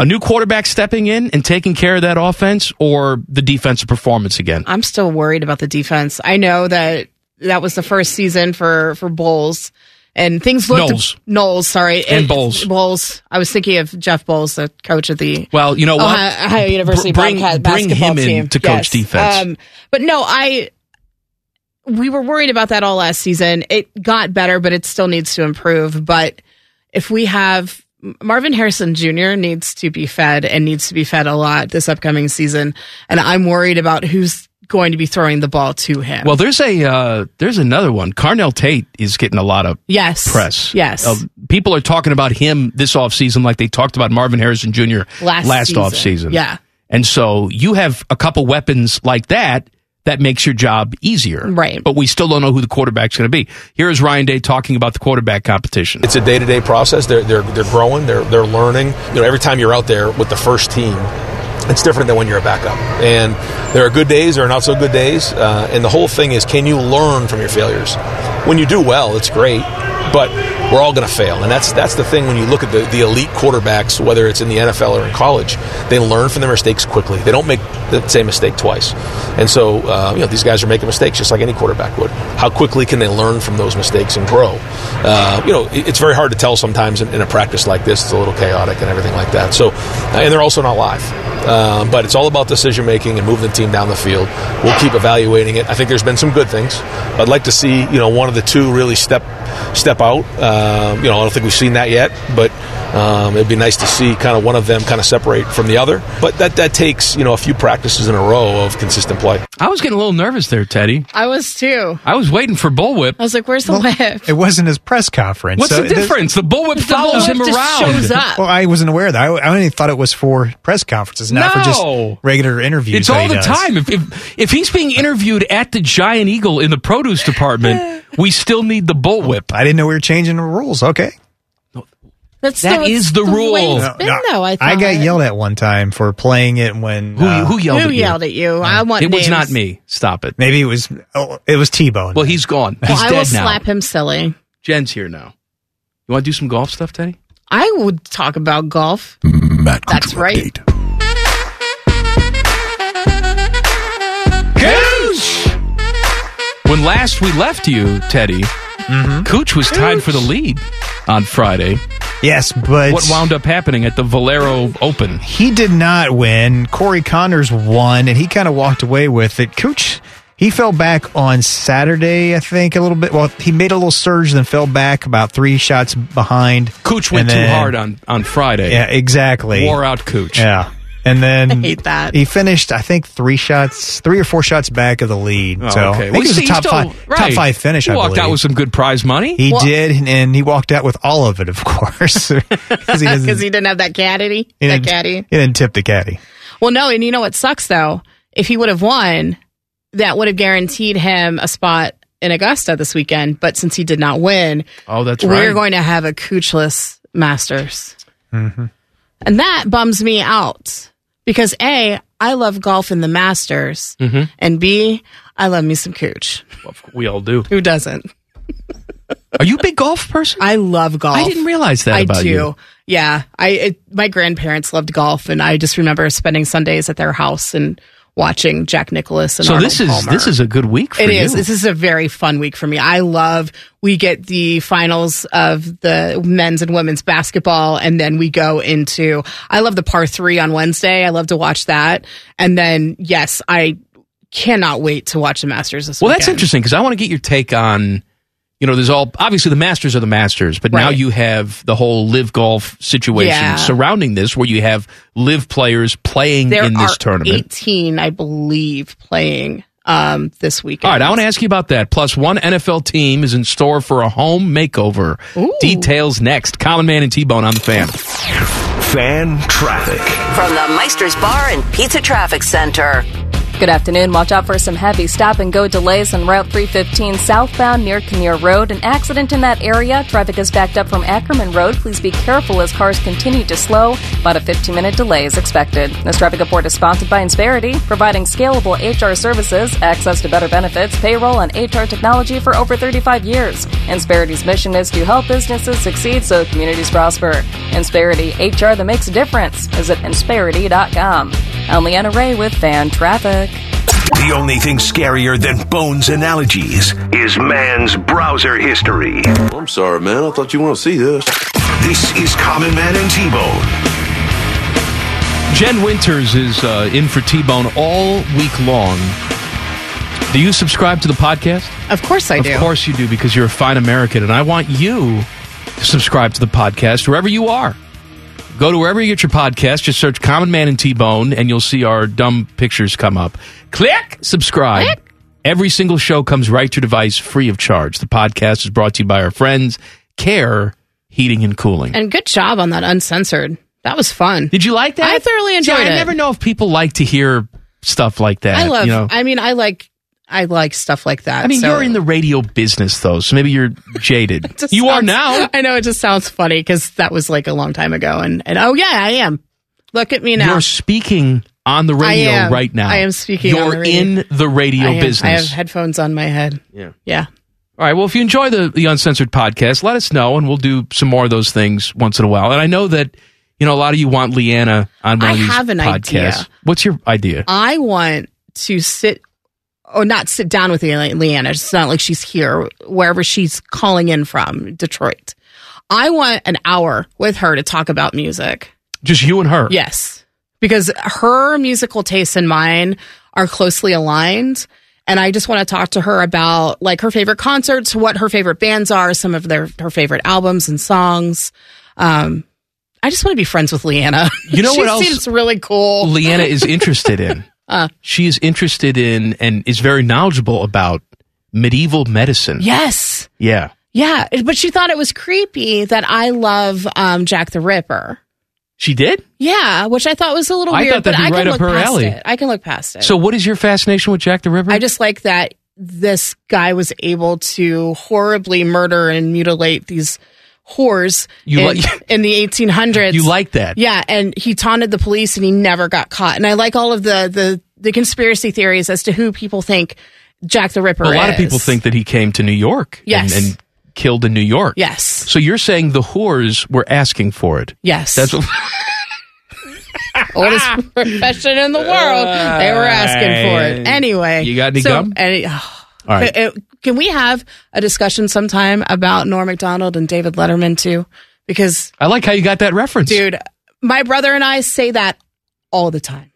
S1: A new quarterback stepping in and taking care of that offense or the defensive performance again?
S2: I'm still worried about the defense. I know that that was the first season for for Bowles, and things looked
S1: Knowles.
S2: Knowles, sorry,
S1: And
S2: It-
S1: Bowles.
S2: Bowles. I coaching of Jeff Bowles, the coach of the
S1: Well, you know what?
S2: Ohio, Ohio
S1: Br-
S2: University
S1: bring-
S2: broadcast
S1: bring
S2: basketball
S1: him in
S2: team. Um,
S1: to coach defense.
S2: but no, I we were worried about that all last season. It got better, but it still needs to improve. But if we have Marvin Harrison Jr. needs to be fed and needs to be fed a lot this upcoming season, and I'm worried about who's going to be throwing the ball to him.
S1: Well, there's a uh, there's another one. Carnell Tate is getting a lot of
S2: Yes.
S1: press.
S2: Yes.
S1: Uh, people are talking about him this offseason like they talked about Marvin Harrison Jr.
S2: Last
S1: last
S2: season.
S1: offseason.
S2: Yeah.
S1: And so you have a couple weapons like that that makes your job easier.
S2: Right.
S1: But we still don't know who the quarterback's going to be. Here is Ryan Day talking about the quarterback competition.
S14: It's a day to day process. They're, they're, they're growing, they're, they're learning. You know, every time you're out there with the first team, it's different than when you're a backup. And there are good days, there are not so good days. Uh, and the whole thing is can you learn from your failures? When you do well, it's great, but we're all going to fail. And that's, that's the thing when you look at the, the elite quarterbacks, whether it's in the NFL or in college, they learn from their mistakes quickly. They don't make the same mistake twice. And so, uh, you know, these guys are making mistakes just like any quarterback would. How quickly can they learn from those mistakes and grow? Uh, you know, it- it's very hard to tell sometimes in, in a practice like this. It's a little chaotic and everything like that. So, uh, and they're also not live. Um, but it's all about decision making and moving the team down the field. We'll keep evaluating it. I think there's been some good things. I'd like to see you know one of the two really step step out. Um, you know, I don't think we've seen that yet, but um, it'd be nice to see kind of one of them kind of separate from the other. But that that takes you know a few practices in a row of consistent play.
S1: I was getting a little nervous there, Teddy.
S2: I was too.
S1: I was waiting for Bullwhip.
S2: I was like, "Where's the whip?"
S8: It wasn't his press conference.
S1: What's
S8: so
S1: the
S8: it-
S1: difference? The bullwhip follows him
S2: just
S1: around.
S2: shows up.
S8: Well, I wasn't aware of that. I, I only thought it was for press conferences, not for
S1: No.
S8: just regular interviews.
S1: It's
S8: that he
S1: all the
S8: does.
S1: time. If, if if he's being interviewed at the Giant Eagle in the produce department, we still need the bullwhip.
S8: I didn't know we were changing the rules. Okay.
S2: That's
S1: That is the
S2: way
S1: rule.
S2: it's been,
S8: No,
S2: though. I,
S8: I got
S2: thought.
S8: yelled at one time for playing it when uh, who,
S1: who yelled
S2: Who
S1: at you?
S2: yelled at you? I want.
S1: it was
S2: names.
S1: not me. Stop it.
S8: Maybe it was oh, it was T Bone.
S1: Well, he's gone. He's
S2: Well, I
S1: dead
S2: will
S1: now.
S2: slap him silly.
S1: Jen's here now. You want to do some golf stuff, Teddy?
S2: I would talk about golf. That's right.
S1: Cooch! When last we left you, Teddy,
S8: Mm-hmm.
S1: Cooch was tied for the lead on Friday.
S8: Yes, but
S1: What wound up happening at the Valero Open?
S8: He did not win. Corey Connors won, and he kind of walked away with it. Cooch, he fell back on Saturday, I think, a little bit. Well, he made a little surge, then fell back about three shots behind.
S1: Cooch
S8: And
S1: went
S8: then-
S1: too hard on, on Friday.
S8: Yeah, exactly.
S1: Wore out Cooch.
S8: Yeah. And then
S1: I hate that.
S8: he finished, I think, three shots, three or four shots back of the lead.
S1: Oh,
S8: so I
S1: okay.
S8: think
S1: Well,
S8: it was
S1: see,
S8: a top
S1: still-
S8: five, top
S1: right.
S8: five finish.
S1: He
S8: I
S1: walked
S8: believe.
S1: out with some good prize money.
S8: He did, and he walked out with all of it, of course, because he doesn't.
S2: because he didn't have that caddy.
S8: he
S2: That
S8: didn't-
S2: caddy.
S8: He didn't tip the caddy.
S2: Well, no, and you know what sucks though? If he would have won, that would have guaranteed him a spot in Augusta this weekend. But since he did not win,
S1: Oh, that's
S2: we're
S1: right.
S2: going to have a coochless Masters, and that bums me out because a I love golf in the Masters,
S1: Mhm.
S2: and b I love me some cooch.
S1: We all do.
S2: Who doesn't?
S1: Are you a big golf person?
S2: I love golf.
S1: I didn't realize that
S2: I
S1: about
S2: do.
S1: you.
S2: Yeah, I it, my grandparents loved golf, and I just remember spending Sundays at their house and watching Jack Nicholas and
S1: so
S2: Arnold
S1: this is
S2: Palmer.
S1: this is a good week for
S2: It is.
S1: you.
S2: This is a very fun week for me. I love. We get the finals of the men's and women's basketball, and then we go into. I love the par three on Wednesday. I love to watch that, and then yes, I cannot wait to watch the Masters this
S1: well,
S2: weekend.
S1: that's interesting because I want to get your take on. You know, there's all obviously the Masters are the Masters, but now
S2: Right.
S1: you have the whole live golf situation
S2: Yeah.
S1: surrounding this, where you have live players playing
S2: There
S1: in this
S2: are
S1: tournament.
S2: eighteen, I believe, playing um, this weekend.
S1: All right, I want to ask you about that. Plus, one NFL team is in store for a home makeover. Details next. Common Man and T Bone on the fan.
S3: Fan traffic.
S4: From the Meister's Bar and Pizza Traffic Center.
S5: Good afternoon. Watch out for some heavy stop and go delays on Route 315 southbound near Kinnear Road. An accident in that area. Traffic is backed up from Ackerman Road. Please be careful as cars continue to slow. About a 15 minute delay is expected. This traffic report is sponsored by Insperity, providing scalable HR services, access to better benefits, payroll, and HR technology for over 35 years. Insperity's mission is to help businesses succeed so communities prosper. Insperity, HR that makes a difference. Visit insperity.com. I'm Leanna Ray with Fan Traffic.
S3: The only thing scarier than Bones analogies is man's browser history.
S15: I'm sorry, man. I thought you want to see this.
S3: This is Common Man and T Bone.
S1: Jen Winters is uh, in for T Bone all week long. Do you subscribe to the podcast?
S2: Of course I do.
S1: Of course you do, because you're a fine American, and I want you to subscribe to the podcast wherever you are. Go to wherever you get your podcast. Just search Common Man and T Bone, and you'll see our dumb pictures come up. Click subscribe. Every single show comes right to your device free of charge. The podcast is brought to you by our friends, Care Heating and Cooling.
S2: And good job on that uncensored. That was fun.
S1: Did you like that?
S2: I thoroughly enjoyed
S1: See, I
S2: it.
S1: never know if people like to hear stuff like that.
S2: I love.
S1: You know?
S2: I mean, I like. I like stuff like that.
S1: I mean,
S2: so-
S1: you're in the radio business, though, so maybe you're jaded.
S2: It just
S1: you are
S2: sounds-
S1: now.
S2: I know it just sounds funny because that was like a long time ago, and and oh yeah, I am. Look at me now.
S1: You're speaking on the
S2: I
S1: radio
S2: am.
S1: right now.
S2: I am speaking.
S1: You're
S2: on the radio.
S1: in the radio
S2: I am.
S1: business.
S2: I have headphones on my head.
S1: Yeah.
S2: Yeah.
S1: All right. Well, if you enjoy the, the uncensored podcast, let us know, and we'll do some more of those things once in a while. And I know that you know a lot of you want Leanna on one
S2: I
S1: of these
S2: have an
S1: podcasts.
S2: idea. Um,
S1: What's your idea?
S2: I want to sit or not sit down with Le- Leanna. It's not like she's here, wherever she's calling in from, Detroit. I want an hour with her to talk about music.
S1: Just you and her.
S2: Yes. Because her musical tastes and mine are closely aligned. And I just want to talk to her about like her favorite concerts, what her favorite bands are, some of their her favorite albums and songs. Um, I just want to be friends with Leanna.
S1: You know
S2: She
S1: what else-
S2: Seems really cool.
S1: Leanna is interested in.
S2: Oh. Uh.
S1: she is interested in and is very knowledgeable about medieval medicine.
S2: Yes.
S1: Yeah.
S2: Yeah, it- but she thought it was creepy that I love um, Jack the Ripper.
S1: She did?
S2: Yeah, which I thought was a little
S1: I
S2: weird,
S1: thought
S2: but
S1: that'd be
S2: I can
S1: right up
S2: look
S1: her
S2: past
S1: alley.
S2: it. I can look past it.
S1: So, what is your fascination with Jack the Ripper?
S2: I just like that this guy was able to horribly murder and mutilate these whores
S1: You
S2: in,
S1: like-
S2: in the 1800s.
S1: You like that?
S2: Yeah, and he taunted the police and he never got caught. And I like all of the the, the conspiracy theories as to who people think Jack the Ripper
S1: Well, a lot
S2: is.
S1: of people think that he came to New York and-
S2: Yes.
S1: and, killed in New York.
S2: Yes.
S1: So you're saying the whores were asking for it?
S2: Yes.
S1: That's what,
S2: oldest profession in the world. They were asking for it. Anyway,
S1: You got any
S2: so,
S1: gum?
S2: Any, oh,
S1: All right.
S2: it- it- can we have a discussion sometime about Norm Macdonald and David Letterman too? Because
S1: I like how you got that reference.
S2: dude, my brother and I say that all the time.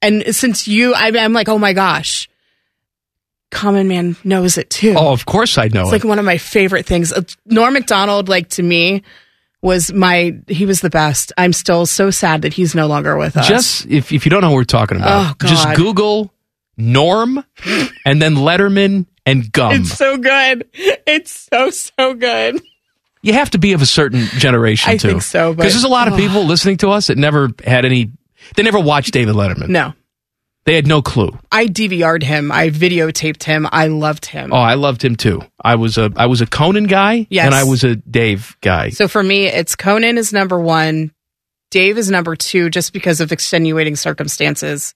S2: And since you, I, I'm like, oh my gosh, Common Man knows it too.
S1: Oh, of course I know
S2: it's
S1: it.
S2: like one of my favorite things. Uh, Norm Macdonald, like to me, was my he was the best. I'm still so sad that he's no longer with us.
S1: just if, if you don't know what we're talking about,
S2: Oh,
S1: just
S2: God.
S1: Google Norm and then Letterman and gum.
S2: It's so good. It's so so good.
S1: you have to be of a certain generation
S2: I
S1: too.
S2: think so, but-
S1: because there's a lot of
S2: Ugh.
S1: people listening to us that never had any. They never watched David Letterman.
S2: No,
S1: They had no clue.
S2: I DVR'd him. I videotaped him. I loved him.
S1: Oh, I loved him too. I was a I was a Conan guy,
S2: Yes.
S1: and I was a Dave guy.
S2: So for me, it's Conan is number one. Dave is number two, just because of extenuating circumstances.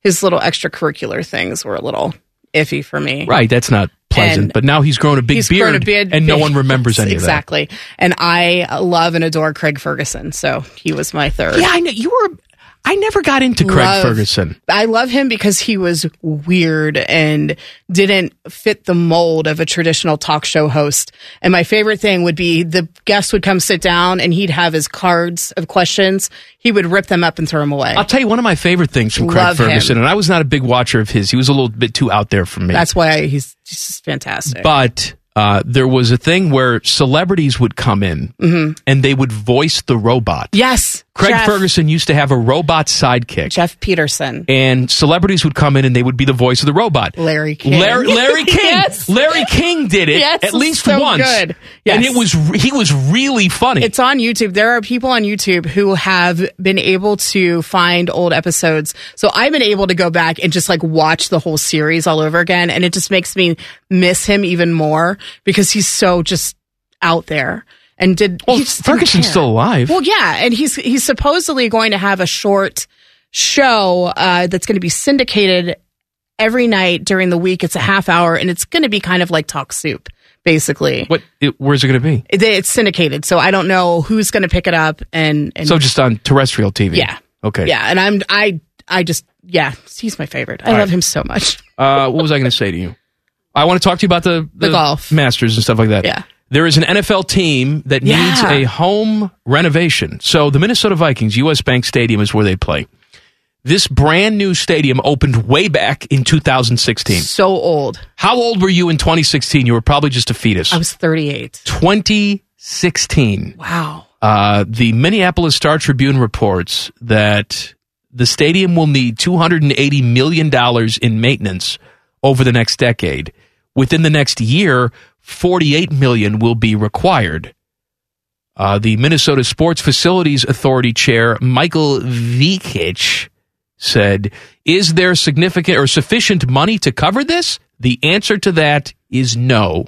S2: His little extracurricular things were a little iffy for me.
S1: right, that's not pleasant.
S2: And
S1: but now he's grown a big
S2: He's
S1: beard,
S2: grown a beard,
S1: and no
S2: big-
S1: one remembers any
S2: exactly. And I love and adore Craig Ferguson, so he was my
S1: of
S2: third.
S1: that. Yeah, I know you were. I never got into Craig
S2: love-
S1: Ferguson.
S2: I love him because he was weird and didn't fit the mold of a traditional talk show host. And my favorite thing would be the guest would come sit down and he'd have his cards of questions. He would rip them up and throw them away.
S1: I'll tell you one of my favorite things from Craig
S2: Love him.
S1: Ferguson, and I was not a big watcher of his. He was a little bit too out there for me.
S2: That's why he's just fantastic.
S1: but uh, there was a thing where celebrities would come in
S2: Mhm.
S1: and they would voice the robot.
S2: yes,
S1: Craig
S2: Jeff,
S1: Ferguson used to have a robot sidekick.
S2: Jeff Peterson,
S1: And celebrities would come in and they would be the voice of the robot.
S2: Larry King,
S1: Larry, Larry King. Larry King did it
S2: Yes,
S1: at least
S2: so
S1: once.
S2: good.
S1: And
S2: Yes.
S1: it was re- he was really funny.
S2: It's on YouTube. There are people on YouTube who have been able to find old episodes. So I've been able to go back and just like watch the whole series all over again. And it just makes me miss him even more because he's so just out there. And did well,
S1: Ferguson's still alive.
S2: Well, yeah, and he's he's supposedly going to have a short show uh, that's going to be syndicated every night during the week. It's a half hour, and it's going to be kind of like talk soup, basically.
S1: what it, where's it going to be?
S2: It- It's syndicated, so I don't know who's going to pick it up and, and
S1: so just on terrestrial TV.
S2: yeah,
S1: Okay.
S2: yeah. And I'm I I just yeah, he's my favorite. I
S1: All
S2: love
S1: right.
S2: him so much.
S1: Uh, what was I going to say to you? I want to talk to you about the,
S2: The golf.
S1: Masters and stuff like that. Yeah. There is an NFL team that needs
S2: Yeah.
S1: a home renovation. So the Minnesota Vikings, US Bank Stadium is where they play. This brand new stadium opened way back in 2016.
S2: So old.
S1: How old were you in 2016? You were probably just a fetus.
S2: I was 38.
S1: 2016.
S2: Wow.
S1: Uh, the Minneapolis Star Tribune reports that the stadium will need $280 million in maintenance over the next decade. Within the next year, $48 million will be required. Uh, the Minnesota Sports Facilities Authority Chair Michael Vikic said, Is there significant or sufficient money to cover this? The answer to that is no.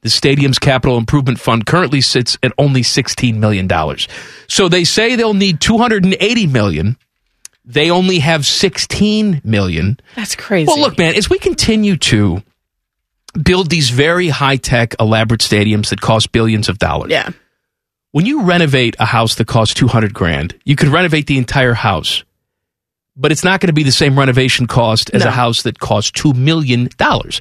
S1: The stadium's capital improvement fund currently sits at only $16 million. So they say they'll need $280 million. They only have $16 million.
S2: That's crazy.
S1: Well, look, man, as we continue to build these very high tech, elaborate stadiums that cost billions of dollars.
S2: Yeah.
S1: When you renovate a house that costs 200 grand, you could renovate the entire house. But it's not going to be the same renovation cost as a house that costs $2 million.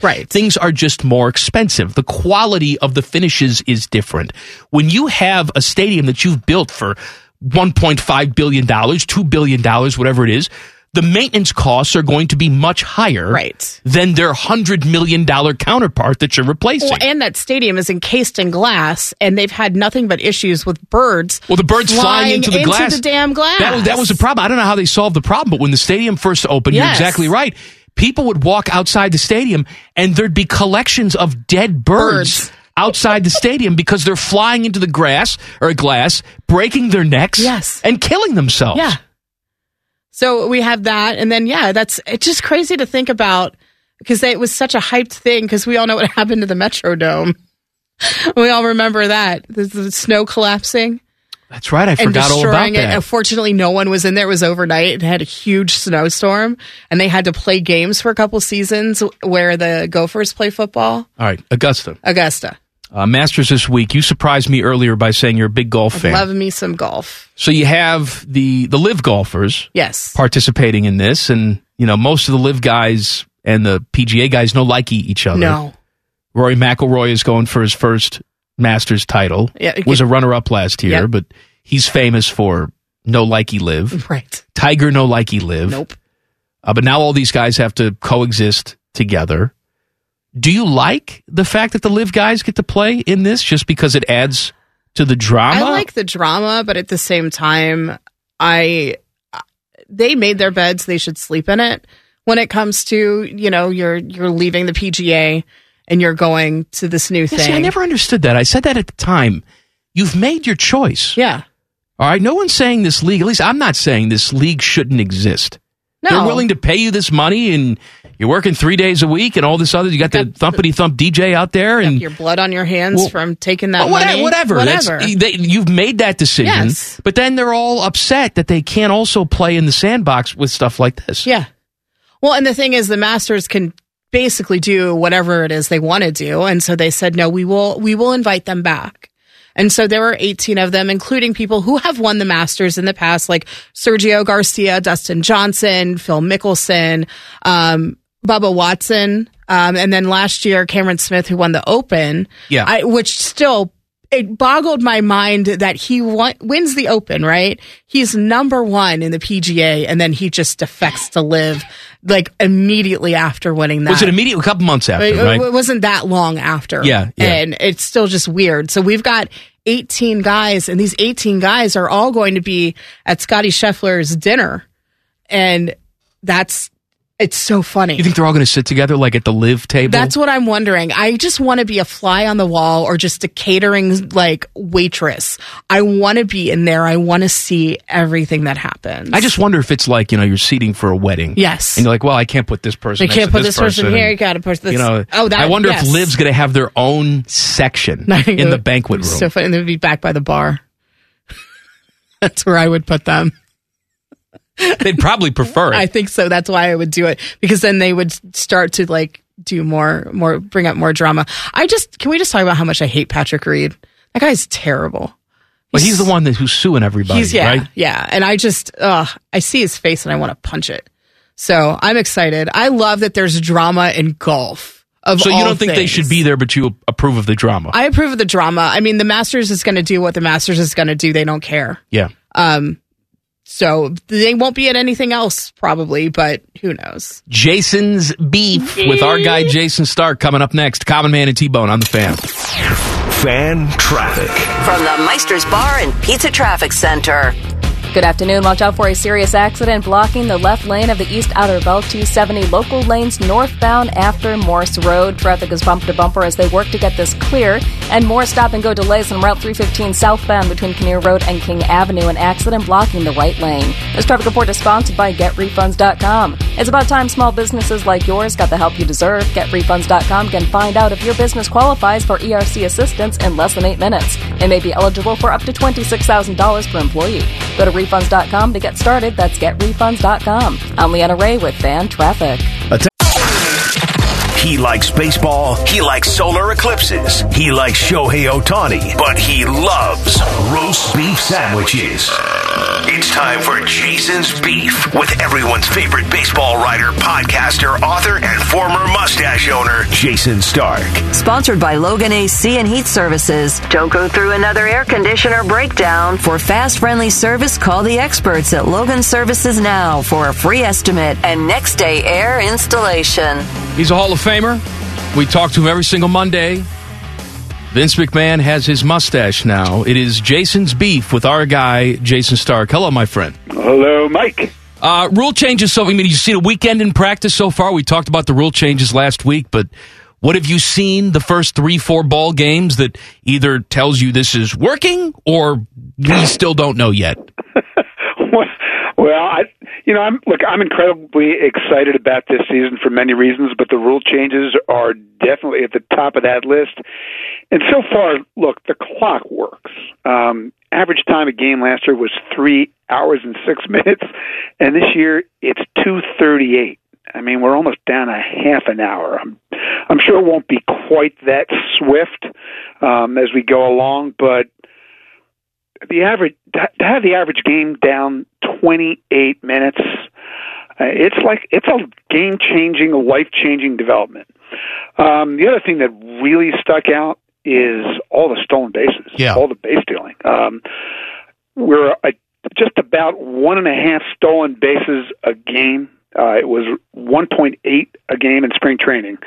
S1: Right. Things are just more expensive. The quality of the finishes is different. When you have a stadium that you've built for $1.5 billion, $2 billion, whatever it is, the maintenance costs are going to be much higher
S2: right.
S1: than their $100 million counterpart that you're replacing.
S2: Well, and that stadium is encased in glass, and they've had nothing but issues with birds.
S1: Well, the birds flying, into the glass.
S2: damn glass.
S1: That was, that was the problem. I don't know how they solved the problem, but when the stadium first opened, you're
S2: Yes.
S1: exactly right. People would walk outside the stadium, and there'd be collections of dead birds, outside the stadium because they're flying into the grass or glass, breaking their necks, yes. and killing themselves.
S2: Yeah. So we have that, and then yeah, that's it's just crazy to think about because it was such a hyped thing because we all know what happened to the Metrodome. we all remember that the, the snow collapsing.
S1: That's right. I
S2: and
S1: forgot all
S2: destroying
S1: about
S2: it.
S1: that.
S2: Unfortunately, no one was in there. It was overnight. It had a huge snowstorm, and they had to play games for a couple seasons where the Gophers play football.
S1: all right, Augusta,
S2: Augusta,
S1: uh, Masters this week. You surprised me earlier by saying you're a big golf fan.
S2: love me some golf.
S1: So you have the the live golfers,
S2: Yes.
S1: participating in this, and you know most of the live guys and the PGA guys no like e- each other.
S2: No.
S1: Rory McIlroy is going for his first Masters title.
S2: Yeah, it
S1: was
S2: could-
S1: a runner up last year,
S2: Yeah.
S1: but he's famous for no likey live.
S2: Right.
S1: Tiger no likey live.
S2: Nope.
S1: Uh, but now all these guys have to coexist together. Do you like the fact that the live guys get to play in this just because it adds to the drama?
S2: I like the drama, but at the same time, I they made their beds; they should sleep in it. When it comes to you know you're you're leaving the PGA and you're going to this new
S1: Yeah,
S2: thing.
S1: See, I never understood that. I said that at the time. You've made your choice.
S2: Yeah.
S1: All right. No one's saying this league. At least I'm not saying this league shouldn't exist.
S2: No.
S1: They're willing to pay you this money, and you're working three days a week, and all this other. You got the thumpity thump DJ out there, and
S2: your blood on your hands
S1: Well,
S2: from taking that
S1: Oh, whate-
S2: money.
S1: whatever. That's- they- you've made that decision.
S2: Yes.
S1: But then they're all upset that they can't also play in the sandbox with stuff like this.
S2: Yeah. Well, and the thing is, the Masters can basically do whatever it is they want to do, and so they said, no, we will we will invite them back. And so there were 18 of them, including people who have won the Masters in the past, like Sergio Garcia, Dustin Johnson, Phil Mickelson, um, Bubba Watson. Um, and then last year, Cameron Smith, who won the Open.
S1: Yeah.
S2: I, which still, it boggled my mind that he won, wins the Open, right? He's number one in the PGA, and then he just defects to live like immediately after winning that.
S1: Was it immediate? A couple months after,
S2: It-
S1: right?
S2: It wasn't that long after.
S1: Yeah, yeah.
S2: And it's still just weird. So we've got 18 guys, and these 18 guys are all going to be at Scotty Scheffler's dinner. And that's, it's so funny.
S1: You think they're all going to sit together like at the live table?
S2: That's what I'm wondering. I just want to be a fly on the wall or just a catering like waitress. I want to be in there. I want to see everything that happens.
S1: I just wonder if it's like you know you're seating for a wedding.
S2: Yes.
S1: and you're like, well, I can't put this person.
S2: you
S1: next
S2: can't
S1: to
S2: put this person,
S1: and-
S2: here. You got to put this.
S1: you know,
S2: oh, that.
S1: I wonder
S2: yes.
S1: if Liv's going to have their own section
S2: I think it
S1: in the
S2: would-
S1: banquet
S2: it'd
S1: room.
S2: be So funny, and they'd be back by the bar. That's where I would put them.
S1: They'd probably prefer it.
S2: I think so. That's why I would do it because then they would start to like do more, more, bring up more drama. I just can we just talk about how much I hate Patrick Reed? That guy's terrible.
S1: but he's the one that, who's suing everybody,
S2: He's yeah,
S1: right?
S2: yeah, and I just uh, I see his face and I want to punch it. So I'm excited. I love that there's drama in golf. Of
S1: so you
S2: all
S1: don't think they
S2: things.
S1: should be there, but you approve of the drama?
S2: I approve of the drama. I mean, the Masters is going to do what the Masters is going to do. They don't care.
S1: yeah.
S2: Um, so they won't be at anything else probably, but who knows?
S1: Jason's beef with our guy Jason Stark coming up next. Common Man and T Bone on the fan.
S3: Fan traffic.
S4: From the Meister's Bar and Pizza Traffic Center.
S5: Good afternoon. Watch out for a serious accident blocking the left lane of the East Outer Belt 270 local lanes northbound after Morse Road. Traffic is bumper to bumper as they work to get this clear. And more stop and go delays on Route 315 southbound between Kinnear Road and King Avenue. An accident blocking the right lane. This traffic report is sponsored by GetRefunds.com. It's about time small businesses like yours got the help you deserve. GetRefunds.com can find out if your business qualifies for ERC assistance in less than eight minutes and may be eligible for up to $26,000 per employee. Go to refunds.com to get started. That's getrefunds.com. I'm Leanna Ray with Fan Traffic.
S3: He likes baseball. He likes solar eclipses. He likes Shohei Otani, but he loves roast beef sandwiches. It's time for Jason's Beef with everyone's favorite baseball writer, podcaster, author, and former mustache owner, Jason Stark.
S4: Sponsored by Logan AC and Heat Services. Don't go through another air conditioner breakdown. For fast, friendly service, call the experts at Logan Services now for a free estimate and next day air installation.
S1: He's a Hall of Famer. We talk to him every single Monday. Vince McMahon has his mustache now. It is Jason's beef with our guy, Jason Stark. Hello, my friend.
S16: Hello, Mike.
S1: Uh, rule changes. So, I mean, you see the weekend in practice so far. We talked about the rule changes last week, but what have you seen the first three, four ball games that either tells you this is working or we still don't know yet?
S16: Well, I, you know, I'm look. I'm incredibly excited about this season for many reasons, but the rule changes are definitely at the top of that list. And so far, look, the clock works. Um, average time of game last year was three hours and six minutes, and this year it's two thirty-eight. I mean, we're almost down a half an hour. I'm, I'm sure it won't be quite that swift um, as we go along, but the average to to have the average game down 28 minutes uh, it's like it's a game changing life changing development um, the other thing that really stuck out is all the stolen bases
S17: Yeah.
S16: all the base stealing um, we're uh just about one and a half stolen bases a game uh, it was 1.8 a game in spring training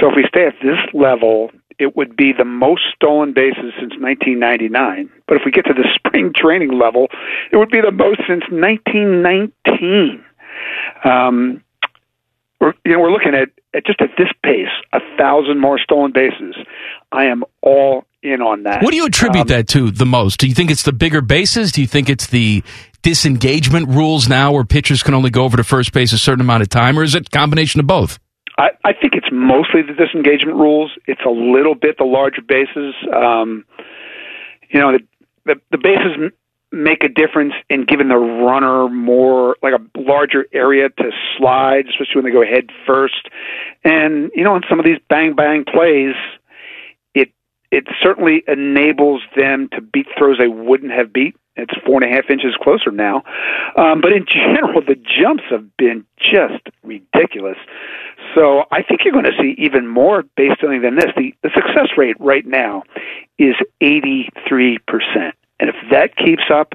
S16: so if we stay at this level, it would be the most stolen bases since 1999. But if we get to the spring training level, it would be the most since 1919. Um, we're, you know, we're looking at, at just at this pace, a thousand more stolen bases. I am all in on that.
S1: What do you attribute
S16: Um,
S1: that to the most? Do you think it's the bigger bases? Do you think it's the disengagement rules now where pitchers can only go over to first base a certain amount of time, or is it a combination of both?
S16: I, I think it's mostly the disengagement rules. It's a little bit the larger bases. Um, you know, the, the, the bases m- make a difference in giving the runner more, like a larger area to slide, especially when they go head first. And, you know, in some of these bang bang plays, it it certainly enables them to beat throws they wouldn't have beat. It's four and a half inches closer now. Um, but in general, the jumps have been just ridiculous. So I think you're going to see even more base stealing than this. The, the success rate right now is 83%. And if that keeps up,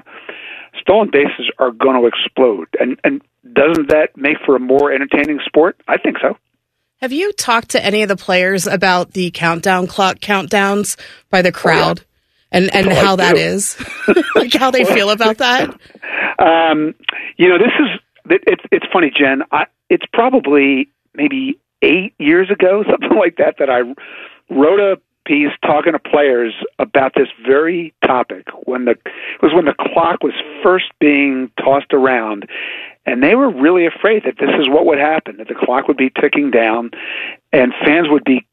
S16: stolen bases are going to explode. And, and doesn't that make for a more entertaining sport? I think so.
S2: Have you talked to any of the players about the countdown clock countdowns by the crowd and, and
S16: Oh, I
S2: how that
S16: do.
S2: is? like how they feel about that?
S16: Um, you know, this is it, it's it's funny, Jen. I, it's probably maybe eight years ago, something like that, that I wrote a piece talking to players about this very topic when the it was when the clock was first being tossed around and they were really afraid that this is what would happen that the clock would be ticking down and fans would be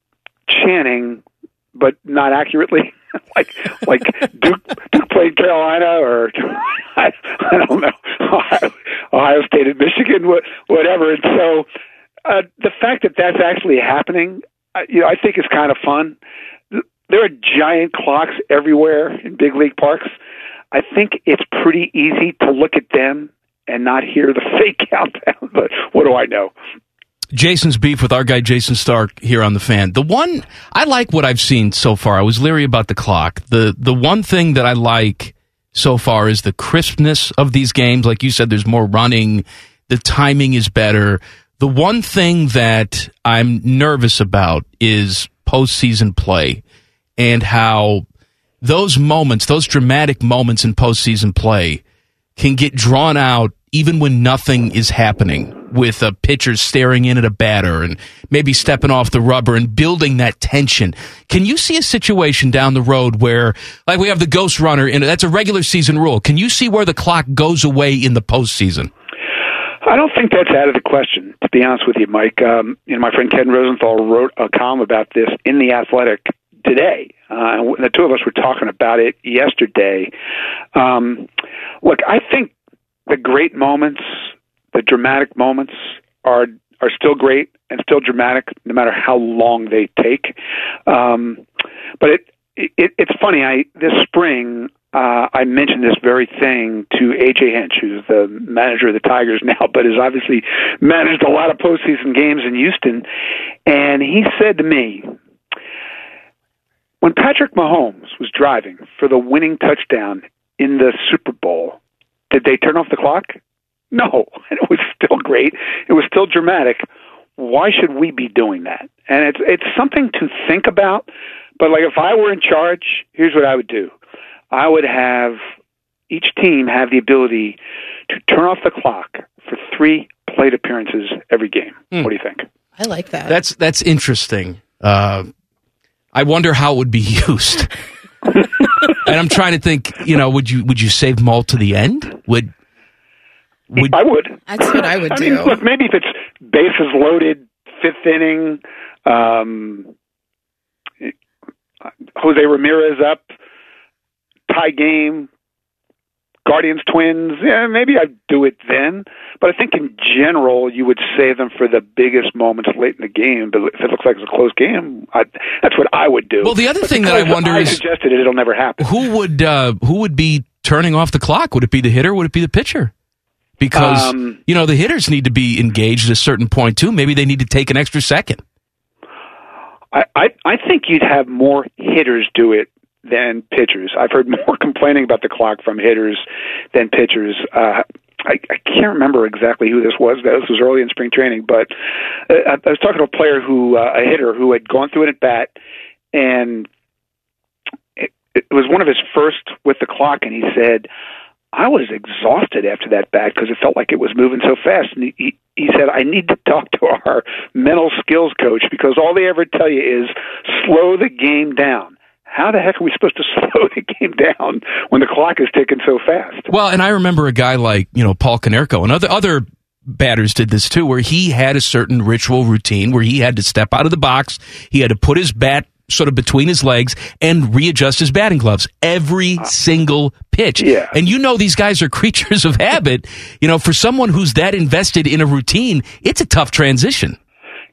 S16: chanting but not accurately like like Duke Duke played Carolina or I, I don't know Ohio, Ohio State and Michigan wha- whatever and so uh, the fact that that's actually happening I, you know I think is kind of fun Th- there are giant clocks everywhere in big league parks I think it's pretty easy to look at them and not hear the fake countdown but what do I know
S1: Jason's beef with our guy Jason Stark here on the fan. The one I like what I've seen so far. I was leery about the clock. The the one thing that I like so far is the crispness of these games. Like you said, there's more running. The timing is better. The one thing that I'm nervous about is postseason play and how those moments, those dramatic moments in postseason play, can get drawn out even when nothing is happening with a pitcher staring in at a batter and maybe stepping off the rubber and building that tension. Can you see a situation down the road where like we have the ghost runner and that's a regular season rule. Can you see where the clock goes away in the postseason?
S16: I don't think that's out of the question, to be honest with you, Mike. Um, you know, my friend Ken Rosenthal wrote a column about this in the Athletic today. Uh, and the two of us were talking about it yesterday. Um, look, I think the great moments, the dramatic moments, are are still great and still dramatic, no matter how long they take. Um, but it, it it's funny. I this spring uh, I mentioned this very thing to AJ Hinch, who's the manager of the Tigers now, but has obviously managed a lot of postseason games in Houston, and he said to me. When Patrick Mahomes was driving for the winning touchdown in the Super Bowl, did they turn off the clock? No. And it was still great. It was still dramatic. Why should we be doing that? And it's it's something to think about. But like if I were in charge, here's what I would do. I would have each team have the ability to turn off the clock for three plate appearances every game. What do you think?
S2: I like that.
S1: That's that's interesting. Uh, I wonder how it would be used. and I'm trying to think, you know, would you would you save Maul to the end? Would would
S16: I would.
S2: That's what I would
S16: I
S2: do.
S16: mean, look, maybe if it's bases loaded, fifth inning, um, Jose Ramirez up, tie game, Guardians Twins. Yeah, maybe I'd do it then. But I think in general, you would save them for the biggest moments late in the game. But if it looks like it's a close game, I, that's what I would do.
S1: Well, the other
S16: But
S1: thing that I
S16: because
S1: wonder is-
S16: suggested it, it'll never happen.
S1: who would uh, who would be turning off the clock? Would it be the hitter? Would it be the pitcher? Because
S16: Um,
S1: you know the hitters need to be engaged at a certain point too. Maybe they need to take an extra second.
S16: I, I I think you'd have more hitters do it than pitchers. I've heard more complaining about the clock from hitters than pitchers. Uh, I, I can't remember exactly who this was. though. This was early in spring training, but uh, I, I was talking to a player who uh, a hitter who had gone through it at bat, and it, it was one of his first with the clock, and he said. I was exhausted after that bat because it felt like it was moving so fast. And he, he, he said, I need to talk to our mental skills coach because all they ever tell you is slow the game down. How the heck are we supposed to slow the game down when the clock is ticking so fast?
S1: Well, and I remember a guy like you know Paul Konerko and other other batters did this too, where he had a certain ritual routine where he had to step out of the box, he had to put his bat sort of between his legs and readjust his batting gloves every single pitch. Yeah. And you know these guys are creatures of habit. You know, for someone who's that invested in a routine, it's a tough transition.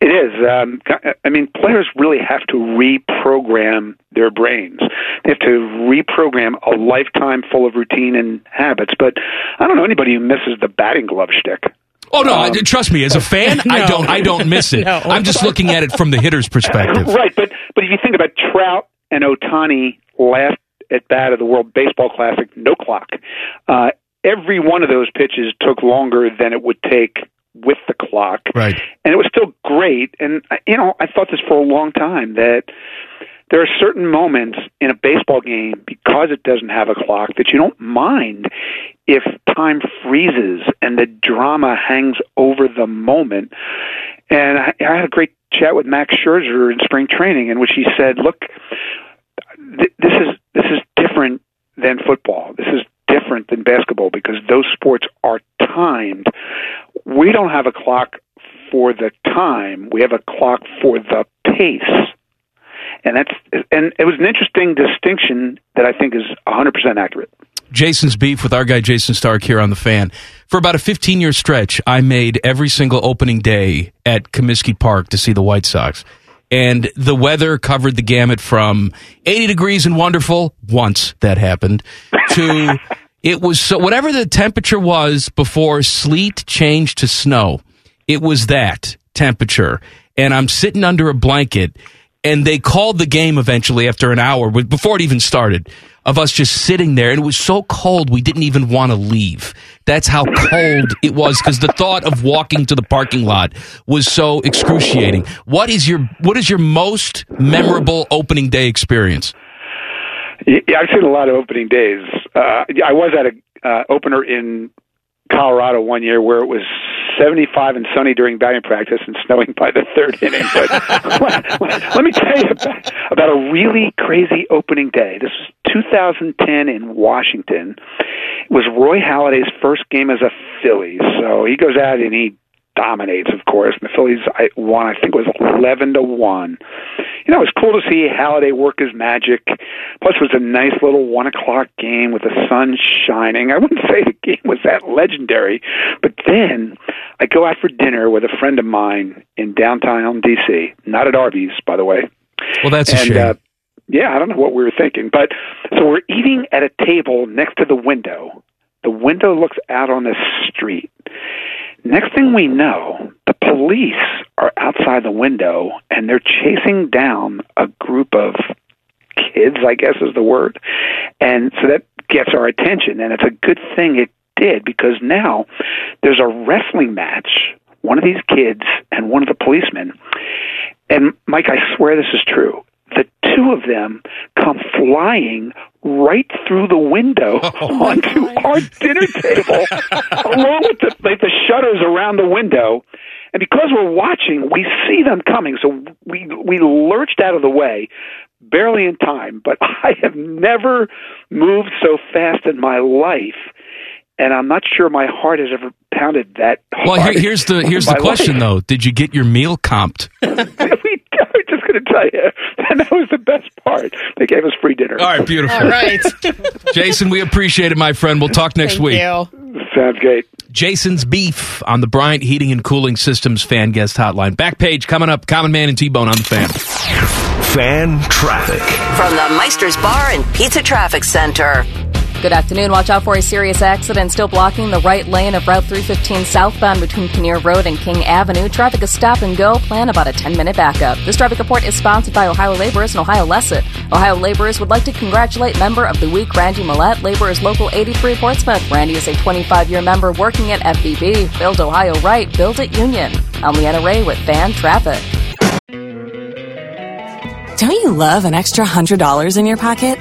S16: It is. Um, I mean, players really have to reprogram their brains. They have to reprogram a lifetime full of routine and habits. But I don't know anybody who misses the batting glove shtick.
S1: Oh no! I, trust me, as a fan, I don't. I don't miss it.
S16: No.
S1: I'm just looking at it from the hitter's perspective.
S16: Right, but but if you think about Trout and Otani last at bat of the World Baseball Classic, no clock. Uh, every one of those pitches took longer than it would take with the clock,
S10: Right.
S16: and it was still great. And I- you know, I thought this for a long time that there are certain moments in a baseball game because it doesn't have a clock that you don't mind if time freezes and the drama hangs over the moment. And I, I had a great chat with Max Scherzer in spring training, in which he said, "Look, th- this is this is different than football. This is different than basketball because those sports are timed. We don't have a clock for the time. We have a clock for the pace." And that's and it was an interesting distinction that I think is 100% accurate.
S1: Jason's beef with our guy Jason Stark here on the fan. For about a 15 year stretch, I made every single opening day at Comiskey Park to see the White Sox. And the weather covered the gamut from 80 degrees and wonderful, once that happened, to it was so, whatever the temperature was before sleet changed to snow, it was that temperature. And I'm sitting under a blanket and they called the game eventually after an hour w- before it even started of us just sitting there and it was so cold we didn't even want to leave that's how cold it was because the thought of walking to the parking lot was so excruciating what is your what is your most memorable opening day experience
S16: Y- Yeah, I've seen a lot of opening days. Uh, I was at a uh, opener in Colorado one year where it was 75 and sunny during batting practice and snowing by the third inning. But let, let- let me tell you about, about a really crazy opening day. This was 2010 in Washington. It was Roy Halladay's first game as a Philly, so he goes out and he dominates, of course. And the Phillies I won, I think it was 11 to one. You know, it was cool to see Halliday work his magic. Plus, it was a nice little one o'clock game with the sun shining. I wouldn't say the game was that legendary, but then I go out for dinner with a friend of mine in downtown DC, not at Arby's, by the way.
S1: well that's a
S16: And,
S1: shame
S16: uh, yeah, I don't know what we were thinking, but so we're eating at a table next to the window. The window looks out on the street. Next thing we know, the police are outside the window and they're chasing down a group of kids, I guess is the word. And so that gets our attention and it's a good thing it did because now there's a wrestling match, one of these kids and one of the policemen. And Mike, I swear this is true the two of them come flying right through the window
S1: Oh
S16: onto our dinner table, along with the, like the shutters around the window. And because we're watching, we see them coming. So we we lurched out of the way, barely in time. But I have never moved so fast in my life, and I'm not sure my heart has ever pounded that.
S1: well
S16: hard
S1: here, here's the
S16: in
S1: here's the
S16: my
S1: question
S16: life.
S1: though did you get your meal comped
S16: I'm just going to tell you, and that was the best part. They gave us free dinner.
S1: All right, beautiful. All right. jason we appreciate it my friend we'll talk next week
S16: Sounds great.
S1: Jason's Beef on the Bryant Heating and Cooling Systems fan guest hotline. Back page coming up. Common Man and T Bone on the fan.
S3: Fan traffic.
S4: From the Meister's Bar and Pizza Traffic Center.
S5: Good afternoon. Watch out for a serious accident still blocking the right lane of Route 315 southbound between Kinnear Road and King Avenue. Traffic is stop and go. Plan about a 10 minute backup. This traffic report is sponsored by Ohio Laborers and Ohio Lesset. Ohio Laborers would like to congratulate member of the week, Randy Millette, Laborers Local 83 Portsmouth. Randy is a 25 year member working at FBB. Build Ohio right. Build it union. I'm Leanna Ray with Fan Traffic.
S17: Don't you love an extra $100 in your pocket?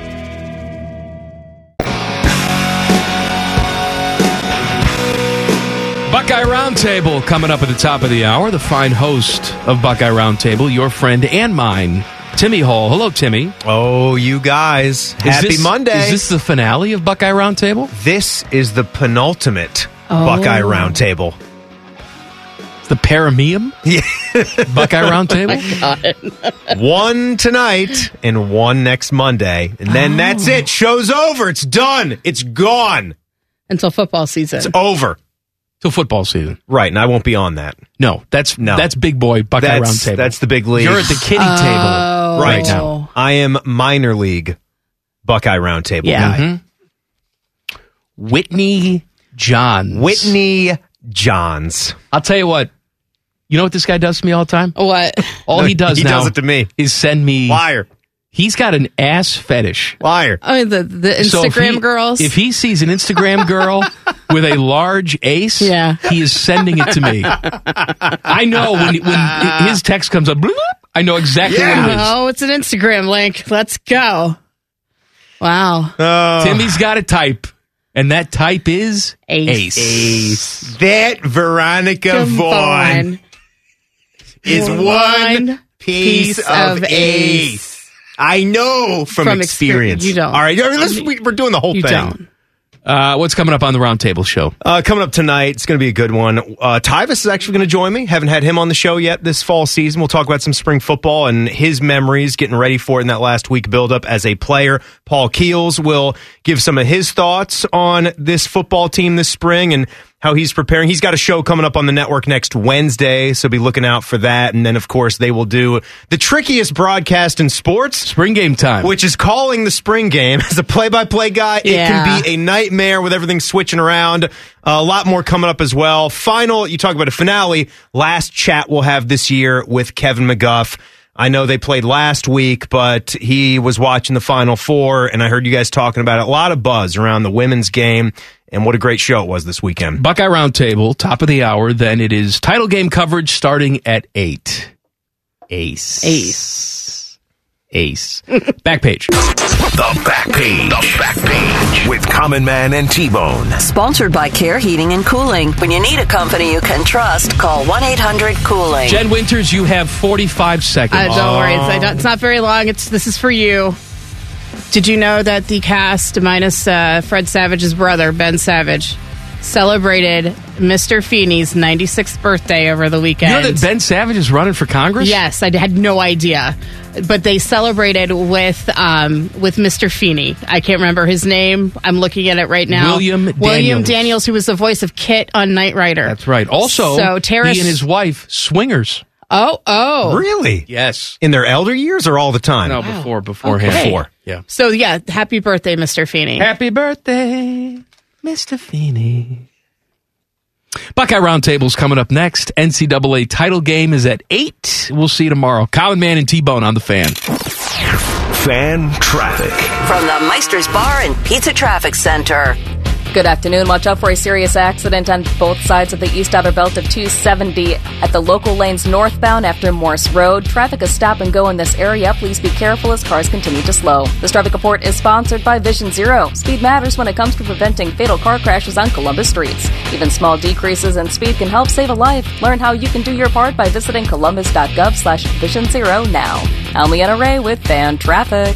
S1: Buckeye Roundtable coming up at the top of the hour. The fine host of Buckeye Roundtable, your friend and mine, Timmy Hall. Hello, Timmy.
S18: Oh, you guys. Happy Monday.
S1: Is this the finale of Buckeye Roundtable?
S18: This is the penultimate
S1: Oh.
S18: Buckeye Roundtable.
S1: The Parameum?
S18: Yeah.
S1: Buckeye Roundtable?
S18: one tonight and one next Monday. And
S1: Oh.
S18: then that's it. Show's over. It's done. It's gone.
S2: Until football season.
S18: It's over.
S1: Till football season.
S18: Right. And I won't be on that.
S1: No, that's
S18: no.
S1: that's big boy Buckeye
S18: that's,
S1: Roundtable.
S18: That's the big league.
S1: You're at the kitty
S2: Oh.
S18: table right
S1: right now.
S18: I am minor league Buckeye Roundtable
S1: Yeah.
S18: guy.
S1: Mhm. Mm-hmm. Whitney Johns.
S18: Whitney Johns.
S1: I'll tell you what. You know what this guy does to me all the time?
S2: What?
S1: All he does
S18: He
S1: now
S18: does it to me.
S1: is send me liar. He's got an ass fetish.
S18: Liar.
S2: I mean, Oh, the, the
S1: So if
S2: Uh, Instagram
S1: he-
S2: girls.
S1: If he sees an Instagram girl with a large ace, yeah. he is sending it to me. I know when when his text comes up, bloop, I know exactly what it is.
S2: Oh, it's an Instagram link. Let's go. Wow.
S18: Oh.
S1: Timmy's got a type, and that type is
S2: Ace.
S18: Ace. That Veronica
S2: Come
S18: Vaughn
S2: on.
S18: is
S2: Vaughn.
S18: one piece,
S2: Piece
S18: of,
S2: of
S18: ace. I know from,
S2: From
S18: experience.
S2: experience. You don't.
S18: All right, let's, we, we're doing the whole
S2: You
S18: thing.
S2: don't.
S1: Uh, what's coming up on the roundtable show?
S18: Uh, coming up tonight, it's going to be a good one. Uh, Tyvis is actually going to join me. Haven't had him on the show yet this fall season. We'll talk about some spring football and his memories getting ready for it in that last week buildup as a player. Paul Keels will give some of his thoughts on this football team this spring and how he's preparing. He's got a show coming up on the network next Wednesday, so be looking out for that. And then, of course, they will do the trickiest broadcast in sports
S1: spring game time,
S18: which is calling the spring game. As a play by play guy, it
S2: Yeah.
S18: can be a nightmare with everything switching around. a lot more coming up as well. Final, you talk about a finale. Last chat we'll have this year with Kevin McGuff. I know they played last week, but he was watching the Final Four, and I heard you guys talking about it. A lot of buzz around the women's game, and what a great show it was this weekend.
S1: Buckeye Roundtable, top of the hour. Then it is title game coverage starting at 8. Ace. Ace. Ace. Back page.
S3: The back page. The back page with Common Man and T Bone.
S4: Sponsored by Care Heating and Cooling. When you need a company you can trust, call 1 800 Cooling.
S1: Jen Winters, you have 45 seconds.
S2: Uh, don't worry, it's, I don't, it's not very long. It's this is for you. Did you know that the cast, minus uh, Fred Savage's brother Ben Savage, celebrated Mr. Feeney's 96th birthday over the
S1: You
S2: weekend?
S1: know that Ben Savage is running for Congress?
S2: Yes, I had no idea, but they celebrated with um, with Mr. Feeney. I can't remember his name. I'm looking at it right now.
S1: William
S2: William
S1: Daniels.
S2: Daniels, who was the voice of Kit on Knight Rider.
S1: That's right. Also,
S2: so Tara.
S1: he and his wife, swingers.
S2: oh, oh,
S18: Really?
S1: Yes.
S18: In their elder years or all the time?
S1: No, before, beforehand.
S2: Okay.
S1: Before. Yeah.
S2: So yeah, happy birthday, Mr. Feeney.
S1: Happy birthday, Mr. Feeney. Buckeye Roundtable's coming up next. NCAA title game is at 8. We'll see you tomorrow. Colin Man and T Bone on the fan.
S3: Fan traffic.
S4: From the Meister's Bar and Pizza Traffic Center.
S5: Good afternoon. Watch out for a serious accident on both sides of the east outer belt of 270 at the local lanes northbound after Morse Road. Traffic is stop and go in this area. Please be careful as cars continue to slow. This traffic report is sponsored by Vision Zero. Speed matters when it comes to preventing fatal car crashes on Columbus streets. Even small decreases in speed can help save a life. Learn how you can do your part by visiting columbus.gov slash vision zero now. I'm Leanna Ray with Fan Traffic.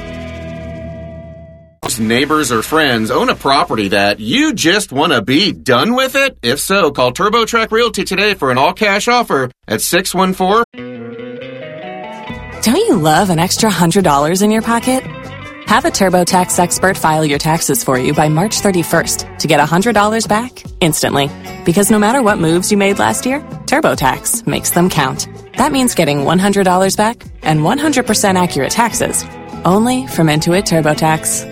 S19: neighbors or friends own a property that you just want to be done with it? If so, call TurboTrack Realty today for an all cash offer at 614
S17: Don't you love an extra $100 in your pocket? Have a TurboTax expert file your taxes for you by March 31st to get $100 back instantly. Because no matter what moves you made last year, TurboTax makes them count. That means getting $100 back and 100% accurate taxes only from Intuit TurboTax.